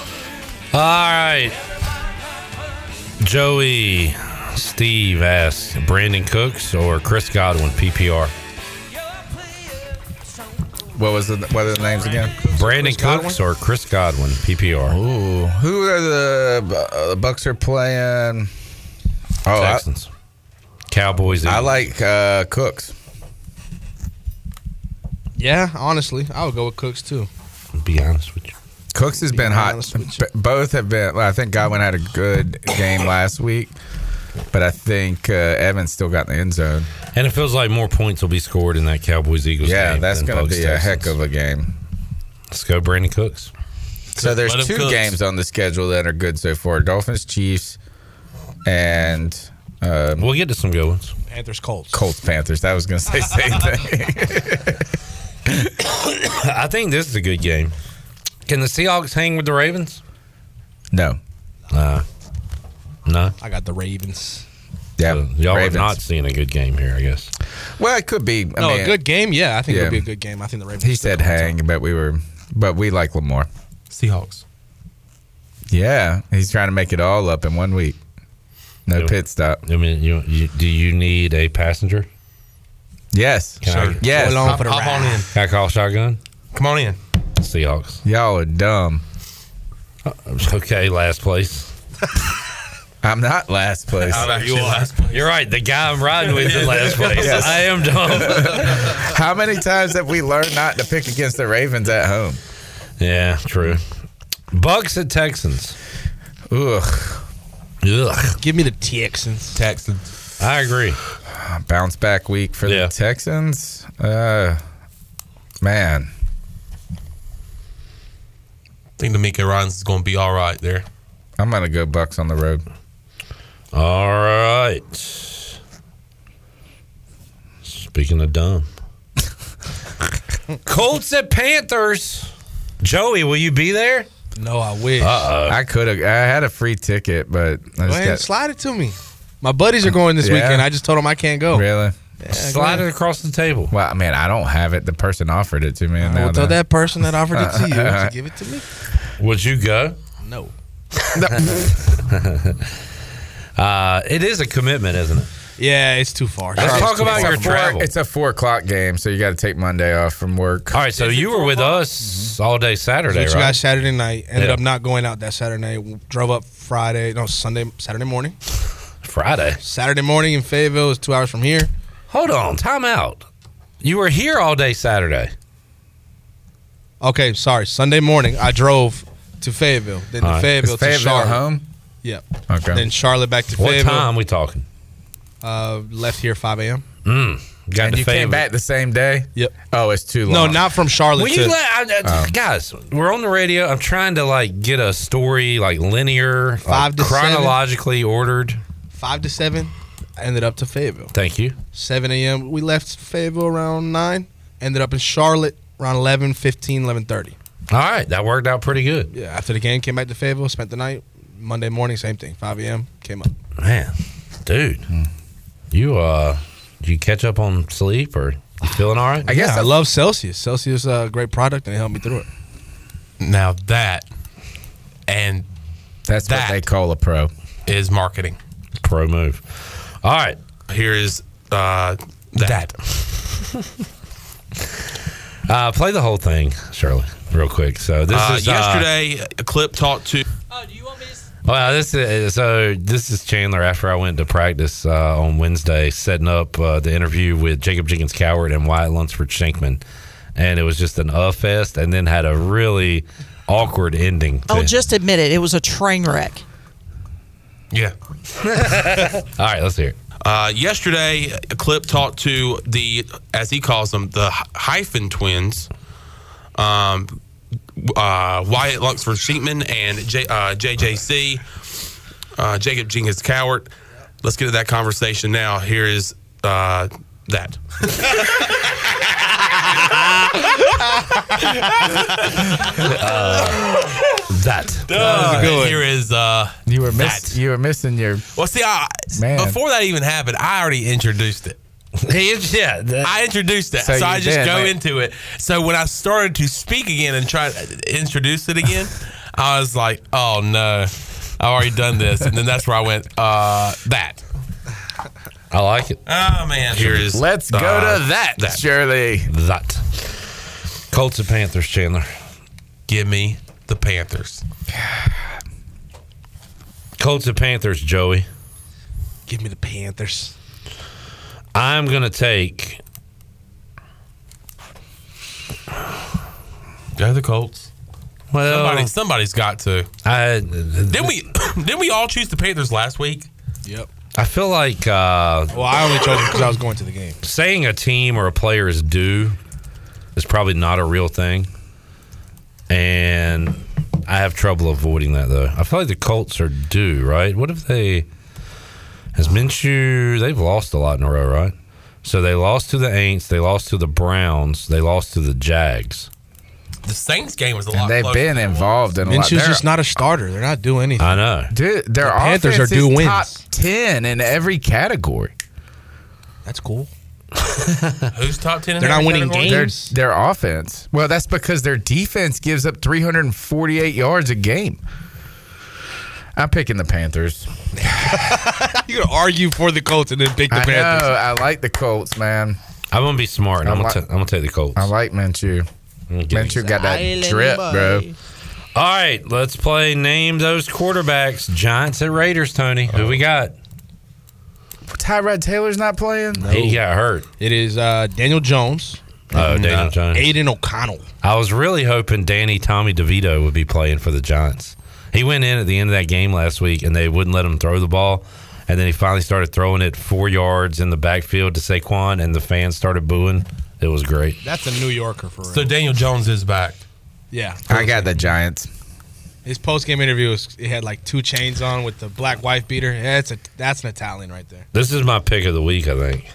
Speaker 4: All right. Joey, Steve asks Brandon Cooks or Chris Godwin PPR.
Speaker 11: What was the what are the names again?
Speaker 4: Brandon Cooks or Chris Godwin PPR.
Speaker 11: Ooh, who are the uh, Bucks are playing? Oh, I-
Speaker 4: Texans. Cowboys.
Speaker 11: I, like uh, Cooks.
Speaker 5: Yeah, honestly, I would go with Cooks too.
Speaker 4: Be honest with you.
Speaker 11: Cooks has been hot. B- both have been. well, I think Godwin had a good game last week, but I think uh, Evans still got in the end zone.
Speaker 4: And it feels like more points will be scored in that Cowboys Eagles
Speaker 11: Yeah,
Speaker 4: game.
Speaker 11: that's
Speaker 4: than
Speaker 11: going to
Speaker 4: Bucks
Speaker 11: be a heck
Speaker 4: Texans.
Speaker 11: of a game.
Speaker 4: Let's go, Brandon Cooks.
Speaker 11: So there's
Speaker 4: Let him
Speaker 11: two
Speaker 4: cook.
Speaker 11: games on the schedule that are good so far: Dolphins, Chiefs, and um,
Speaker 4: we'll get to some good ones.
Speaker 5: Panthers, Colts.
Speaker 11: Colts, Panthers. That was going to say same thing.
Speaker 4: I think this is a good game. Can the Seahawks hang with the Ravens?
Speaker 11: No.
Speaker 4: Uh, no.
Speaker 5: I got the Ravens.
Speaker 11: Yeah,
Speaker 4: y'all
Speaker 11: Ravens.
Speaker 4: are not seeing a good game here, I guess.
Speaker 11: Well, it could be.
Speaker 5: No, a good game. Yeah, I think
Speaker 11: Yeah.
Speaker 5: it'll be a good game. I think the Ravens.
Speaker 11: He said hang, but we were, but we like Lamar.
Speaker 2: Seahawks.
Speaker 11: Yeah, he's trying to make it all up in one week. No pit stop.
Speaker 4: I mean, you, you do you need a passenger?
Speaker 11: Yes.
Speaker 4: Can I-
Speaker 11: Yes.
Speaker 2: Hop on in.
Speaker 4: Can I call shotgun?
Speaker 2: Come on in.
Speaker 4: Seahawks.
Speaker 11: Y'all are dumb.
Speaker 4: Uh, Okay, last place.
Speaker 11: I'm not last place.
Speaker 4: Oh, you are. You're right. The guy I'm riding with is in last place.
Speaker 11: Yes.
Speaker 4: I am dumb.
Speaker 11: How many times have we learned not to pick against the Ravens at home?
Speaker 4: yeah, true. Bucks at Texans.
Speaker 11: Ugh.
Speaker 4: Ugh.
Speaker 5: Give me the Texans.
Speaker 2: Texans.
Speaker 4: I agree.
Speaker 11: Uh, Bounce back week for the Texans. Uh, man.
Speaker 2: I think D'Amico Ryan's is going to be all right there.
Speaker 11: I'm gonna go Bucks on the road.
Speaker 4: All right. Speaking of dumb. Colts at Panthers. Joey, will you be there?
Speaker 5: No, I wish.
Speaker 11: I could have. I had a free ticket, but I
Speaker 5: Go
Speaker 11: just
Speaker 5: ahead and
Speaker 11: got,
Speaker 5: slide it to me. My buddies are going this
Speaker 11: Yeah.
Speaker 5: weekend. I just told them I can't go.
Speaker 11: Really?
Speaker 5: Slide it
Speaker 4: across the table.
Speaker 11: Well, I mean, I don't have it. The person offered it to me. And
Speaker 5: I will
Speaker 11: now
Speaker 5: tell
Speaker 11: the-
Speaker 5: that person that offered it to you
Speaker 11: Uh,
Speaker 5: to give it to me.
Speaker 4: Would you go?
Speaker 5: No.
Speaker 4: uh, it is a commitment, isn't it?
Speaker 5: Yeah, it's too far.
Speaker 4: Let's talk about
Speaker 11: It's a
Speaker 4: your
Speaker 11: four-
Speaker 4: travel.
Speaker 11: It's a four o'clock game, so you got to take Monday off from work. Mm-hmm.
Speaker 4: All right, so you were with us all day
Speaker 5: That's
Speaker 4: Saturday,
Speaker 5: what
Speaker 4: right?
Speaker 5: you got Saturday night. Ended
Speaker 4: Yeah.
Speaker 5: up not going out that Saturday night. Drove up Friday, no Sunday, Saturday morning.
Speaker 4: Friday.
Speaker 5: Saturday morning in Fayetteville is two hours from here.
Speaker 4: Hold on, time out. You were here all day Saturday.
Speaker 5: Okay, sorry. Sunday morning, I drove to Fayetteville, then to
Speaker 4: All right.
Speaker 5: Fayetteville
Speaker 4: Is
Speaker 5: to
Speaker 4: Fayetteville
Speaker 5: Charlotte.
Speaker 4: home?
Speaker 5: Yep.
Speaker 4: Okay.
Speaker 5: Then Charlotte back to
Speaker 4: what
Speaker 5: Fayetteville.
Speaker 4: time we talking?
Speaker 5: Uh, left here 5 a.m.
Speaker 4: Mm, got
Speaker 5: And
Speaker 4: to
Speaker 5: you came
Speaker 4: Fayetteville.
Speaker 5: back
Speaker 11: the same day.
Speaker 5: Yep.
Speaker 11: Oh, it's too
Speaker 5: No,
Speaker 11: long.
Speaker 5: not from Charlotte.
Speaker 4: Will you
Speaker 5: to-
Speaker 4: let, I,
Speaker 10: uh,
Speaker 5: Um,
Speaker 4: I- guys? We're on the radio. I'm trying to like get a story like linear,
Speaker 5: Five
Speaker 4: like,
Speaker 5: to seven.
Speaker 4: chronologically ordered.
Speaker 5: five to seven. I ended up to Fayetteville.
Speaker 4: Thank you.
Speaker 5: 7 a.m. We left Fayetteville around nine. Ended up in Charlotte around 11, 15, 11.30.
Speaker 4: All right, that worked out pretty good.
Speaker 5: Yeah, after the game, came back to Fayetteville, spent the night. Monday morning, same thing. 5 a.m. came up.
Speaker 4: Man, dude,
Speaker 5: Hmm.
Speaker 4: you uh, did you catch up on sleep or you feeling all right?
Speaker 5: I guess I love Celsius. Celsius, uh, great product, and it helped me through it.
Speaker 2: Now that and
Speaker 11: that's
Speaker 2: what they
Speaker 11: call a pro
Speaker 2: is marketing.
Speaker 4: Pro move. All right,
Speaker 2: here is uh, that.
Speaker 4: Uh, play the whole thing, Shirley, real quick. So this
Speaker 2: Uh,
Speaker 4: is uh,
Speaker 2: yesterday. a clip talked to.
Speaker 4: Well, this is so. This is Chandler. After I went to practice uh, on Wednesday, setting up uh, the interview with Jacob Jenkins Coward and Wyatt Lunsford Shankman, and it was just an uh fest, and then had a really awkward ending. to-
Speaker 9: Oh, just admit it. It was a train wreck.
Speaker 2: Yeah.
Speaker 4: All right, let's hear. It.
Speaker 2: Uh, yesterday, a clip talked to the, as he calls them, the hy- hyphen twins, um, uh, Wyatt Luxford Sheetman and J, uh, JJC, uh, Jacob Jenkins Cowart. Let's get to that conversation now. Here is uh, that.
Speaker 4: that.
Speaker 2: Here is uh,
Speaker 11: You were miss, You were missing your.
Speaker 2: Well, see, I,
Speaker 11: Man.
Speaker 2: before that even happened, I already introduced it.
Speaker 4: yeah,
Speaker 2: I introduced that,
Speaker 11: So
Speaker 2: so,
Speaker 11: you
Speaker 2: I just
Speaker 11: did,
Speaker 2: go
Speaker 11: man.
Speaker 2: into it. So when I started to speak again and try to introduce it again, I was like, "Oh no, I've already done this." And then that's where I went, "Uh, that."
Speaker 4: I like it.
Speaker 2: Oh man, here is
Speaker 11: Let's go to that, Shirley.
Speaker 4: That. Colts and Panthers, Chandler.
Speaker 2: Give me the Panthers.
Speaker 4: Colts and Panthers, Joey.
Speaker 5: Give me the Panthers.
Speaker 4: I'm gonna take.
Speaker 2: Go the Colts.
Speaker 4: Well,
Speaker 2: Somebody, somebody's got to.
Speaker 4: I
Speaker 2: Didn't we? didn't we all choose the Panthers last week?
Speaker 5: Yep.
Speaker 4: I feel like. Uh,
Speaker 5: well, I only chose it because I was going to the game.
Speaker 4: Saying a team or a player is due is probably not a real thing, and I have trouble avoiding that though. I feel like the Colts are due, right? What if they? Has Minshew? They've lost a lot in a row, right? So they lost to the Aints, they lost to the Browns, they lost to the Jags.
Speaker 2: The Saints game was a lot.
Speaker 11: And they've
Speaker 2: closer
Speaker 11: been
Speaker 2: than it was.
Speaker 11: involved in a lot.
Speaker 5: Minshew's
Speaker 11: They're-
Speaker 5: just not a starter. They're not doing anything.
Speaker 4: I know.
Speaker 11: Dude, their
Speaker 5: The Panthers are
Speaker 11: offense
Speaker 5: due
Speaker 11: is
Speaker 5: wins.
Speaker 11: top ten in every category.
Speaker 5: That's cool.
Speaker 2: Who's top ten? In
Speaker 5: They're not
Speaker 2: every
Speaker 5: winning
Speaker 2: category?
Speaker 5: games.
Speaker 11: Their, their offense. Well, that's because their defense gives up 348 yards a game. I'm picking the Panthers.
Speaker 5: You're gonna argue for the Colts and then pick the
Speaker 11: I
Speaker 5: Panthers.
Speaker 11: know. I like the Colts, man.
Speaker 4: I'm gonna be smart. and I'm,
Speaker 11: I'm
Speaker 4: gonna
Speaker 11: li-
Speaker 4: ta- I'm gonna take the Colts.
Speaker 11: I like Minshew.
Speaker 4: get
Speaker 11: Minshew
Speaker 4: it.
Speaker 11: got that
Speaker 4: Island
Speaker 11: drip, bro.
Speaker 4: boy. All right, let's play. Name those quarterbacks. Giants at Raiders. Tony, who we got?
Speaker 11: Tyrod Taylor's not playing.
Speaker 4: He got hurt.
Speaker 5: It is uh, Daniel Jones.
Speaker 4: Oh,
Speaker 5: and, uh,
Speaker 4: Daniel Jones.
Speaker 5: Aiden O'Connell.
Speaker 4: I was really hoping Danny Tommy DeVito would be playing for the Giants. He went in at the end of that game last week and they wouldn't let him throw the ball. And then he finally started throwing it four yards in the backfield to Saquon, and the fans started booing. It was great.
Speaker 5: That's a New Yorker for real.
Speaker 2: So Daniel Jones is back.
Speaker 5: yeah.
Speaker 11: I got the Giants.
Speaker 5: His post game interview was it had like two chains on with the black wife beater. Yeah, it's a that's an Italian right there.
Speaker 4: This is my pick of the week, I think.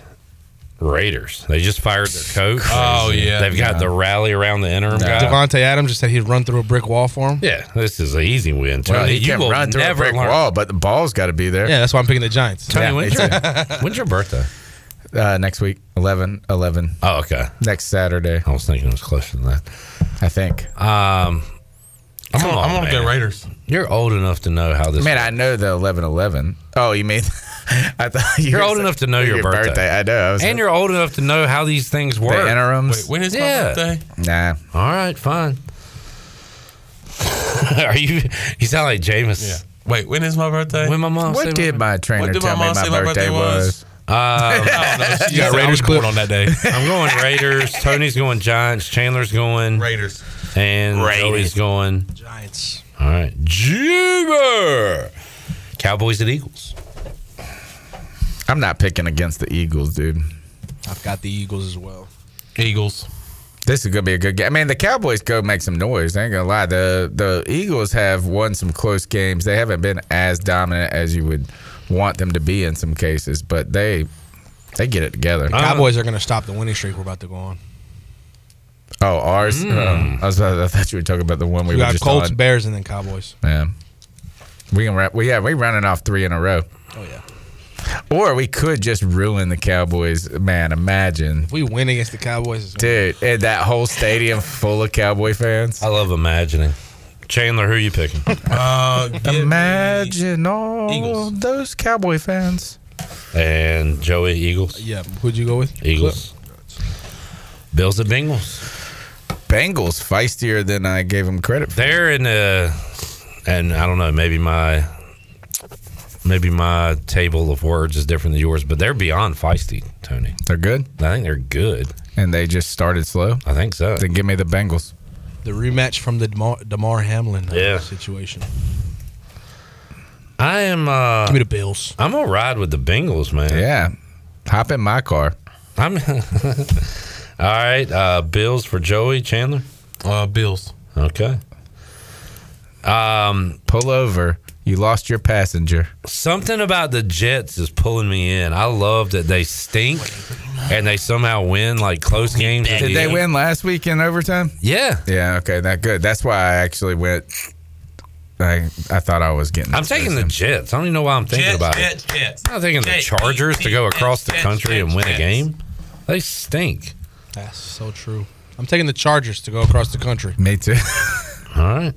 Speaker 4: Raiders. They just fired their coach.
Speaker 2: Oh, yeah.
Speaker 4: They've got
Speaker 2: Yeah.
Speaker 4: the rally around the interim guy.
Speaker 5: Devontae Adams just said he'd run through a brick wall for him.
Speaker 4: Yeah, this is an easy win. Tony.
Speaker 5: Well, he
Speaker 4: you
Speaker 5: can
Speaker 4: will
Speaker 5: run through a
Speaker 4: never
Speaker 5: brick
Speaker 4: learn.
Speaker 5: wall,
Speaker 11: but the ball's got to be there.
Speaker 5: Yeah, that's why I'm picking the Giants.
Speaker 4: Tony,
Speaker 11: Yeah,
Speaker 4: when's,
Speaker 11: me too.
Speaker 4: your, when's your birthday?
Speaker 11: Uh, next week, 11, 11.
Speaker 4: Oh, okay.
Speaker 11: Next Saturday.
Speaker 4: I was thinking it was closer than that.
Speaker 11: I think.
Speaker 4: Um,
Speaker 2: I'm gonna- I'm gonna go Raiders.
Speaker 4: You're old enough to know how this.
Speaker 11: Man, I know the 11, 11. Oh, you mean? I thought you
Speaker 4: You're
Speaker 11: were
Speaker 4: old
Speaker 11: saying-
Speaker 4: enough to know your birthday.
Speaker 11: I know. I was
Speaker 4: and you're old enough to know how these things work.
Speaker 11: interims.
Speaker 2: Wait, when is my birthday?
Speaker 11: Nah.
Speaker 4: All right, fine. Are you? You sound like Jameis.
Speaker 2: Yeah. Wait, when is my birthday?
Speaker 4: When my mom?
Speaker 11: What did my trainer
Speaker 2: What did my
Speaker 11: tell me
Speaker 2: mom
Speaker 11: my
Speaker 2: say my
Speaker 11: birthday
Speaker 2: birthday
Speaker 11: was?
Speaker 2: was?
Speaker 4: Um,
Speaker 2: know. She Yeah, said I Raiders was born clip. on that day.
Speaker 4: I'm going Raiders. Tony's going Giants. Chandler's going
Speaker 2: Raiders.
Speaker 4: And
Speaker 2: Raiders.
Speaker 4: Joey's going
Speaker 5: Giants.
Speaker 4: All right, Jeeber. Cowboys at Eagles.
Speaker 11: I'm not picking against the Eagles, dude.
Speaker 5: I've got the Eagles as well.
Speaker 2: Eagles.
Speaker 11: This is gonna be a good game. I mean, the Cowboys go make some noise. I ain't gonna lie. The the Eagles have won some close games. They haven't been as dominant as you would want them to be in some cases, but they they get it together.
Speaker 5: The Cowboys are going to stop the winning streak we're about to go on.
Speaker 11: Oh, ours.
Speaker 5: Mm.
Speaker 11: Um, I, was, I thought you were talking about the one we,
Speaker 5: We
Speaker 11: were
Speaker 5: got
Speaker 11: just
Speaker 5: Colts,
Speaker 11: on.
Speaker 5: Bears, and then Cowboys.
Speaker 11: Yeah, we can wrap. We yeah, we running off three in a row.
Speaker 5: Oh yeah.
Speaker 11: Or we could just ruin the Cowboys. Man, imagine,
Speaker 5: If we win against the Cowboys, it's gonna-
Speaker 11: dude, and that whole stadium full of Cowboy fans.
Speaker 4: I love imagining. Chandler, who are you picking?
Speaker 2: Uh,
Speaker 11: Imagine all those Cowboy fans.
Speaker 4: and Joey Eagles.
Speaker 5: yeah. Who'd you go with?
Speaker 4: Eagles. Bills at Bengals.
Speaker 11: Bengals feistier than I gave them credit for.
Speaker 4: They're in a, and I don't know, maybe my, maybe my table of words is different than yours, but they're beyond feisty, Tony.
Speaker 11: They're good.
Speaker 4: I think they're good.
Speaker 11: And they just started slow.
Speaker 4: I think so.
Speaker 11: Then give me the Bengals.
Speaker 5: The rematch from the Damar, Damar Hamlin uh,
Speaker 4: Yeah.
Speaker 5: situation.
Speaker 4: I am. Uh,
Speaker 5: Give me the Bills.
Speaker 4: I'm gonna ride with the Bengals, man.
Speaker 11: Yeah, hop in my car.
Speaker 4: I'm. all right, uh, Bills for Joey Chandler.
Speaker 2: Uh, Bills.
Speaker 4: Okay. Um,
Speaker 11: pull over. You lost your passenger.
Speaker 4: Something about the Jets is pulling me in. I love that they stink and they somehow win like close games. at
Speaker 11: Did
Speaker 4: the
Speaker 11: they
Speaker 4: end.
Speaker 11: win last week in overtime?
Speaker 4: Yeah.
Speaker 11: Yeah. Okay. That good. That's why I actually went. I I thought I was getting.
Speaker 4: I'm taking the Jets. I don't even know why I'm thinking about it. I'm not thinking the Chargers to go across the country and win a game. They stink.
Speaker 5: That's so true. I'm taking the Chargers to go across the country.
Speaker 11: Me too.
Speaker 4: All right.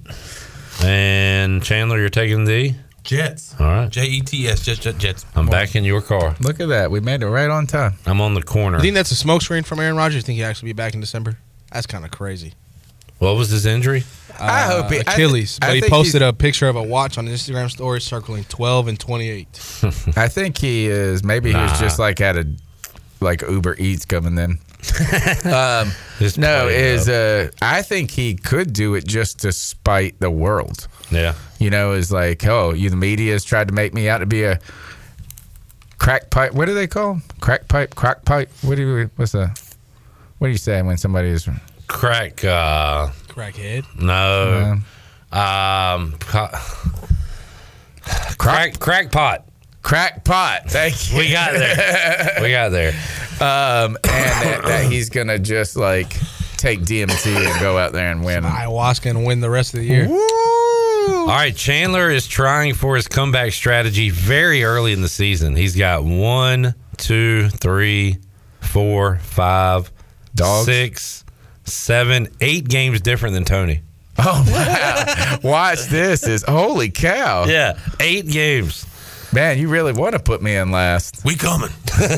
Speaker 4: And Chandler, you're taking the
Speaker 2: Jets.
Speaker 4: All right.
Speaker 2: J E T S. Jets. Jets. Jets.
Speaker 4: I'm back in your car.
Speaker 11: Look at that. We made it right on time.
Speaker 4: I'm on the corner.
Speaker 5: You think that's a smokescreen from Aaron Rodgers? You think he'll actually be back in December? That's kind of crazy. Uh,
Speaker 4: What was his injury?
Speaker 11: I hope he- I thi-
Speaker 5: Achilles.
Speaker 11: I
Speaker 5: but he
Speaker 11: think
Speaker 5: posted
Speaker 11: he's-
Speaker 5: a picture of a watch on his Instagram story circling 12 and 28.
Speaker 11: I think he is. Maybe he was
Speaker 5: Nah.
Speaker 11: just like at a like Uber Eats coming then. um,
Speaker 4: Just
Speaker 11: no,
Speaker 4: playing
Speaker 11: is
Speaker 4: up.
Speaker 11: uh, I think he could do it just to spite the world.
Speaker 4: Yeah.
Speaker 11: You know, is like, oh, you the media has tried to make me out to be a crack pipe. What do they call 'em? crack pipe? Crack pipe? What do you? What's the? What do you say when somebody is?
Speaker 4: Crack. Uh,
Speaker 5: Crackhead.
Speaker 4: No. Um, co- crack, crackpot.
Speaker 11: Crackpot. Thank you.
Speaker 4: We got there. we got there.
Speaker 11: Um, and that, that he's gonna just like take DMT and go out there and win.
Speaker 5: Ayahuasca and win the rest of the year.
Speaker 4: All right. Chandler is trying for his comeback strategy very early in the season. He's got one, two, three, four, five,
Speaker 11: Dogs.
Speaker 4: six, seven, eight games different than Tony.
Speaker 11: Oh wow! Watch this. Is holy cow.
Speaker 4: Yeah. Eight games.
Speaker 11: Man, you really want to put me in last.
Speaker 2: We coming. and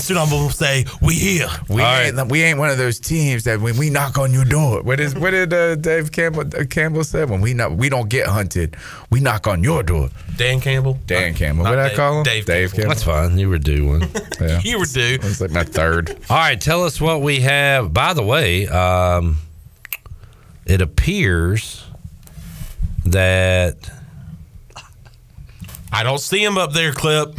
Speaker 2: soon I'm gonna say we here.
Speaker 11: We ain't we ain't one of those teams that when we knock on your door. What is what did uh, Dave Campbell uh, Campbell said when we not we don't get hunted. We knock on your door.
Speaker 2: Dan Campbell.
Speaker 11: Dan Campbell. What
Speaker 2: not
Speaker 11: did I
Speaker 2: Dave-
Speaker 11: call him?
Speaker 2: Dave
Speaker 11: Campbell.
Speaker 4: That's fine. You were due one.
Speaker 11: Yeah.
Speaker 2: You were due.
Speaker 11: That's like my third.
Speaker 4: All right, tell us what we have. By the way, um, it appears that
Speaker 2: I don't see him up there, Clip.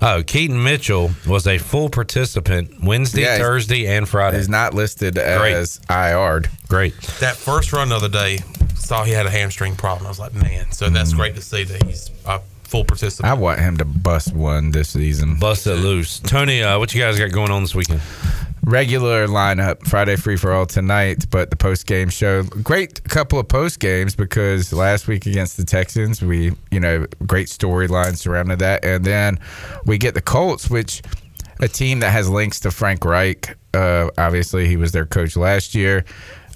Speaker 4: oh, Keaton Mitchell was a full participant Wednesday,
Speaker 11: Yeah, he's-
Speaker 4: Thursday, and Friday.
Speaker 11: He's not listed
Speaker 4: Great.
Speaker 11: as IR'd.
Speaker 4: Great.
Speaker 2: That
Speaker 4: Mm.
Speaker 2: first run the other day, saw he had a hamstring problem. I was like, man. So that's great to see that he's. I full participant.
Speaker 11: I want him to bust one this season.
Speaker 4: Bust it loose. Tony, uh, what you guys got going on this weekend?
Speaker 11: Regular lineup Friday free for all tonight, but the post game show. Great couple of post games because last week against the Texans, we, you know, great storyline surrounding that. And then we get the Colts, which a team that has links to Frank Reich. Uh, obviously, he was their coach last year.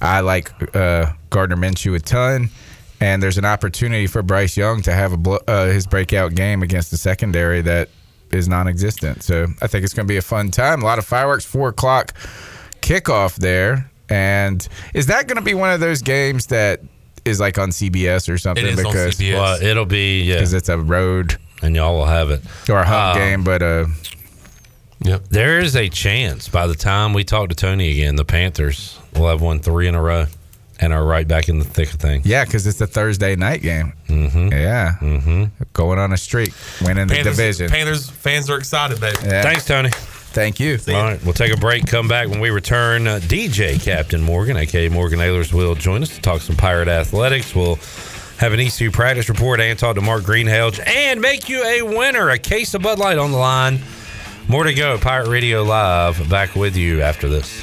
Speaker 11: I like uh, Gardner Minshew a ton, and there's an opportunity for Bryce Young to have a blo- uh, his breakout game against the secondary that is non-existent. So I think it's going to be a fun time. A lot of fireworks. Four o'clock kickoff there, and is that going to be one of those games that is like on CBS or something?
Speaker 4: is on CBS. Well, it'll be yeah,
Speaker 11: because it's a road,
Speaker 4: and y'all will have it
Speaker 11: or a home
Speaker 4: Um,
Speaker 11: game, but uh,
Speaker 4: Yep. There is a chance by the time we talk to Tony again, the Panthers will have won three in a row and are right back in the thick of things.
Speaker 11: Yeah, because it's a Thursday night game. Mm-hmm. Yeah, mm-hmm. going on a streak, winning the
Speaker 2: Panthers,
Speaker 11: division.
Speaker 2: Panthers fans are excited, baby.
Speaker 11: Yeah.
Speaker 4: Thanks, Tony.
Speaker 11: Thank you.
Speaker 4: All right, we'll take a break. Come back when we return. Uh, DJ Captain Morgan, aka Morgan Ayler's, will join us to talk some pirate athletics. We'll have an ECU practice report and talk to Mark Greenhelge and make you a winner. A case of Bud Light on the line. More to go. Pirate Radio Live back with you after this.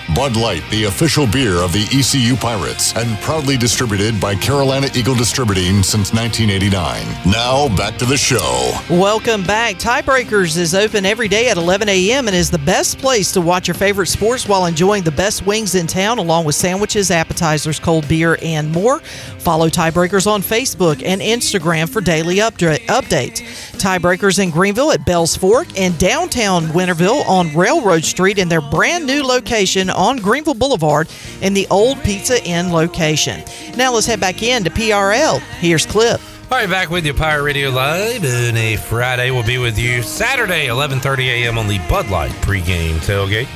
Speaker 3: Bud Light, the official beer of the ECU Pirates, and proudly distributed by Carolina Eagle Distributing since 1989. Now, back to the show.
Speaker 9: Welcome back. Tiebreakers is open every day at 11 a.m. and is the best place to watch your favorite sports while enjoying the best wings in town, along with sandwiches, appetizers, cold beer, and more. Follow Tiebreakers on Facebook and Instagram for daily updra- updates. Tiebreakers in Greenville at Bell's Fork and downtown Winterville on Railroad Street in their brand new location on Greenville Boulevard in the old Pizza Inn location. Now let's head back in to PRL. Here's Clip.
Speaker 4: All right, back with you, Pirate Radio Live. And a Friday will be with you Saturday, 11:30 a.m. on the Bud Light pregame tailgate.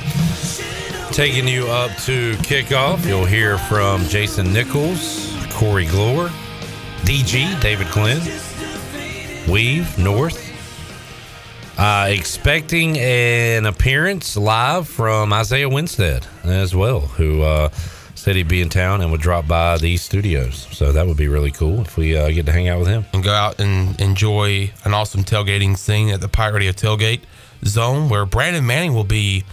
Speaker 4: Taking you up to kickoff, you'll hear from Jason Nichols, Corey Glore, DG, David Glenn, Weave North. Uh, expecting an appearance live from Isaiah Winstead as well, who uh, said he'd be in town and would drop by these studios. So that would be really cool if we uh, get to hang out with him.
Speaker 2: and go out and enjoy an awesome tailgating scene at the Pirate Radio Tailgate Zone, where Brandon Manning will be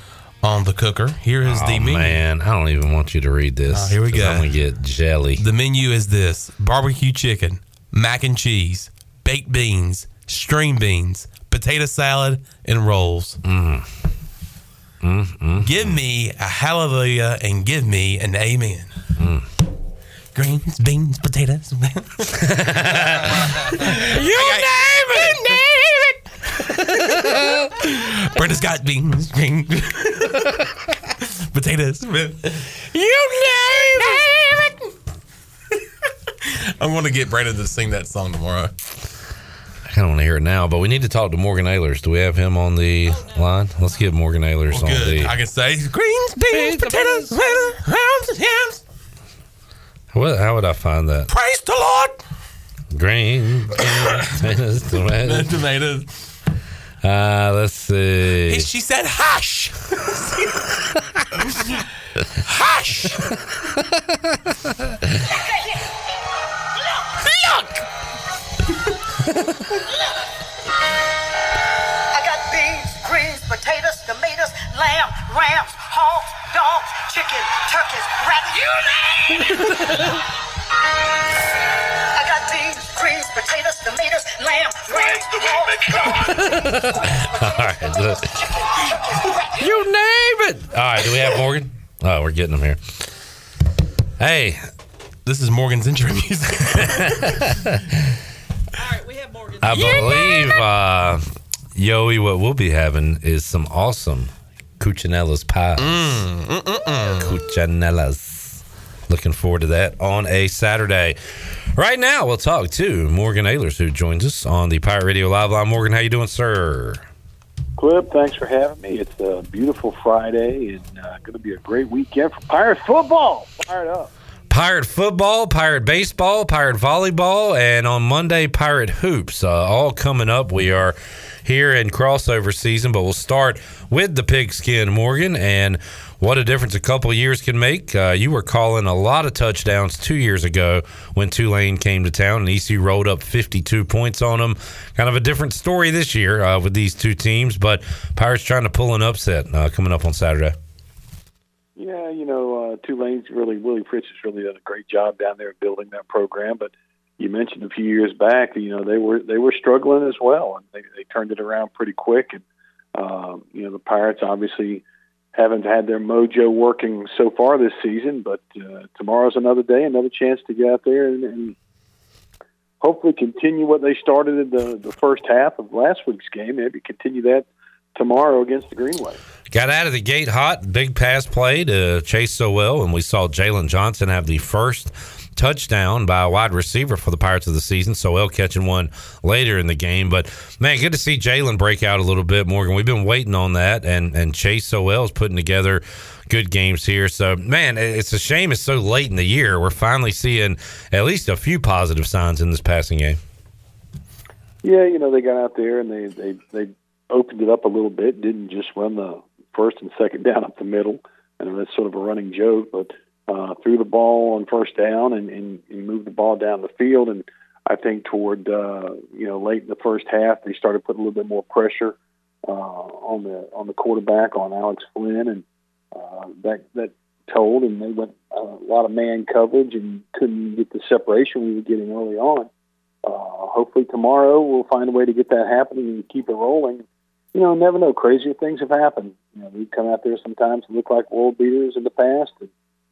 Speaker 2: on the cooker. Here is the
Speaker 4: Oh,
Speaker 2: menu.
Speaker 4: Man, I don't even want you to read this.
Speaker 2: Oh, here we
Speaker 4: 'cause
Speaker 2: go.
Speaker 4: I'm gonna get jelly.
Speaker 2: The menu is this: barbecue chicken, mac and cheese, baked beans, string beans, potato salad, and rolls.
Speaker 4: Mm.
Speaker 2: Give me a hallelujah and give me an amen.
Speaker 4: Mm.
Speaker 2: Greens, beans, potatoes. you name it. Brenda's got beans, green potatoes. You name it. I'm going to get Brandon to sing that song tomorrow.
Speaker 4: I kind of want to hear it now, but we need to talk to Morgan Ayler's. Do we have him on the line? Let's get Morgan Ayler's on
Speaker 2: Good.
Speaker 4: the.
Speaker 2: I can say greens, beans, potatoes, hams, hams.
Speaker 4: What, how would I find that?
Speaker 2: Praise the Lord.
Speaker 4: Green tomatoes. tomatoes.
Speaker 2: Tomatoes.
Speaker 4: Uh, let's see.
Speaker 2: He- She said hush. hush.
Speaker 10: Look! I got beans, greens, potatoes, tomatoes, lamb, rams, hogs, dogs, chicken, turkeys, rabbits. You I got beans, greens, potatoes, tomatoes, lamb, rams, hogs, dogs.
Speaker 4: All right. look. you name it. All right. Do we have Morgan? Oh, we're getting him here. Hey,
Speaker 2: this is Morgan's intro music.
Speaker 4: I believe uh, Yoey, what we'll be having is some awesome Cucinella's pies. Cucinella's. Looking forward to that on a Saturday. Right now, we'll talk to Morgan Ayers, who joins us on the Pirate Radio Live Line. Morgan, how you doing, sir?
Speaker 15: Clip, thanks for having me. It's a beautiful Friday and uh, going to be a great weekend for Pirate football. Fired up.
Speaker 4: Pirate football, pirate baseball, pirate volleyball, and on Monday, pirate hoops. Uh, all coming up. We are here in crossover season, but we'll start with the pigskin, Morgan, and what a difference a couple of years can make. Uh, you were calling a lot of touchdowns two years ago when Tulane came to town, and ECU rolled up 52 points on them. Kind of a different story this year uh, with these two teams, but Pirates trying to pull an upset uh, coming up on Saturday.
Speaker 15: Yeah, you know, uh, Tulane's really Willie Pritch has really done a great job down there building that program. But you mentioned a few years back, you know, they were they were struggling as well, and they they turned it around pretty quick. And um, you know, the Pirates obviously haven't had their mojo working so far this season, but uh, tomorrow's another day, another chance to get out there and, and hopefully continue what they started in the the first half of last week's game. Maybe continue that tomorrow against the Greenway.
Speaker 4: Got out of the gate hot. Big pass play to Chase Sowell, and we saw Jalen Johnson have the first touchdown by a wide receiver for the Pirates of the season. Sowell catching one later in the game. But, man, good to see Jalen break out a little bit, Morgan. We've been waiting on that, and, and Chase Sowell's putting together good games here. So, man, it- it's a shame it's so late in the year. We're finally seeing at least a few positive signs in this passing game.
Speaker 15: Yeah, you know, they got out there and they they they opened it up a little bit. Didn't just run the first and second down up the middle. I know that's sort of a running joke, but uh, threw the ball on first down and, and, and moved the ball down the field. And I think toward uh, you know late in the first half, they started putting a little bit more pressure uh, on the on the quarterback on Alex Flynn, and uh, that that told. And they went uh, a lot of man coverage and couldn't get the separation we were getting early on uh, hopefully tomorrow we'll find a way to get that happening and keep it rolling. You know, never know. Crazier things have happened. You know, we come out there sometimes and look like world beaters in the past, and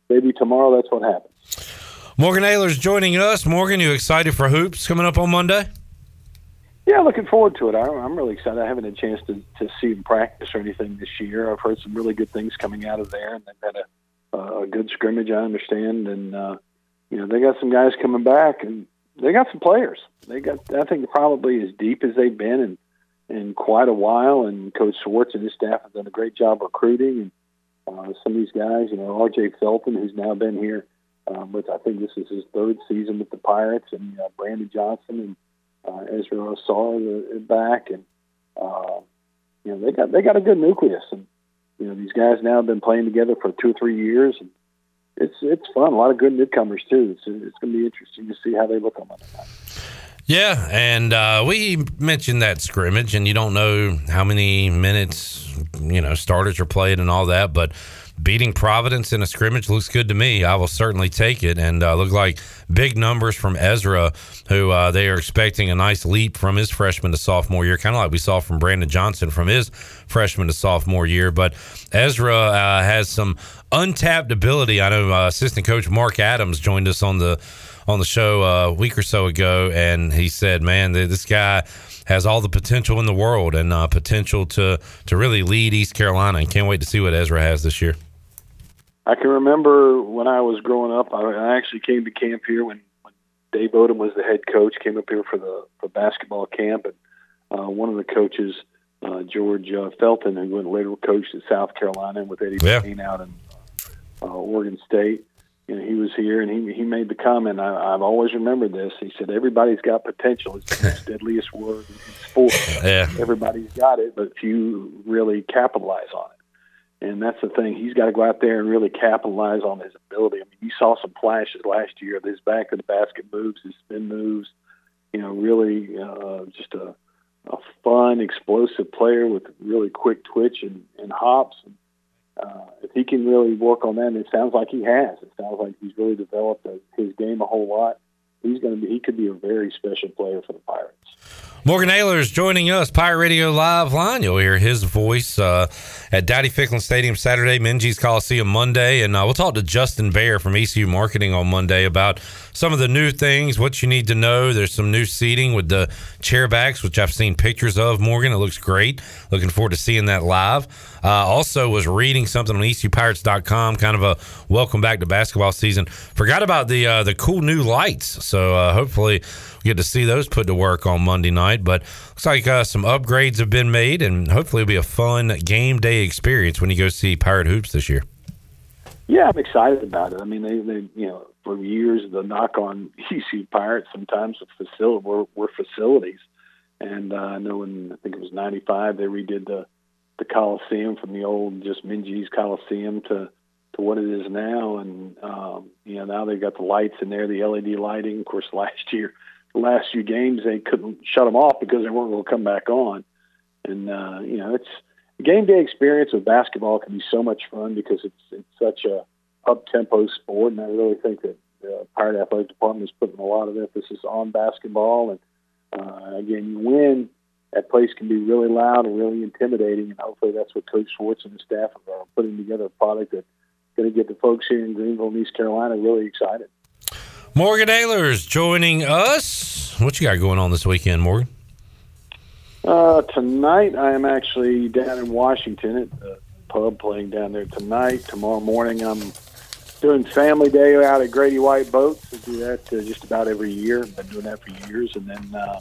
Speaker 15: maybe tomorrow that's what happens.
Speaker 4: Morgan Ayler's joining us. Morgan, you excited for hoops coming up on Monday?
Speaker 15: Yeah, looking forward to it. I, I'm really excited. I haven't had a chance to, to see them practice or anything this year. I've heard some really good things coming out of there, and they've had a, uh, a good scrimmage, I understand. And, uh, you know, they got some guys coming back, and they got some players. They got, I think, probably as deep as they've been in, in quite a while. And Coach Swartz and his staff have done a great job recruiting. And uh, some of these guys, you know, R.J. Felton, who's now been here, um, with I think this is his third season with the Pirates, and uh, Brandon Johnson and uh, Israel Assar uh, back, and uh, you know they got they got a good nucleus, and you know these guys now have been playing together for two or three years, and it's it's fun. A lot of good newcomers too. It's it's going to be interesting to see how they look on Monday.
Speaker 4: Yeah, and uh, we mentioned that scrimmage, and you don't know how many minutes you know starters are played and all that, but beating Providence in a scrimmage looks good to me. I will certainly take it, and uh, look like big numbers from Ezra, who uh, they are expecting a nice leap from his freshman to sophomore year, kind of like we saw from Brandon Johnson from his freshman to sophomore year. But Ezra uh, has some untapped ability. I know uh, assistant coach Mark Adams joined us on the on the show uh, a week or so ago, and he said, "Man, th- this guy has all the potential in the world, and uh, potential to to really lead East Carolina. And can't wait to see what Ezra has this year."
Speaker 15: I can remember when I was growing up. I, I actually came to camp here when, when Dave Odom was the head coach. Came up here for the for basketball camp, and uh, one of the coaches, uh, George uh, Felton, who went later coached at South Carolina with Eddie
Speaker 4: Yeah.
Speaker 15: Payne out in uh, Oregon State. You know, he was here, and he he made the comment. I, I've always remembered this. He said, "Everybody's got potential. It's the most deadliest word in sports.
Speaker 4: Yeah.
Speaker 15: Everybody's got it, but few really capitalize on it." And that's the thing. He's got to go out there and really capitalize on his ability. I mean, you saw some flashes last year of his back of the basket moves, his spin moves. You know, really uh, just a, a fun, explosive player with really quick twitch and, and hops. Uh, if he can really work on that, and it sounds like he has. It sounds like he's really developed a, his game a whole lot. He's going to be. He could be a very special player for the Pirates.
Speaker 4: Morgan Ayler is joining us, Pirate Radio Live Line. You'll hear his voice uh, at Daddy Ficklin Stadium E Saturday, Minji's Coliseum Monday. And uh, we'll talk to Justin Baer from ECU Marketing on Monday about some of the new things, what you need to know. There's some new seating with the chair backs, which I've seen pictures of, Morgan. It looks great. Looking forward to seeing that live. Uh, also, was reading something on E ecupirates.com, kind of a welcome back to basketball season. Forgot about the uh, the cool new lights. So uh, hopefully, we get to see those put to work on Monday night. But looks like uh, some upgrades have been made, and hopefully, it'll be a fun game day experience when you go see Pirate Hoops this year.
Speaker 15: Yeah, I'm excited about it. I mean, they, they you know, for years the knock on ECU Pirates sometimes the facility were, were facilities, and uh, I know in I think it was '95 they redid the the Coliseum from the old just Minji's Coliseum to to what it is now, and um, you know now they've got the lights in there, the LED lighting. Of course, last year, the last few games they couldn't shut them off because they weren't going to come back on, and uh, you know it's game day experience with basketball can be so much fun because it's it's such a up tempo sport, and I really think that the Pirate Athletic Department is putting a lot of emphasis on basketball. And uh, again, you win, that place can be really loud and really intimidating, and hopefully that's what Coach Schwartz and his staff are putting together a product that's going to get the folks here in Greenville, East Carolina, really excited.
Speaker 4: Morgan Ayler's joining us. What you got going on this weekend, Morgan?
Speaker 15: Uh, tonight, I am actually down in Washington at the pub playing down there tonight. Tomorrow morning, I'm doing family day out at Grady White Boats. I do that uh, just about every year. I've been doing that for years. And then uh,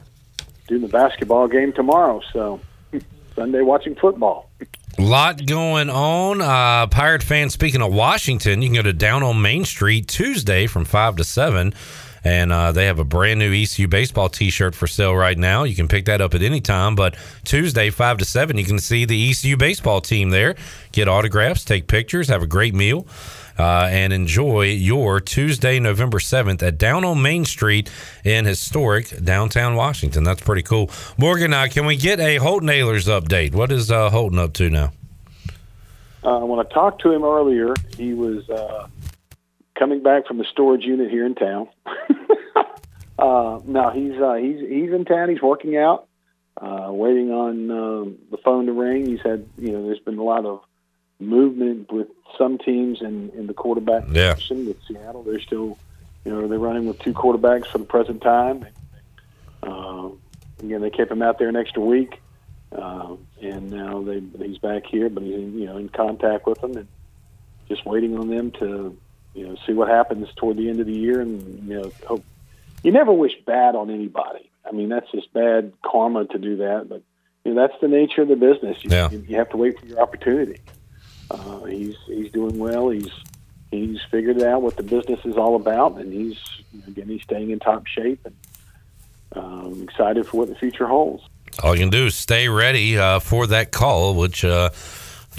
Speaker 15: doing the basketball game tomorrow. So Sunday, watching football.
Speaker 4: lot going on. Uh, Pirate fans, speaking of Washington, you can go to Down on Main Street Tuesday from 5 to 7. And uh, they have a brand new ECU baseball t shirt for sale right now. You can pick that up at any time. But Tuesday, 5 to 7, you can see the ECU baseball team there. Get autographs, take pictures, have a great meal, uh, and enjoy your Tuesday, November 7th at Down on Main Street in historic downtown Washington. That's pretty cool. Morgan, uh, can we get a Holton Aylers update? What is uh, Holton up to now?
Speaker 15: Uh, when I talked to him earlier, he was uh, coming back from the storage unit here in town. uh, no, he's uh, he's he's in town. He's working out, uh, waiting on um, the phone to ring. He's had you know, there's been a lot of movement with some teams in in the quarterback
Speaker 4: Yeah.
Speaker 15: position with Seattle. They're still you know they're running with two quarterbacks for the present time. Uh, again, they kept him out there an extra week. Uh, and now they, he's back here, but he's in, you know in contact with them and just waiting on them to you know see what happens toward the end of the year and you know hope. You never wish bad on anybody. I mean that's just bad karma to do that, but you know that's the nature of the business. You,
Speaker 4: Yeah.
Speaker 15: you have to wait for your opportunity. Uh, he's he's doing well. He's he's figured out what the business is all about, and he's again he's staying in top shape and um, excited for what the future holds.
Speaker 4: All you can do is stay ready uh, for that call, which uh,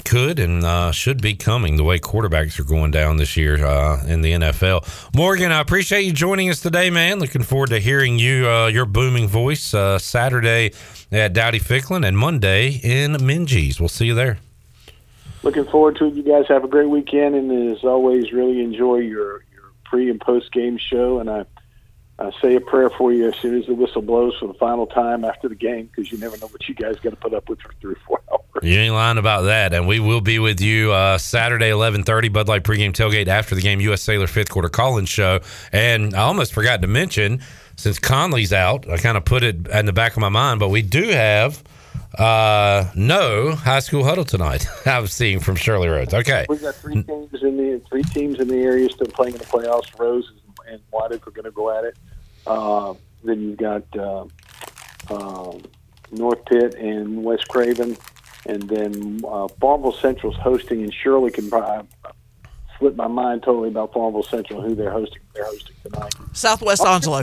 Speaker 4: could and uh, should be coming the way quarterbacks are going down this year uh, in the NFL. Morgan, I appreciate you joining us today, man. Looking forward to hearing you, uh, your booming voice, uh, Saturday at Dowdy Ficklin and Monday in Minji's. We'll see you there.
Speaker 15: Looking forward to it. You guys have a great weekend, and as always, really enjoy your, your pre and post game show. And I, I say a prayer for you as soon as the whistle blows for the final time after the game, because you never know what you guys got to put up with for three or four hours.
Speaker 4: You ain't lying about that, and we will be with you uh, Saturday, eleven thirty, Bud Light pregame tailgate after the game, U.S. Sailor fifth quarter call-in show. And I almost forgot to mention, since Conley's out, I kind of put it in the back of my mind, but we do have uh, no high school huddle tonight. I'm seeing from Shirley Rhodes. Okay,
Speaker 15: We've got three teams in the three teams in the area still playing in the playoffs. Rose and Waddick are going to go at it. Uh, then you've got uh, um North Pitt and West Craven, and then uh, Farmville Central's hosting. And Shirley can probably slip my mind totally about Farmville Central who they're hosting. They're hosting tonight.
Speaker 9: Southwest Onslow.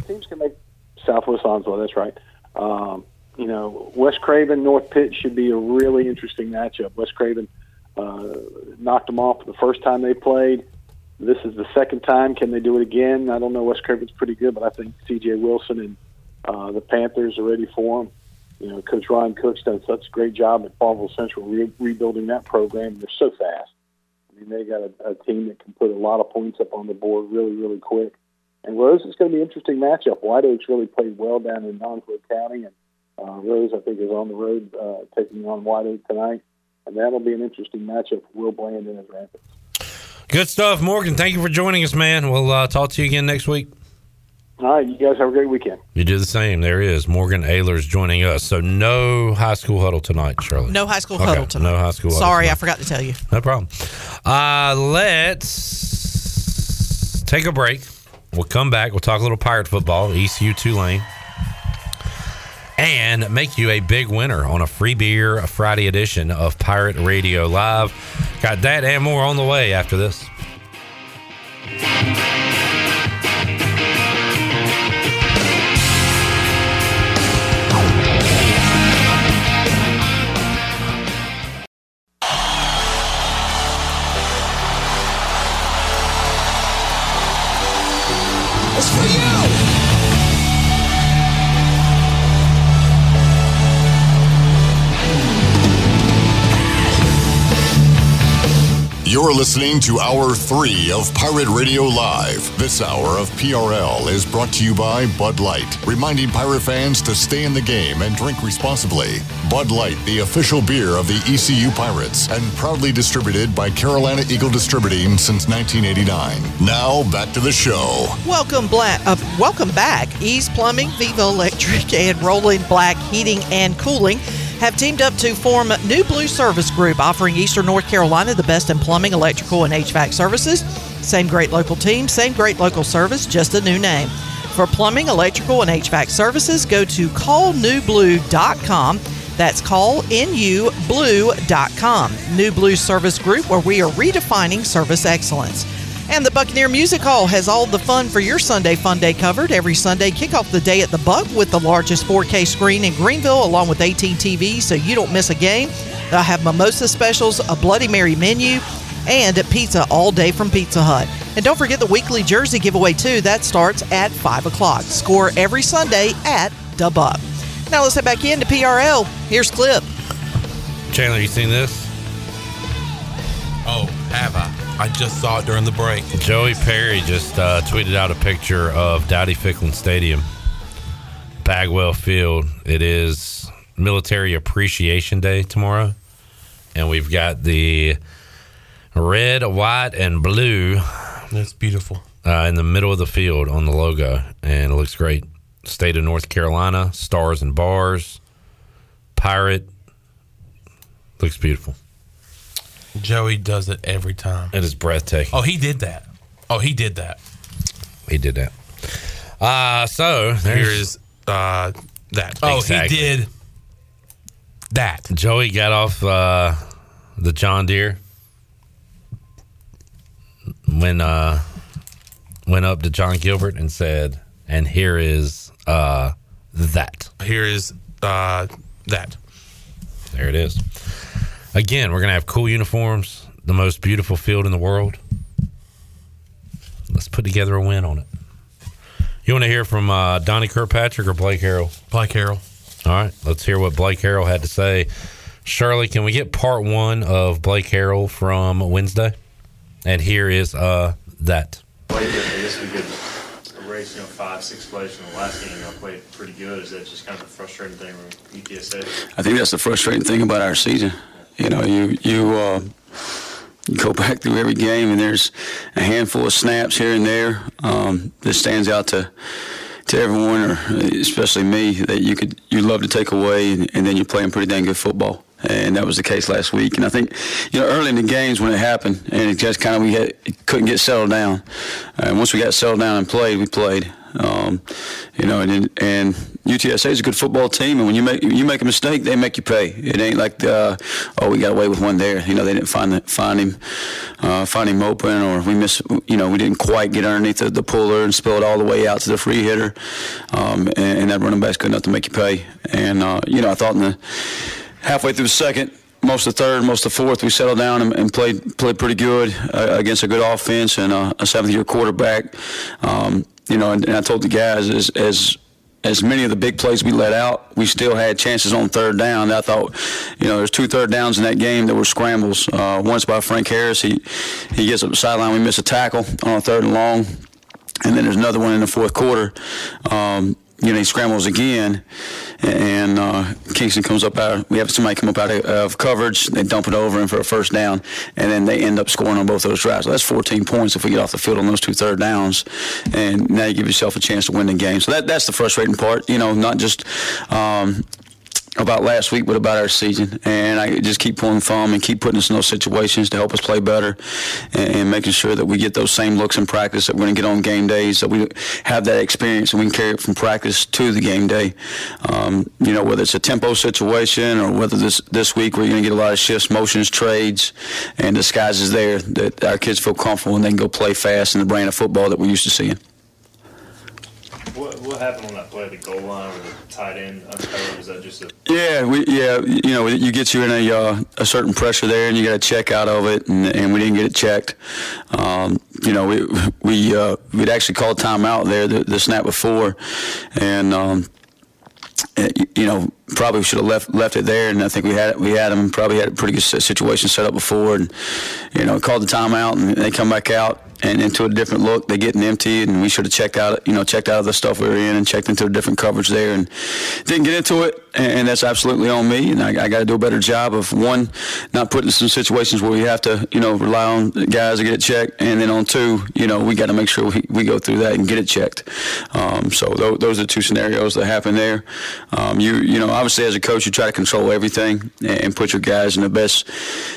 Speaker 15: Southwest Onslow. That's right. Um, you know, West Craven North Pitt should be a really interesting matchup. West Craven uh, knocked them off the first time they played. This is the second time. Can they do it again? I don't know. West Craven's pretty good, but I think C.J. Wilson and uh, the Panthers are ready for them. You know, Coach Ron Cook's done such a great job at Farmville Central re- rebuilding that program. They're so fast. I mean, they got a, a team that can put a lot of points up on the board really, really quick. And Rose is going to be an interesting matchup. White Oaks really played well down in Nonswood County, and uh, Rose, I think, is on the road uh, taking on White Oak tonight. And that'll be an interesting matchup for Will Bland and his Rapids.
Speaker 4: good stuff, Morgan. Thank you for joining us, man. We'll uh, talk to you again next week.
Speaker 15: All right, you guys have a great weekend.
Speaker 4: You do the same. There is Morgan Ayler's joining us. So no high school huddle tonight, Shirley.
Speaker 9: No high school
Speaker 4: Okay,
Speaker 9: huddle tonight.
Speaker 4: No high school huddle.
Speaker 9: Sorry,
Speaker 4: tonight.
Speaker 9: I forgot to tell you.
Speaker 4: No problem. Uh, let's take a break. We'll come back. We'll talk a little pirate football, ECU Tulane, and make you a big winner on a free beer Friday edition of Pirate Radio Live. Got that and more on the way after this.
Speaker 10: It's for you.
Speaker 3: You're listening to Hour 3 of Pirate Radio Live. This hour of PRL is brought to you by Bud Light, reminding pirate fans to stay in the game and drink responsibly. Bud Light, the official beer of the ECU Pirates, and proudly distributed by Carolina Eagle Distributing since 1989. Now, back to the show.
Speaker 9: Welcome, Black. Uh, welcome back. Ease Plumbing, Viva Electric, and Rolling Black Heating and Cooling have teamed up to form New Blue Service Group, offering Eastern North Carolina the best in plumbing, electrical, and HVAC services. Same great local team, same great local service, just a new name. For plumbing, electrical, and HVAC services, go to callnewblue.com. That's callnublue.com. New Blue Service Group, where we are redefining service excellence. And the Buccaneer Music Hall has all the fun for your Sunday Fun Day covered. Every Sunday, kick off the day at the Buck with the largest 4K screen in Greenville, along with 18 TVs, so you don't miss a game. They'll have mimosa specials, a Bloody Mary menu, and pizza all day from Pizza Hut. And don't forget the weekly jersey giveaway too. That starts at five o'clock. Score every Sunday at the Buck. Now let's head back into PRL. Here's clip.
Speaker 4: Chandler, you seen this?
Speaker 2: Oh, have I? I just saw it during the break.
Speaker 4: Joey Perry just uh, tweeted out a picture of Dowdy Ficklin Stadium, Bagwell Field. It is Military Appreciation Day tomorrow, and we've got the red, white, and blue.
Speaker 2: That's beautiful.
Speaker 4: Uh, in the middle of the field on the logo, and it looks great. State of North Carolina, stars and bars, pirate. Looks beautiful.
Speaker 2: Joey does it every time.
Speaker 4: It is breathtaking.
Speaker 2: Oh, he did that. Oh, he did that.
Speaker 4: He did that. Uh, so
Speaker 2: Here is uh, that. Oh, he did. that.
Speaker 4: Joey got off uh, the John Deere when uh, went up to John Gilbert and said, "And here is uh, that.
Speaker 2: Here is uh, that.
Speaker 4: There it is. Again, we're gonna have cool uniforms, the most beautiful field in the world. Let's put together a win on it. You want to hear from uh, Donnie Kirkpatrick or Blake Harrell?
Speaker 2: Blake Harrell.
Speaker 4: All right, let's hear what Blake Harrell had to say. Shirley, can we get part one of Blake Harrell from Wednesday? And here is uh that.
Speaker 16: played, I guess we could erase, you know, five, six plays from the last game. I played pretty good. Is that just kind of a frustrating thing with E UTSA?
Speaker 17: I think that's the frustrating thing about our season. You know, you you uh, go back through every game, and there's a handful of snaps here and there um, that stands out to to everyone, or uh, especially me, that you could you love to take away, and, and then you're playing pretty dang good football. And that was the case last week. And I think, you know, early in the games when it happened, and it just kind of we had, it couldn't get settled down. And once we got settled down and played, we played. Um, you know, and, and UTSA is a good football team, and when you make you make a mistake, they make you pay. It ain't like uh, oh, we got away with one there. You know, they didn't find the, find him uh, find him open, or we miss. You know, we didn't quite get underneath the, the puller and spill it all the way out to the free hitter, um, and, and that running back's good enough to make you pay. And uh, you know, I thought in the halfway through the second, most of the third, most of the fourth, we settled down and, and played played pretty good uh, against a good offense and uh, a seventh year quarterback. Um, you know, and, and I told the guys as as as many of the big plays we let out, we still had chances on third down. I thought, you know, there's two third downs in that game that were scrambles. Uh, once by Frank Harris, he he gets up the sideline, we miss a tackle on a third and long and then there's another one in the fourth quarter um, you know, he scrambles again, and uh, Kingston comes up out. Of, we have somebody come up out of, of coverage. They dump it over him for a first down, and then they end up scoring on both those drives. So that's 14 points if we get off the field on those two third downs, and now you give yourself a chance to win the game. So that that's the frustrating part. You know, not just. Um, about last week, but about our season. And I just keep pulling thumb and keep putting us in those situations to help us play better and, and making sure that we get those same looks in practice that we're going to get on game days, that we have that experience and we can carry it from practice to the game day. Um, you know, whether it's a tempo situation or whether this, this week we're going to get a lot of shifts, motions, trades, and disguises there that our kids feel comfortable and they can go play fast in the brand of football that we're used to seeing.
Speaker 16: What, what happened on that play, the goal line or the tight end? uncovered? Was that just a
Speaker 17: Yeah, we yeah, you know, you get you in a uh, a certain pressure there, and you got to check out of it, and, and we didn't get it checked. Um, you know, we we uh, we'd actually called timeout there the, the snap before, and. Um, eh, you know, probably should have left left it there, and I think we had we had them probably had a pretty good si- situation set up before, and you know called the timeout, and they come back out and into a different look. They get an empty, and we should have checked out you know checked out of the stuff we were in and checked into a different coverage there, and didn't get into it, and, and that's absolutely on me. And I, I got to do a better job of one, not putting us in situations where we have to, you know, rely on the guys to get it checked, and then on two, you know, we got to make sure we, we go through that and get it checked. Um, so tho- those are two scenarios that happen there. Um, you you know, obviously as a coach, you try to control everything and, and put your guys in the best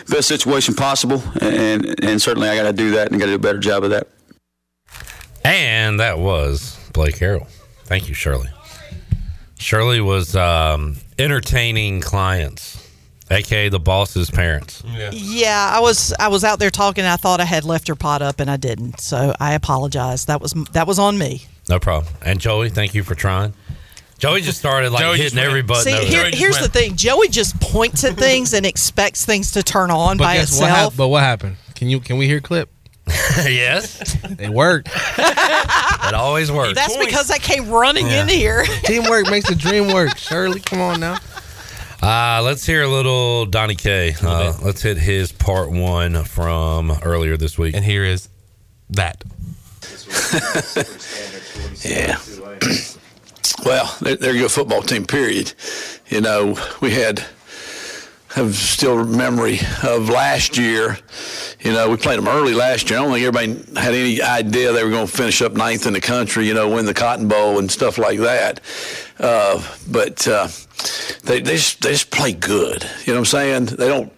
Speaker 17: best situation possible, and and certainly I got to do that and got to do a better job of that.
Speaker 4: And that was Blake Harrell. Thank you, Shirley. Shirley was um, entertaining clients, aka the boss's parents.
Speaker 9: Yeah, I was I was out there talking. I thought I had left her pot up, and I didn't. So I apologize. That was that was on me.
Speaker 4: No problem. And Joey, thank you for trying. Joey just started like
Speaker 9: Joey
Speaker 4: hitting every button.
Speaker 9: See,
Speaker 4: over
Speaker 9: here,
Speaker 4: there.
Speaker 9: here's the thing. Joey just points at things and expects things to turn on by
Speaker 5: guess what hap-
Speaker 9: itself.
Speaker 5: but what happened? Can you can we hear a clip?
Speaker 4: yes,
Speaker 5: it worked.
Speaker 4: it always works.
Speaker 9: That's because I came running
Speaker 4: Yeah.
Speaker 9: in here.
Speaker 5: Teamwork makes the dream work. Shirley, come on now.
Speaker 4: Uh, let's hear a little Donnie K. Uh, let's hit his part one from earlier this week. And here is that.
Speaker 18: Yeah. well, they're, they're a good football team, period. You know, we had, have still memory of last year. You know, we played them early last year. I don't think everybody had any idea they were going to finish up ninth in the country, you know, win the Cotton Bowl and stuff like that. Uh, but, uh, they, they just they just play good. You know what I'm saying? They don't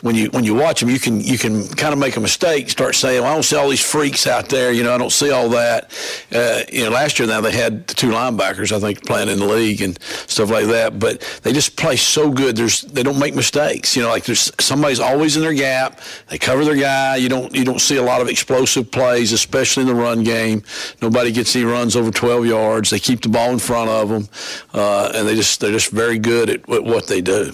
Speaker 18: when you when you watch them, you can you can kind of make a mistake. Start saying, well, "I don't see all these freaks out there." You know, I don't see all that. Uh, you know, last year now they had the two linebackers I think playing in the league and stuff like that. But they just play so good. There's they don't make mistakes. You know, like there's somebody's always in their gap. They cover their guy. You don't you don't see a lot of explosive plays, especially in the run game. Nobody gets any runs over 12 yards. They keep the ball in front of them, uh, and they just they're just very good at, at what they do.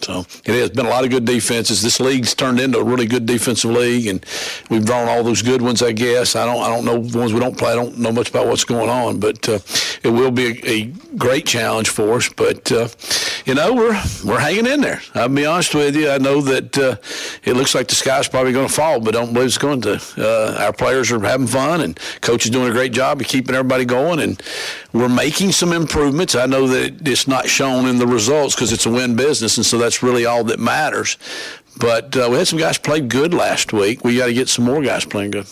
Speaker 18: So it has been a lot of good defenses. This league's turned into a really good defensive league, and we've drawn all those good ones. I guess I don't I don't know the ones we don't play. I don't know much about what's going on, but uh, it will be a, a great challenge for us. But uh, you know we're we're hanging in there. I'll be honest with you. I know that uh, it looks like the sky's probably going to fall, but don't believe it's going to. Uh, our players are having fun, and coach is doing a great job of keeping everybody going, and we're making some improvements. I know that it's not shown in the results because it's a win business, and so that's really all that matters. But uh, we had some guys play good last week. We got to get some more guys playing good.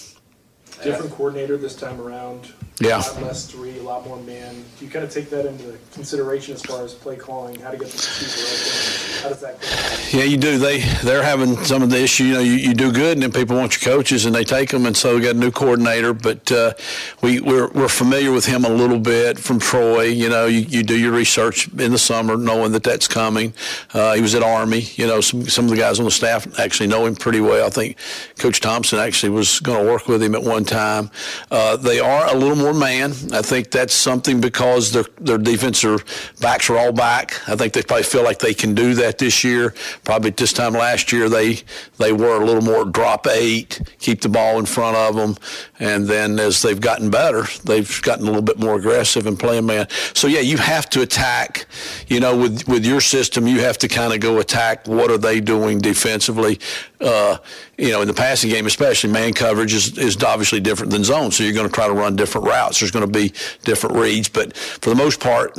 Speaker 19: Different coordinator this time around.
Speaker 18: Yeah.
Speaker 19: A lot less three, a lot more man. Do you kind of take that into consideration as far as play calling, how to get the receiver open? How does that go?
Speaker 18: Yeah, you do. They they're having some of the issue. You know, you, you do good, and then people want your coaches, and they take them. And so we got a new coordinator, but uh, we we're, we're familiar with him a little bit from Troy. You know, you, you do your research in the summer, knowing that that's coming. Uh, he was at Army. You know, some some of the guys on the staff actually know him pretty well. I think Coach Thompson actually was going to work with him at one time. Uh, they are a little more man. I think that's something because their their defensive backs are all back. I think they probably feel like they can do that this year. Probably at this time last year they they were a little more drop eight, keep the ball in front of them, and then as they've gotten better, they've gotten a little bit more aggressive and playing man. So yeah, you have to attack. You know, with with your system, you have to kind of go attack. What are they doing defensively? Uh, you know, in the passing game, especially man coverage is, is obviously obviously different than zone, so you're going to try to run different routes. There's going to be different reads, but for the most part,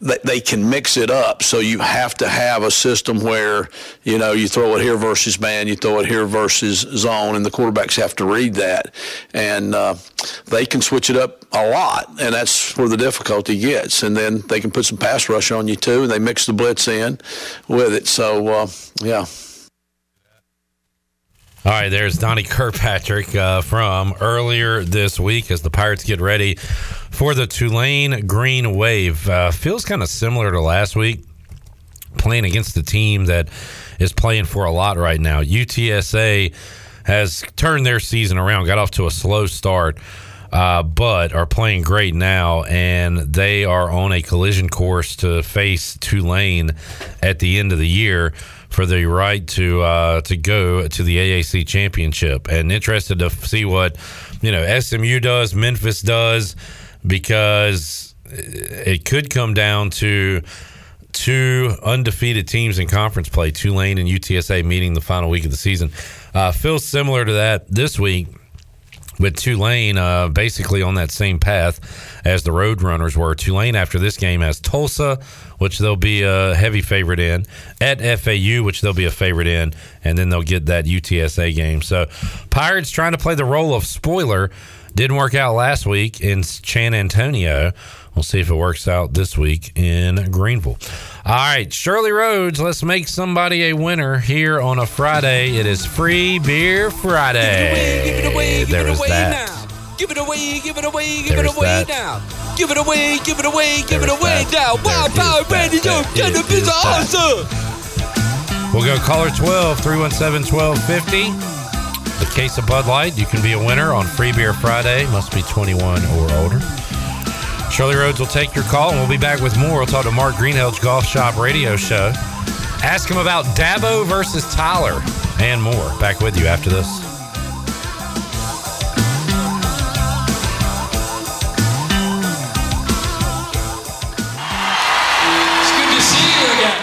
Speaker 18: they, they can mix it up. So you have to have a system where you know you throw it here versus man, you throw it here versus zone, and the quarterbacks have to read that, and uh, they can switch it up a lot, and that's where the difficulty gets. And then they can put some pass rush on you too, and they mix the blitz in with it. So uh, yeah.
Speaker 4: All right, there's Donnie Kirkpatrick uh, from earlier this week as the Pirates get ready for the Tulane Green Wave. Uh, feels kind of similar to last week, playing against the team that is playing for a lot right now. UTSA has turned their season around, got off to a slow start, uh, but are playing great now, and they are on a collision course to face Tulane at the end of the year for the right to uh, to go to the AAC championship, and interested to see what you know SMU does, Memphis does, because it could come down to two undefeated teams in conference play, Tulane and UTSA meeting the final week of the season. Uh, feels similar to that this week. With Tulane uh, basically on that same path as the Roadrunners were. Tulane after this game has Tulsa, which they'll be a heavy favorite in, at FAU, which they'll be a favorite in, and then they'll get that UTSA game. So Pirates trying to play the role of spoiler. Didn't work out last week in San Antonio. We'll see if it works out this week in Greenville. All right, Shirley Rhodes, let's make somebody a winner here on a Friday. It is Free Beer Friday. Give it away, give it away, give it away now.
Speaker 20: Give it away, give it away, give
Speaker 4: There's
Speaker 20: it away
Speaker 4: that.
Speaker 20: now. Give it away, give it away, give it away now. Wow, Power Radio,
Speaker 4: There
Speaker 20: turn the
Speaker 4: is
Speaker 20: pizza
Speaker 4: that.
Speaker 20: awesome.
Speaker 4: We'll go caller 12, 317 1250. The case of Bud Light, you can be a winner on Free Beer Friday. Must be 21 or older. Shirley Rhodes will take your call, and we'll be back with more. We'll talk to Mark Greenhill's Golf Shop radio show. Ask him about Dabo versus Tyler and more. Back with you after this.
Speaker 20: It's good to see you again.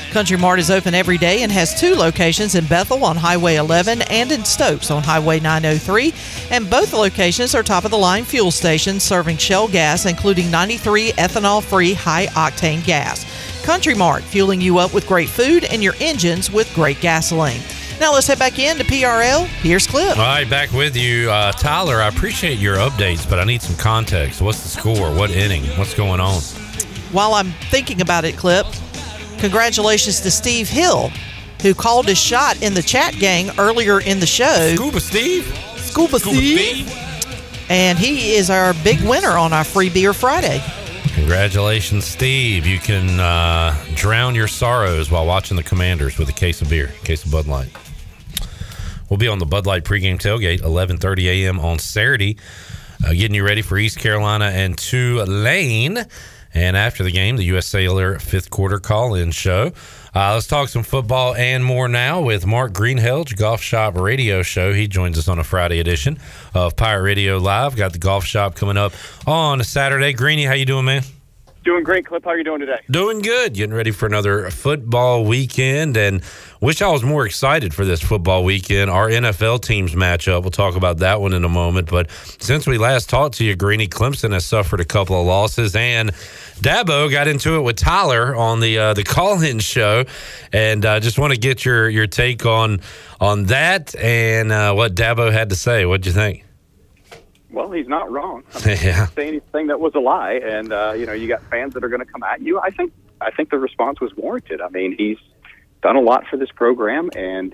Speaker 9: Country Mart is open every day and has two locations in Bethel on Highway 11 and in Stokes on Highway 903. And both locations are top of the line fuel stations serving shell gas, including 93 ethanol free high octane gas. Country Mart, fueling you up with great food and your engines with great gasoline. Now let's head back in to PRL. Here's Clip.
Speaker 4: All right, back with you. Uh, Tyler, I appreciate your updates, but I need some context. What's the score? What inning? What's going on?
Speaker 9: while I'm thinking about it, Clip, congratulations to Steve Hill, who called his shot in the chat gang earlier in the show.
Speaker 4: Scuba Steve?
Speaker 9: Scuba, Steve. And he is our big winner on our Free Beer Friday.
Speaker 4: Congratulations, Steve. You can uh, drown your sorrows while watching the Commanders with a case of beer, a case of Bud Light. We'll be on the Bud Light pregame tailgate, 11:30 a.m. on Saturday, uh, getting you ready for East Carolina and Tulane. And after the game, the U.S. Sailor fifth quarter call-in show. Uh, let's talk some football and more now with Mark Greenhelge, Golf Shop Radio Show. He joins us on a Friday edition of Pirate Radio Live. Got the Golf Shop coming up on Saturday. Greeny, how you doing, man?
Speaker 21: Doing great, Clip. How are you doing today?
Speaker 4: Doing good. Getting ready for another football weekend and wish I was more excited for this football weekend. Our NFL teams matchup. We'll talk about that one in a moment. But since we last talked to you, Greeny, Clemson has suffered a couple of losses and Dabo got into it with Tyler on the uh, the call-in show. And I uh, just want to get your your take on on that and uh, what Dabo had to say. What'd you think?
Speaker 21: Well, he's not wrong. I
Speaker 4: yeah.
Speaker 21: Say anything that was a lie, and uh, you know you got fans that are going to come at you. I think I think the response was warranted. I mean, he's done a lot for this program, and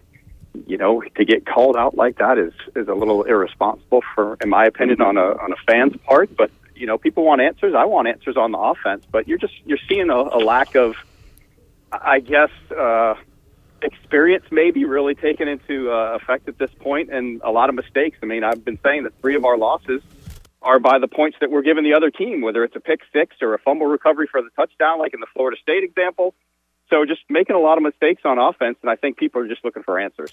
Speaker 21: you know to get called out like that is is a little irresponsible for, in my opinion, on a on a fan's part. But you know, people want answers. I want answers on the offense, but you're just you're seeing a, a lack of I guess uh, experience may be really taken into uh, effect at this point, and a lot of mistakes. I mean, I've been saying that three of our losses are by the points that we're giving the other team, whether it's a pick six or a fumble recovery for the touchdown, like in the Florida State example. So just making a lot of mistakes on offense, and I think people are just looking for answers.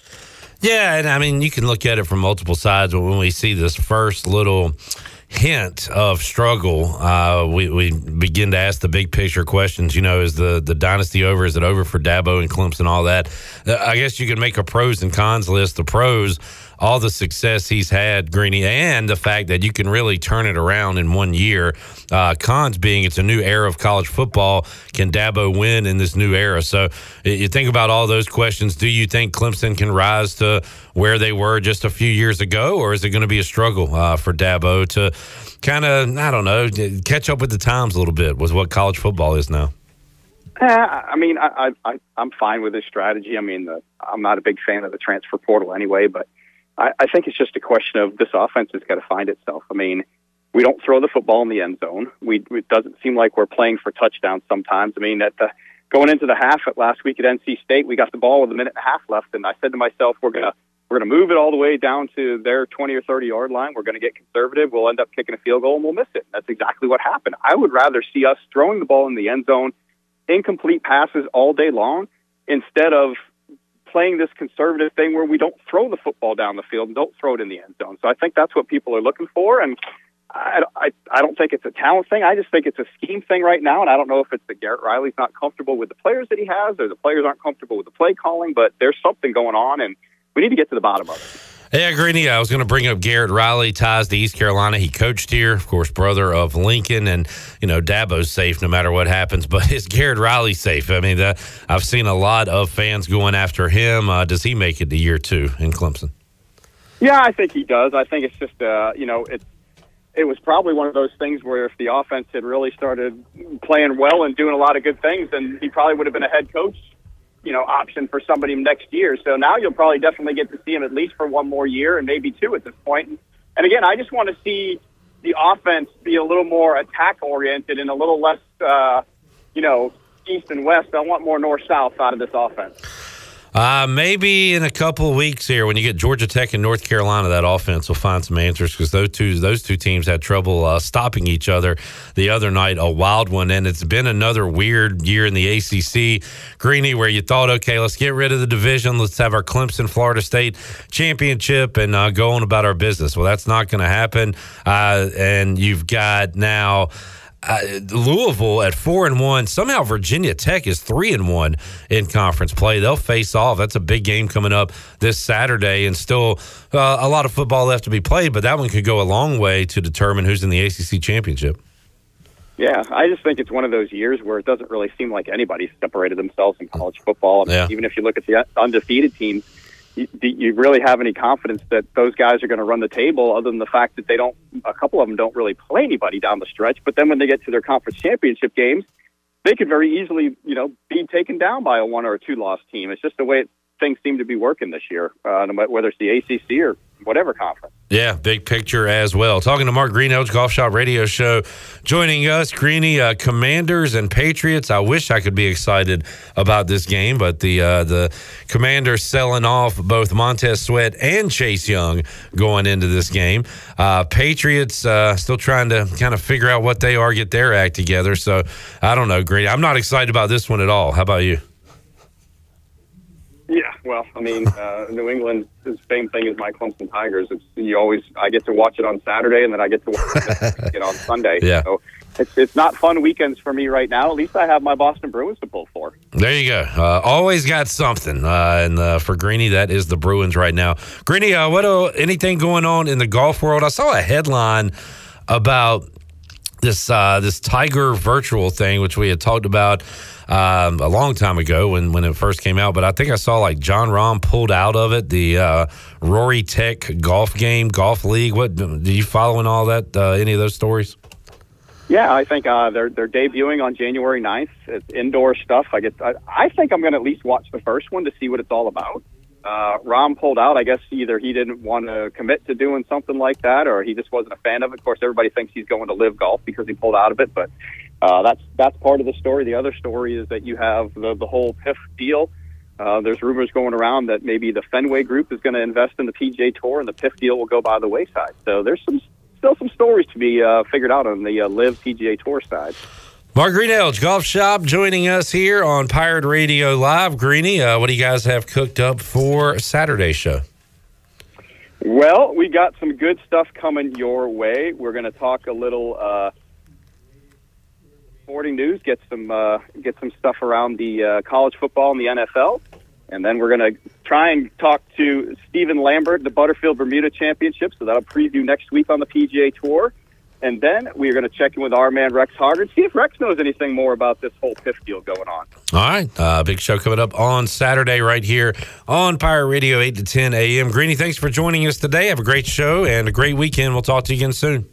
Speaker 4: Yeah, and I mean, you can look at it from multiple sides, but when we see this first little hint of struggle, uh, we, we begin to ask the big picture questions. You know, is the, the dynasty over? Is it over for Dabo and Clemson, all that? Uh, I guess you can make a pros and cons list. The pros, all the success he's had, Greeny, and the fact that you can really turn it around in one year. Uh, cons being it's a new era of college football. Can Dabo win in this new era? So y- you think about all those questions. Do you think Clemson can rise to where they were just a few years ago, or is it going to be a struggle uh, for Dabo to kind of, I don't know, d- catch up with the times a little bit with what college football is now?
Speaker 21: Eh, I mean, I, I, I, I'm fine with this strategy. I mean, the, I'm not a big fan of the transfer portal anyway, but I, I think it's just a question of this offense has got to find itself. I mean, we don't throw the football in the end zone. We it doesn't seem like we're playing for touchdowns sometimes. I mean, at the going into the half at last week at NC State, we got the ball with a minute and a half left, and I said to myself, we're gonna we're gonna move it all the way down to their 20 or 30 yard line. We're gonna get conservative. We'll end up kicking a field goal and we'll miss it. That's exactly what happened. I would rather see us throwing the ball in the end zone, incomplete passes all day long, instead of playing this conservative thing where we don't throw the football down the field and don't throw it in the end zone. So I think that's what people are looking for, and I, I, I don't think it's a talent thing. I just think it's a scheme thing right now, and I don't know if it's that Garrett Riley's not comfortable with the players that he has, or the players aren't comfortable with the play calling. But there's something going on, and we need to get to the bottom of it.
Speaker 4: Yeah, Greeny, I was going to bring up Garrett Riley, ties to East Carolina. He coached here, of course, brother of Lincoln, and you know Dabo's safe no matter what happens. But is Garrett Riley safe? I mean, the, I've seen a lot of fans going after him. Uh, does he make it to year two in Clemson?
Speaker 21: Yeah, I think he does. I think it's just uh, you know it. It was probably one of those things where if the offense had really started playing well and doing a lot of good things, then he probably would have been a head coach, you know, option for somebody next year. So now you'll probably definitely get to see him at least for one more year and maybe two at this point. And again, I just want to see the offense be a little more attack oriented and a little less, uh, you know, east and west. I want more north south out of this offense.
Speaker 4: Uh, maybe in a couple of weeks here, when you get Georgia Tech and North Carolina, that offense will find some answers because those two those two teams had trouble uh, stopping each other the other night, a wild one, and it's been another weird year in the ACC, Greeny, where you thought, okay, let's get rid of the division, let's have our Clemson Florida State championship and uh, go on about our business. Well, that's not going to happen, uh, and you've got now uh, Louisville at four and one. Somehow Virginia Tech is three and one in conference play. They'll face off. That's a big game coming up this Saturday, and still uh, a lot of football left to be played. But that one could go a long way to determine who's in the ACC championship.
Speaker 21: Yeah, I just think it's one of those years where it doesn't really seem like anybody's separated themselves in college football. I mean,
Speaker 4: Yeah.
Speaker 21: Even if you look at the undefeated teams, you, do you really have any confidence that those guys are going to run the table? Other than the fact that they don't, a couple of them don't really play anybody down the stretch. But then when they get to their conference championship games, they could very easily, you know, be taken down by a one or a two loss team. It's just the way things seem to be working this year, uh, no matter whether it's the ACC or whatever conference.
Speaker 4: Yeah, big picture as well. Talking to Mark Greenhouse, Golf Shop Radio Show. Joining us, Greeny, uh, Commanders and Patriots. I wish I could be excited about this game, but the uh, the Commanders selling off both Montez Sweat and Chase Young going into this game. Uh, Patriots uh, still trying to kind of figure out what they are, get their act together. So I don't know, Greeny. I'm not excited about this one at all. How about you?
Speaker 21: Yeah, well, I mean, uh, New England is the same thing as my Clemson Tigers. It's you always I get to watch it on Saturday, and then I get to watch it you know, on Sunday.
Speaker 4: Yeah.
Speaker 21: So it's it's not fun weekends for me right now. At least I have my Boston Bruins to pull for.
Speaker 4: There you go. Uh, always got something, uh, and uh, for Greeny, that is the Bruins right now. Greeny, uh, what uh, anything going on in the golf world? I saw a headline about this uh, this Tiger virtual thing, which we had talked about um, a long time ago when when it first came out. But I think I saw like John Rahm pulled out of it, the uh, Rory Tech golf game, golf league. What do you following all that? Uh, any of those stories?
Speaker 21: Yeah, I think uh, they're they're debuting on January 9th. It's indoor stuff. I get. I, I think I'm going to at least watch the first one to see what it's all about. Uh, Rom pulled out. I guess either he didn't want to commit to doing something like that, or he just wasn't a fan of it. Of course, everybody thinks he's going to live golf because he pulled out of it. But Uh, that's that's part of the story. The other story is that you have the the whole PIF deal. Uh, there's rumors going around that maybe the Fenway Group is going to invest in the PJ Tour, and the PIF deal will go by the wayside. So there's some still some stories to be uh, figured out on the uh, Live PGA Tour side.
Speaker 4: Mark Green Elge, Golf Shop, joining us here on Pirate Radio Live. Greeny, uh, what do you guys have cooked up for Saturday's show?
Speaker 21: Well, we got some good stuff coming your way. We're going to talk a little uh, sporting news, get some uh, get some stuff around the uh, college football and the NFL, and then we're going to try and talk to Stephen Lambert, the Butterfield Bermuda Championship. So that'll preview next week on the PGA Tour, and then we're going to check in with our man Rex Hargard, see if Rex knows anything more about this whole PIF deal going on.
Speaker 4: All right. Uh, big show coming up on Saturday right here on Pirate Radio, 8 to 10 a.m. Greeny, thanks for joining us today. Have a great show and a great weekend. We'll talk to you again soon.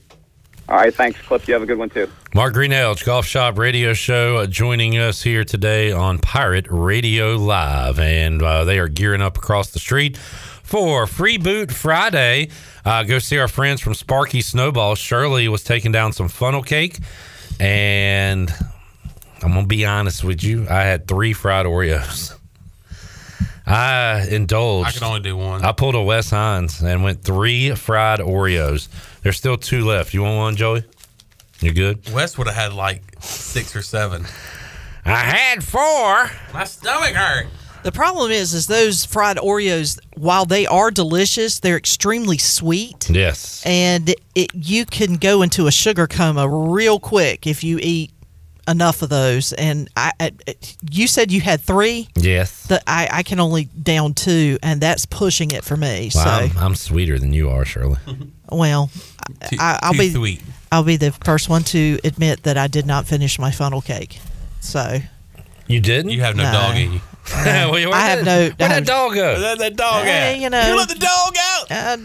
Speaker 21: All right, thanks, Cliff. You have a good one too.
Speaker 4: Mark Green Elge, Golf Shop Radio Show, uh, joining us here today on Pirate Radio Live. And uh, they are gearing up across the street for Free Boot Friday. Uh, go see our friends from Sparky Snowball. Shirley was taking down some funnel cake. And I'm going to be honest with you, I had three fried Oreos. I indulged.
Speaker 2: I can only do one.
Speaker 4: I pulled a Wes Hines and went three fried Oreos. There's still two left. You want one, Joey? You're good.
Speaker 2: Wes would have had like six or seven.
Speaker 4: I had four.
Speaker 2: My stomach hurt.
Speaker 9: The problem is, is those fried Oreos. While they are delicious, they're extremely sweet,
Speaker 4: Yes.
Speaker 9: and it you can go into a sugar coma real quick if you eat enough of those. And I, I you said you had three.
Speaker 4: Yes.
Speaker 9: The, I, I can only down two, and that's pushing it for me.
Speaker 4: Well,
Speaker 9: so
Speaker 4: I'm, I'm sweeter than you are, Shirley.
Speaker 9: Well,
Speaker 4: Too-
Speaker 9: I, I'll
Speaker 4: too
Speaker 9: be
Speaker 4: sweet.
Speaker 9: I'll be the first one to admit that I did not finish my funnel cake. So
Speaker 4: You didn't? You
Speaker 2: have no,
Speaker 9: No.
Speaker 2: dog in you.
Speaker 9: I have no.
Speaker 4: Where'd that dog go?
Speaker 2: Where'd that dog
Speaker 9: Hey,
Speaker 2: at?
Speaker 9: you know, uh,
Speaker 2: You let the dog out.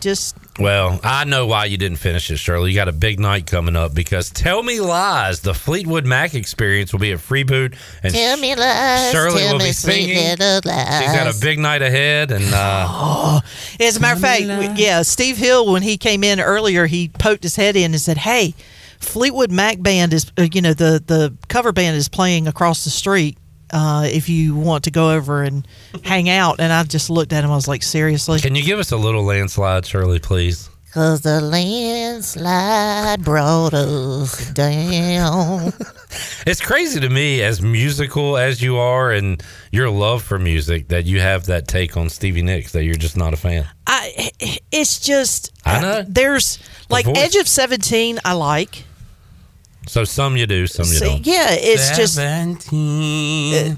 Speaker 9: just
Speaker 4: Well, I know why you didn't finish it, Shirley. You got a big night coming up because Tell Me Lies, the Fleetwood Mac experience, will be at Freeboot. And
Speaker 10: Tell me lies.
Speaker 4: Shirley
Speaker 10: tell
Speaker 4: will
Speaker 10: me
Speaker 4: be
Speaker 10: sweet
Speaker 4: singing.
Speaker 10: little lies.
Speaker 4: she's got a big night ahead. And uh,
Speaker 9: As a matter of fact, we- yeah, Steve Hill, when he came in earlier, he poked his head in and said, "Hey, Fleetwood Mac band is, uh, you know, the the cover band is playing across the street. Uh, if you want to go over and hang out." And I just looked at him. I was like, "Seriously?"
Speaker 4: can you give us a little landslide, Shirley, please?
Speaker 10: Cause the landslide brought us down.
Speaker 4: It's crazy to me, as musical as you are and your love for music, that you have that take on Stevie Nicks that you're just not a fan.
Speaker 9: I, it's just uh,
Speaker 4: I know.
Speaker 9: there's like
Speaker 4: voice.
Speaker 9: Edge of Seventeen. I like.
Speaker 4: So some you do, some you
Speaker 9: See,
Speaker 4: don't.
Speaker 9: yeah, it's just-
Speaker 2: seventeen.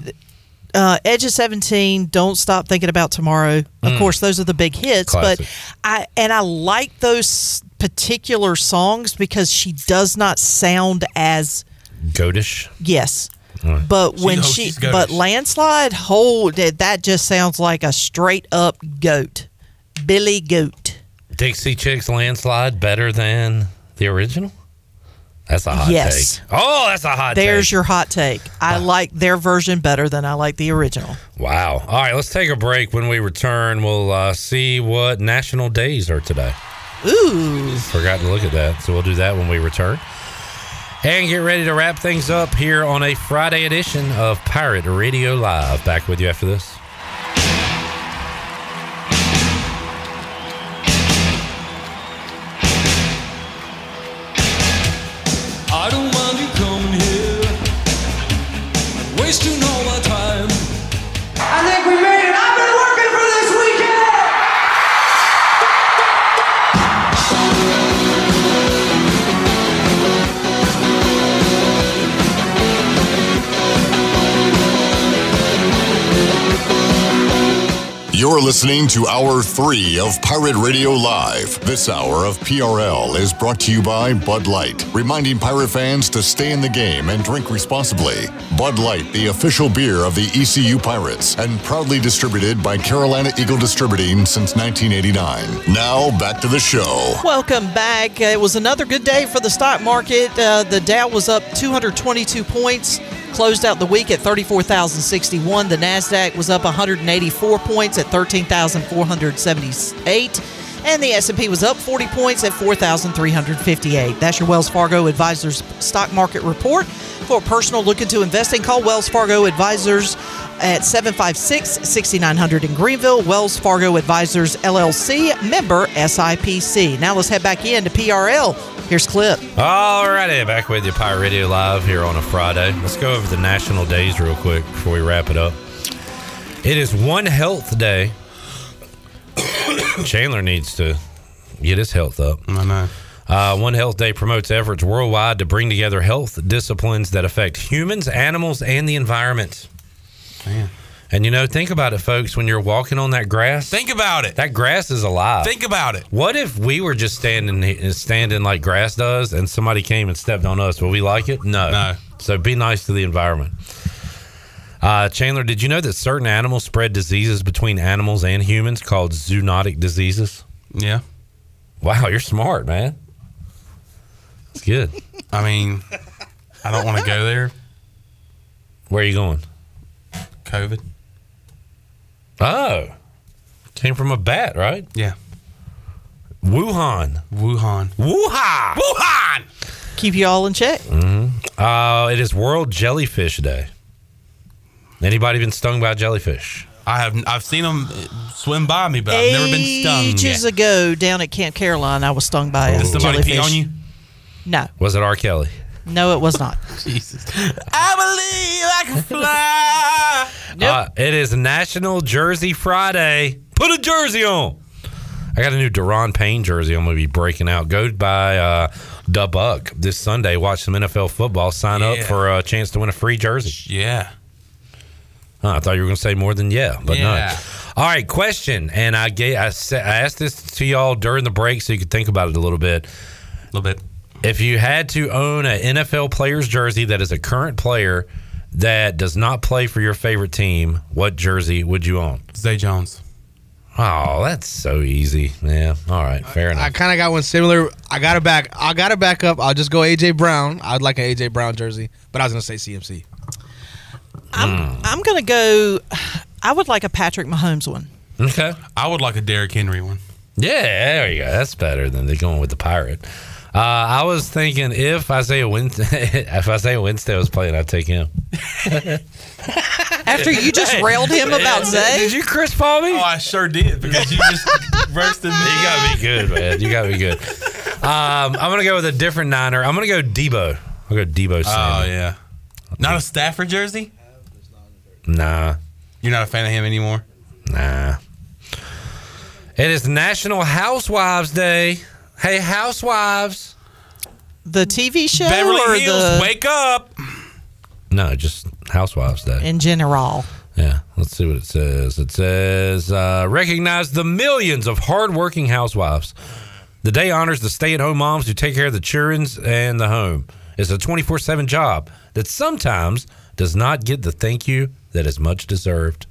Speaker 9: uh, Edge of Seventeen, Don't Stop Thinking About Tomorrow. Of
Speaker 4: Mm.
Speaker 9: course, those are the big hits.
Speaker 4: Classic.
Speaker 9: But I and I like those particular songs because she does not sound as
Speaker 4: Goatish.
Speaker 9: yes.
Speaker 4: All right.
Speaker 9: But
Speaker 4: She's-
Speaker 9: when
Speaker 4: oh,
Speaker 9: she
Speaker 4: she's goatish.
Speaker 9: but landslide, hold it, that just sounds like a straight up goat, Billy Goat.
Speaker 4: Dixie Chicks landslide better than the original? That's a hot
Speaker 9: Yes.
Speaker 4: take. Oh, that's a hot
Speaker 9: There's
Speaker 4: take.
Speaker 9: your hot take. I like their version better than I like the original.
Speaker 4: Wow. All right, let's take a break. When we return, we'll uh, see what national days are today.
Speaker 9: Ooh.
Speaker 4: Forgot to look at that. So we'll do that when we return. And get ready to wrap things up here on a Friday edition of Pirate Radio Live. Back with you after this.
Speaker 10: I don't mind you coming here and wasting all my time. I think we made it. I've been working for this weekend.
Speaker 3: You're listening to Hour 3 of Pirate Radio Live. This hour of PRL is brought to you by Bud Light, reminding pirate fans to stay in the game and drink responsibly. Bud Light, the official beer of the ECU Pirates, and proudly distributed by Carolina Eagle Distributing since 1989. Now, back to the show.
Speaker 9: Welcome back. Uh, It was another good day for the stock market. Uh, the Dow was up 222 points, closed out the week at 34,061. The Nasdaq was up 184 points at 13,478. and the S&P was up 40 points at 4,358. That's your Wells Fargo Advisors stock market report. For a personal look into investing, call Wells Fargo Advisors at 756-6900 in Greenville, Wells Fargo Advisors LLC, member SIPC. Now let's head back in to PRL. Here's clip.
Speaker 4: Alrighty, back with you, Pirate Radio Live here on a Friday. Let's go over the national days real quick before we wrap it up. It is One Health Day. Chandler needs to get his health up. I know. Uh, One Health Day promotes efforts worldwide to bring together health disciplines that affect humans, animals, and the environment. And you know, think about it, folks. When you're walking on that grass, think about it. That grass is alive.
Speaker 2: Think about it.
Speaker 4: What if we were just standing he- standing like grass does, and somebody came and stepped on us? Will we like it? No. No. So be nice to the environment. Uh, Chandler, did you know that certain animals spread diseases between animals and humans called zoonotic diseases?
Speaker 2: Yeah.
Speaker 4: Wow, you're smart, man. It's good.
Speaker 2: I mean, I don't want to go there.
Speaker 4: Where are you going?
Speaker 2: COVID.
Speaker 4: Oh, came from a bat, right?
Speaker 2: Yeah.
Speaker 4: Wuhan.
Speaker 2: Wuhan.
Speaker 4: Wuhan.
Speaker 2: Ah, Wuhan.
Speaker 9: Keep you all in check.
Speaker 4: Mm-hmm. Uh, it is World Jellyfish Day. Anybody been stung by a jellyfish?
Speaker 2: I have. I've seen them swim by me, but I've never been stung.
Speaker 9: Ages ago, down at Camp Caroline, I was stung by a
Speaker 2: Did somebody pee
Speaker 9: jellyfish.
Speaker 2: on you?
Speaker 9: No,
Speaker 4: Was it R. Kelly?
Speaker 9: no, it was not.
Speaker 2: Jesus.
Speaker 9: I believe I can
Speaker 2: fly.
Speaker 4: Uh, it is National Jersey Friday. Put a jersey on. I got a new Deron Payne jersey. I'm going to be breaking out. Go by uh, the Buck this Sunday. Watch some NFL football. Sign up
Speaker 2: Yeah.
Speaker 4: for a chance to win a free jersey.
Speaker 2: Yeah.
Speaker 4: Huh, I thought you were going to say more than yeah, but
Speaker 2: Yeah.
Speaker 4: no. All right, question, and I gave I, sa- I asked this to y'all during the break so you could think about it a little bit.
Speaker 2: A little bit.
Speaker 4: If you had to own an NFL player's jersey that is a current player that does not play for your favorite team, what jersey would you own?
Speaker 2: Zay Jones.
Speaker 4: Oh, that's so easy. Yeah. All right. Fair enough.
Speaker 5: I kind of got one similar. I got to back. I got to back up. I'll just go AJ Brown. I'd like an AJ Brown jersey, but I was gonna say CMC.
Speaker 4: Hmm.
Speaker 9: I'm gonna go. I would like a Patrick Mahomes one.
Speaker 4: Okay.
Speaker 2: I would like a Derrick Henry one.
Speaker 4: Yeah, there you go. That's better than the going with the pirate. Uh, I was thinking if Isaiah Wednesday, if Isaiah Wednesday was playing, I'd take him.
Speaker 9: After you just railed him about Zay,
Speaker 4: did you Chris Paul me?
Speaker 2: Oh, I sure did because you just roasted me. You
Speaker 4: gotta be good, man. You gotta be good. Um, I'm gonna go with a different Niner. I'm gonna go Debo. I'll go Debo.
Speaker 2: Oh
Speaker 4: Samuel.
Speaker 2: yeah. Not a Stafford jersey.
Speaker 4: Nah.
Speaker 2: You're not a fan of him anymore.
Speaker 4: Nah. It is National Housewives Day. Hey, housewives.
Speaker 9: the TV show or
Speaker 2: Beverly Hills,
Speaker 9: the
Speaker 2: wake up.
Speaker 4: No, just Housewives Day.
Speaker 9: in general.
Speaker 4: Yeah, let's see what it says. It says uh, recognize the millions of hardworking housewives. The day honors the stay-at-home moms who take care of the childrens and the home. It's a 24/7 job that sometimes does not get the thank you that is much deserved.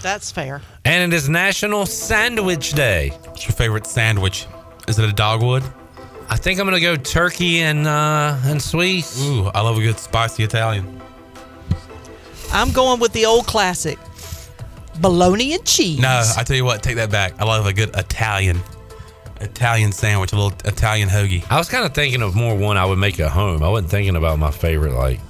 Speaker 9: That's fair.
Speaker 4: And it is National Sandwich Day.
Speaker 2: What's your favorite sandwich? Is it a dogwood?
Speaker 4: I think I'm gonna go turkey and uh, and Swiss.
Speaker 2: Ooh, I love a good spicy Italian.
Speaker 9: I'm going with the old classic, bologna and cheese.
Speaker 2: No, I tell you what, take that back. I love a good Italian, Italian sandwich, a little Italian hoagie.
Speaker 4: I was kind of thinking of more one I would make at home. I wasn't thinking about my favorite like.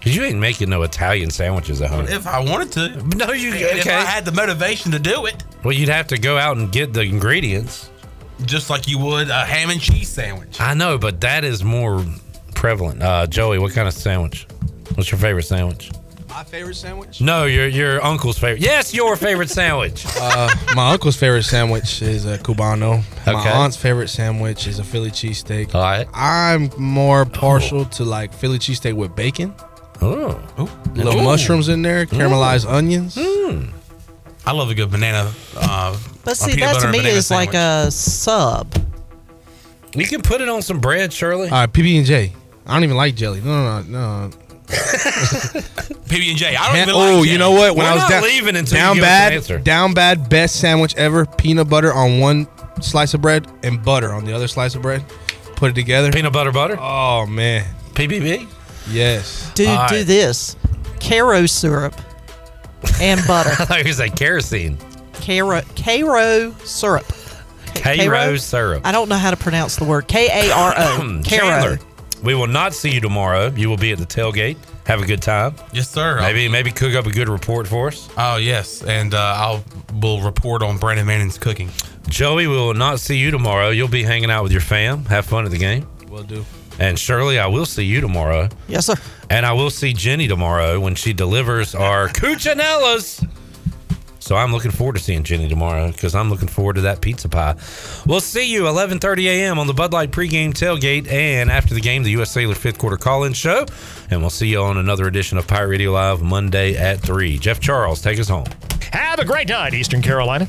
Speaker 4: Cause you ain't making no Italian sandwiches at home.
Speaker 2: If I wanted to,
Speaker 4: no, you.
Speaker 2: If
Speaker 4: okay.
Speaker 2: I had the motivation to do it,
Speaker 4: Well, you'd have to go out and get the ingredients.
Speaker 2: just like you would a ham and cheese sandwich.
Speaker 4: I know, but that is more prevalent. Uh, Joey, what kind of sandwich? What's your favorite sandwich?
Speaker 5: My favorite sandwich.
Speaker 4: No, your your uncle's favorite. Yes, your favorite sandwich.
Speaker 5: Uh, my uncle's favorite sandwich is a cubano. My
Speaker 4: Okay.
Speaker 5: aunt's favorite sandwich is a Philly cheesesteak. All
Speaker 4: right.
Speaker 5: I'm more
Speaker 2: Oh.
Speaker 5: partial to like Philly cheesesteak with bacon.
Speaker 4: Oh.
Speaker 5: Little
Speaker 2: Ooh. Hmm.
Speaker 5: mushrooms in there, caramelized onions.
Speaker 4: Hmm.
Speaker 2: I love a good banana. Uh,
Speaker 9: But
Speaker 2: a
Speaker 9: see,
Speaker 2: peanut
Speaker 9: that
Speaker 2: butter
Speaker 9: to
Speaker 2: and
Speaker 9: me
Speaker 2: banana
Speaker 9: is like a sub.
Speaker 4: You can put it on some bread, Shirley.
Speaker 5: All right, PB and J. I don't even like jelly. No, no, no.
Speaker 2: PB and J. I don't
Speaker 5: Man,
Speaker 2: even like.
Speaker 5: oh, you know what? When
Speaker 2: We're
Speaker 5: I was
Speaker 2: not
Speaker 5: down,
Speaker 2: leaving until
Speaker 5: down
Speaker 2: you give us an
Speaker 5: bad,
Speaker 2: answer.
Speaker 5: down bad, best sandwich ever. Peanut butter on one slice of bread and butter on the other slice of bread. Put it together.
Speaker 4: Peanut butter butter.
Speaker 5: Oh man,
Speaker 4: PBB.
Speaker 5: Yes,
Speaker 9: Dude,
Speaker 4: All
Speaker 9: do
Speaker 4: right.
Speaker 9: this: caro syrup and butter.
Speaker 4: I thought you were gonna say kerosene.
Speaker 9: Cairo, Cairo syrup. K-
Speaker 4: Cairo syrup.
Speaker 9: I don't know how to pronounce the word. K A R O. Caro.
Speaker 4: Chandler, we will not see you tomorrow. You will be at the tailgate. Have a good time.
Speaker 2: Yes, sir.
Speaker 4: Maybe maybe cook up a good report for us.
Speaker 2: Oh yes, and uh, I'll will report on Brandon Manning's cooking.
Speaker 4: Joey, we will not see you tomorrow. You'll be hanging out with your fam. Have fun at the game.
Speaker 2: Will do.
Speaker 4: And Shirley, I will see you tomorrow.
Speaker 9: Yes, sir.
Speaker 4: And I will see Jenny tomorrow when she delivers our Cuccinellas. So I'm looking forward to seeing Jenny tomorrow because I'm looking forward to that pizza pie. We'll see you 11:30 a.m. on the Bud Light pregame tailgate and after the game, the U.S. Sailor fifth quarter call-in show. And we'll see you on another edition of Pirate Radio Live Monday at three. Jeff Charles, take us home.
Speaker 22: Have a great night, Eastern Carolina.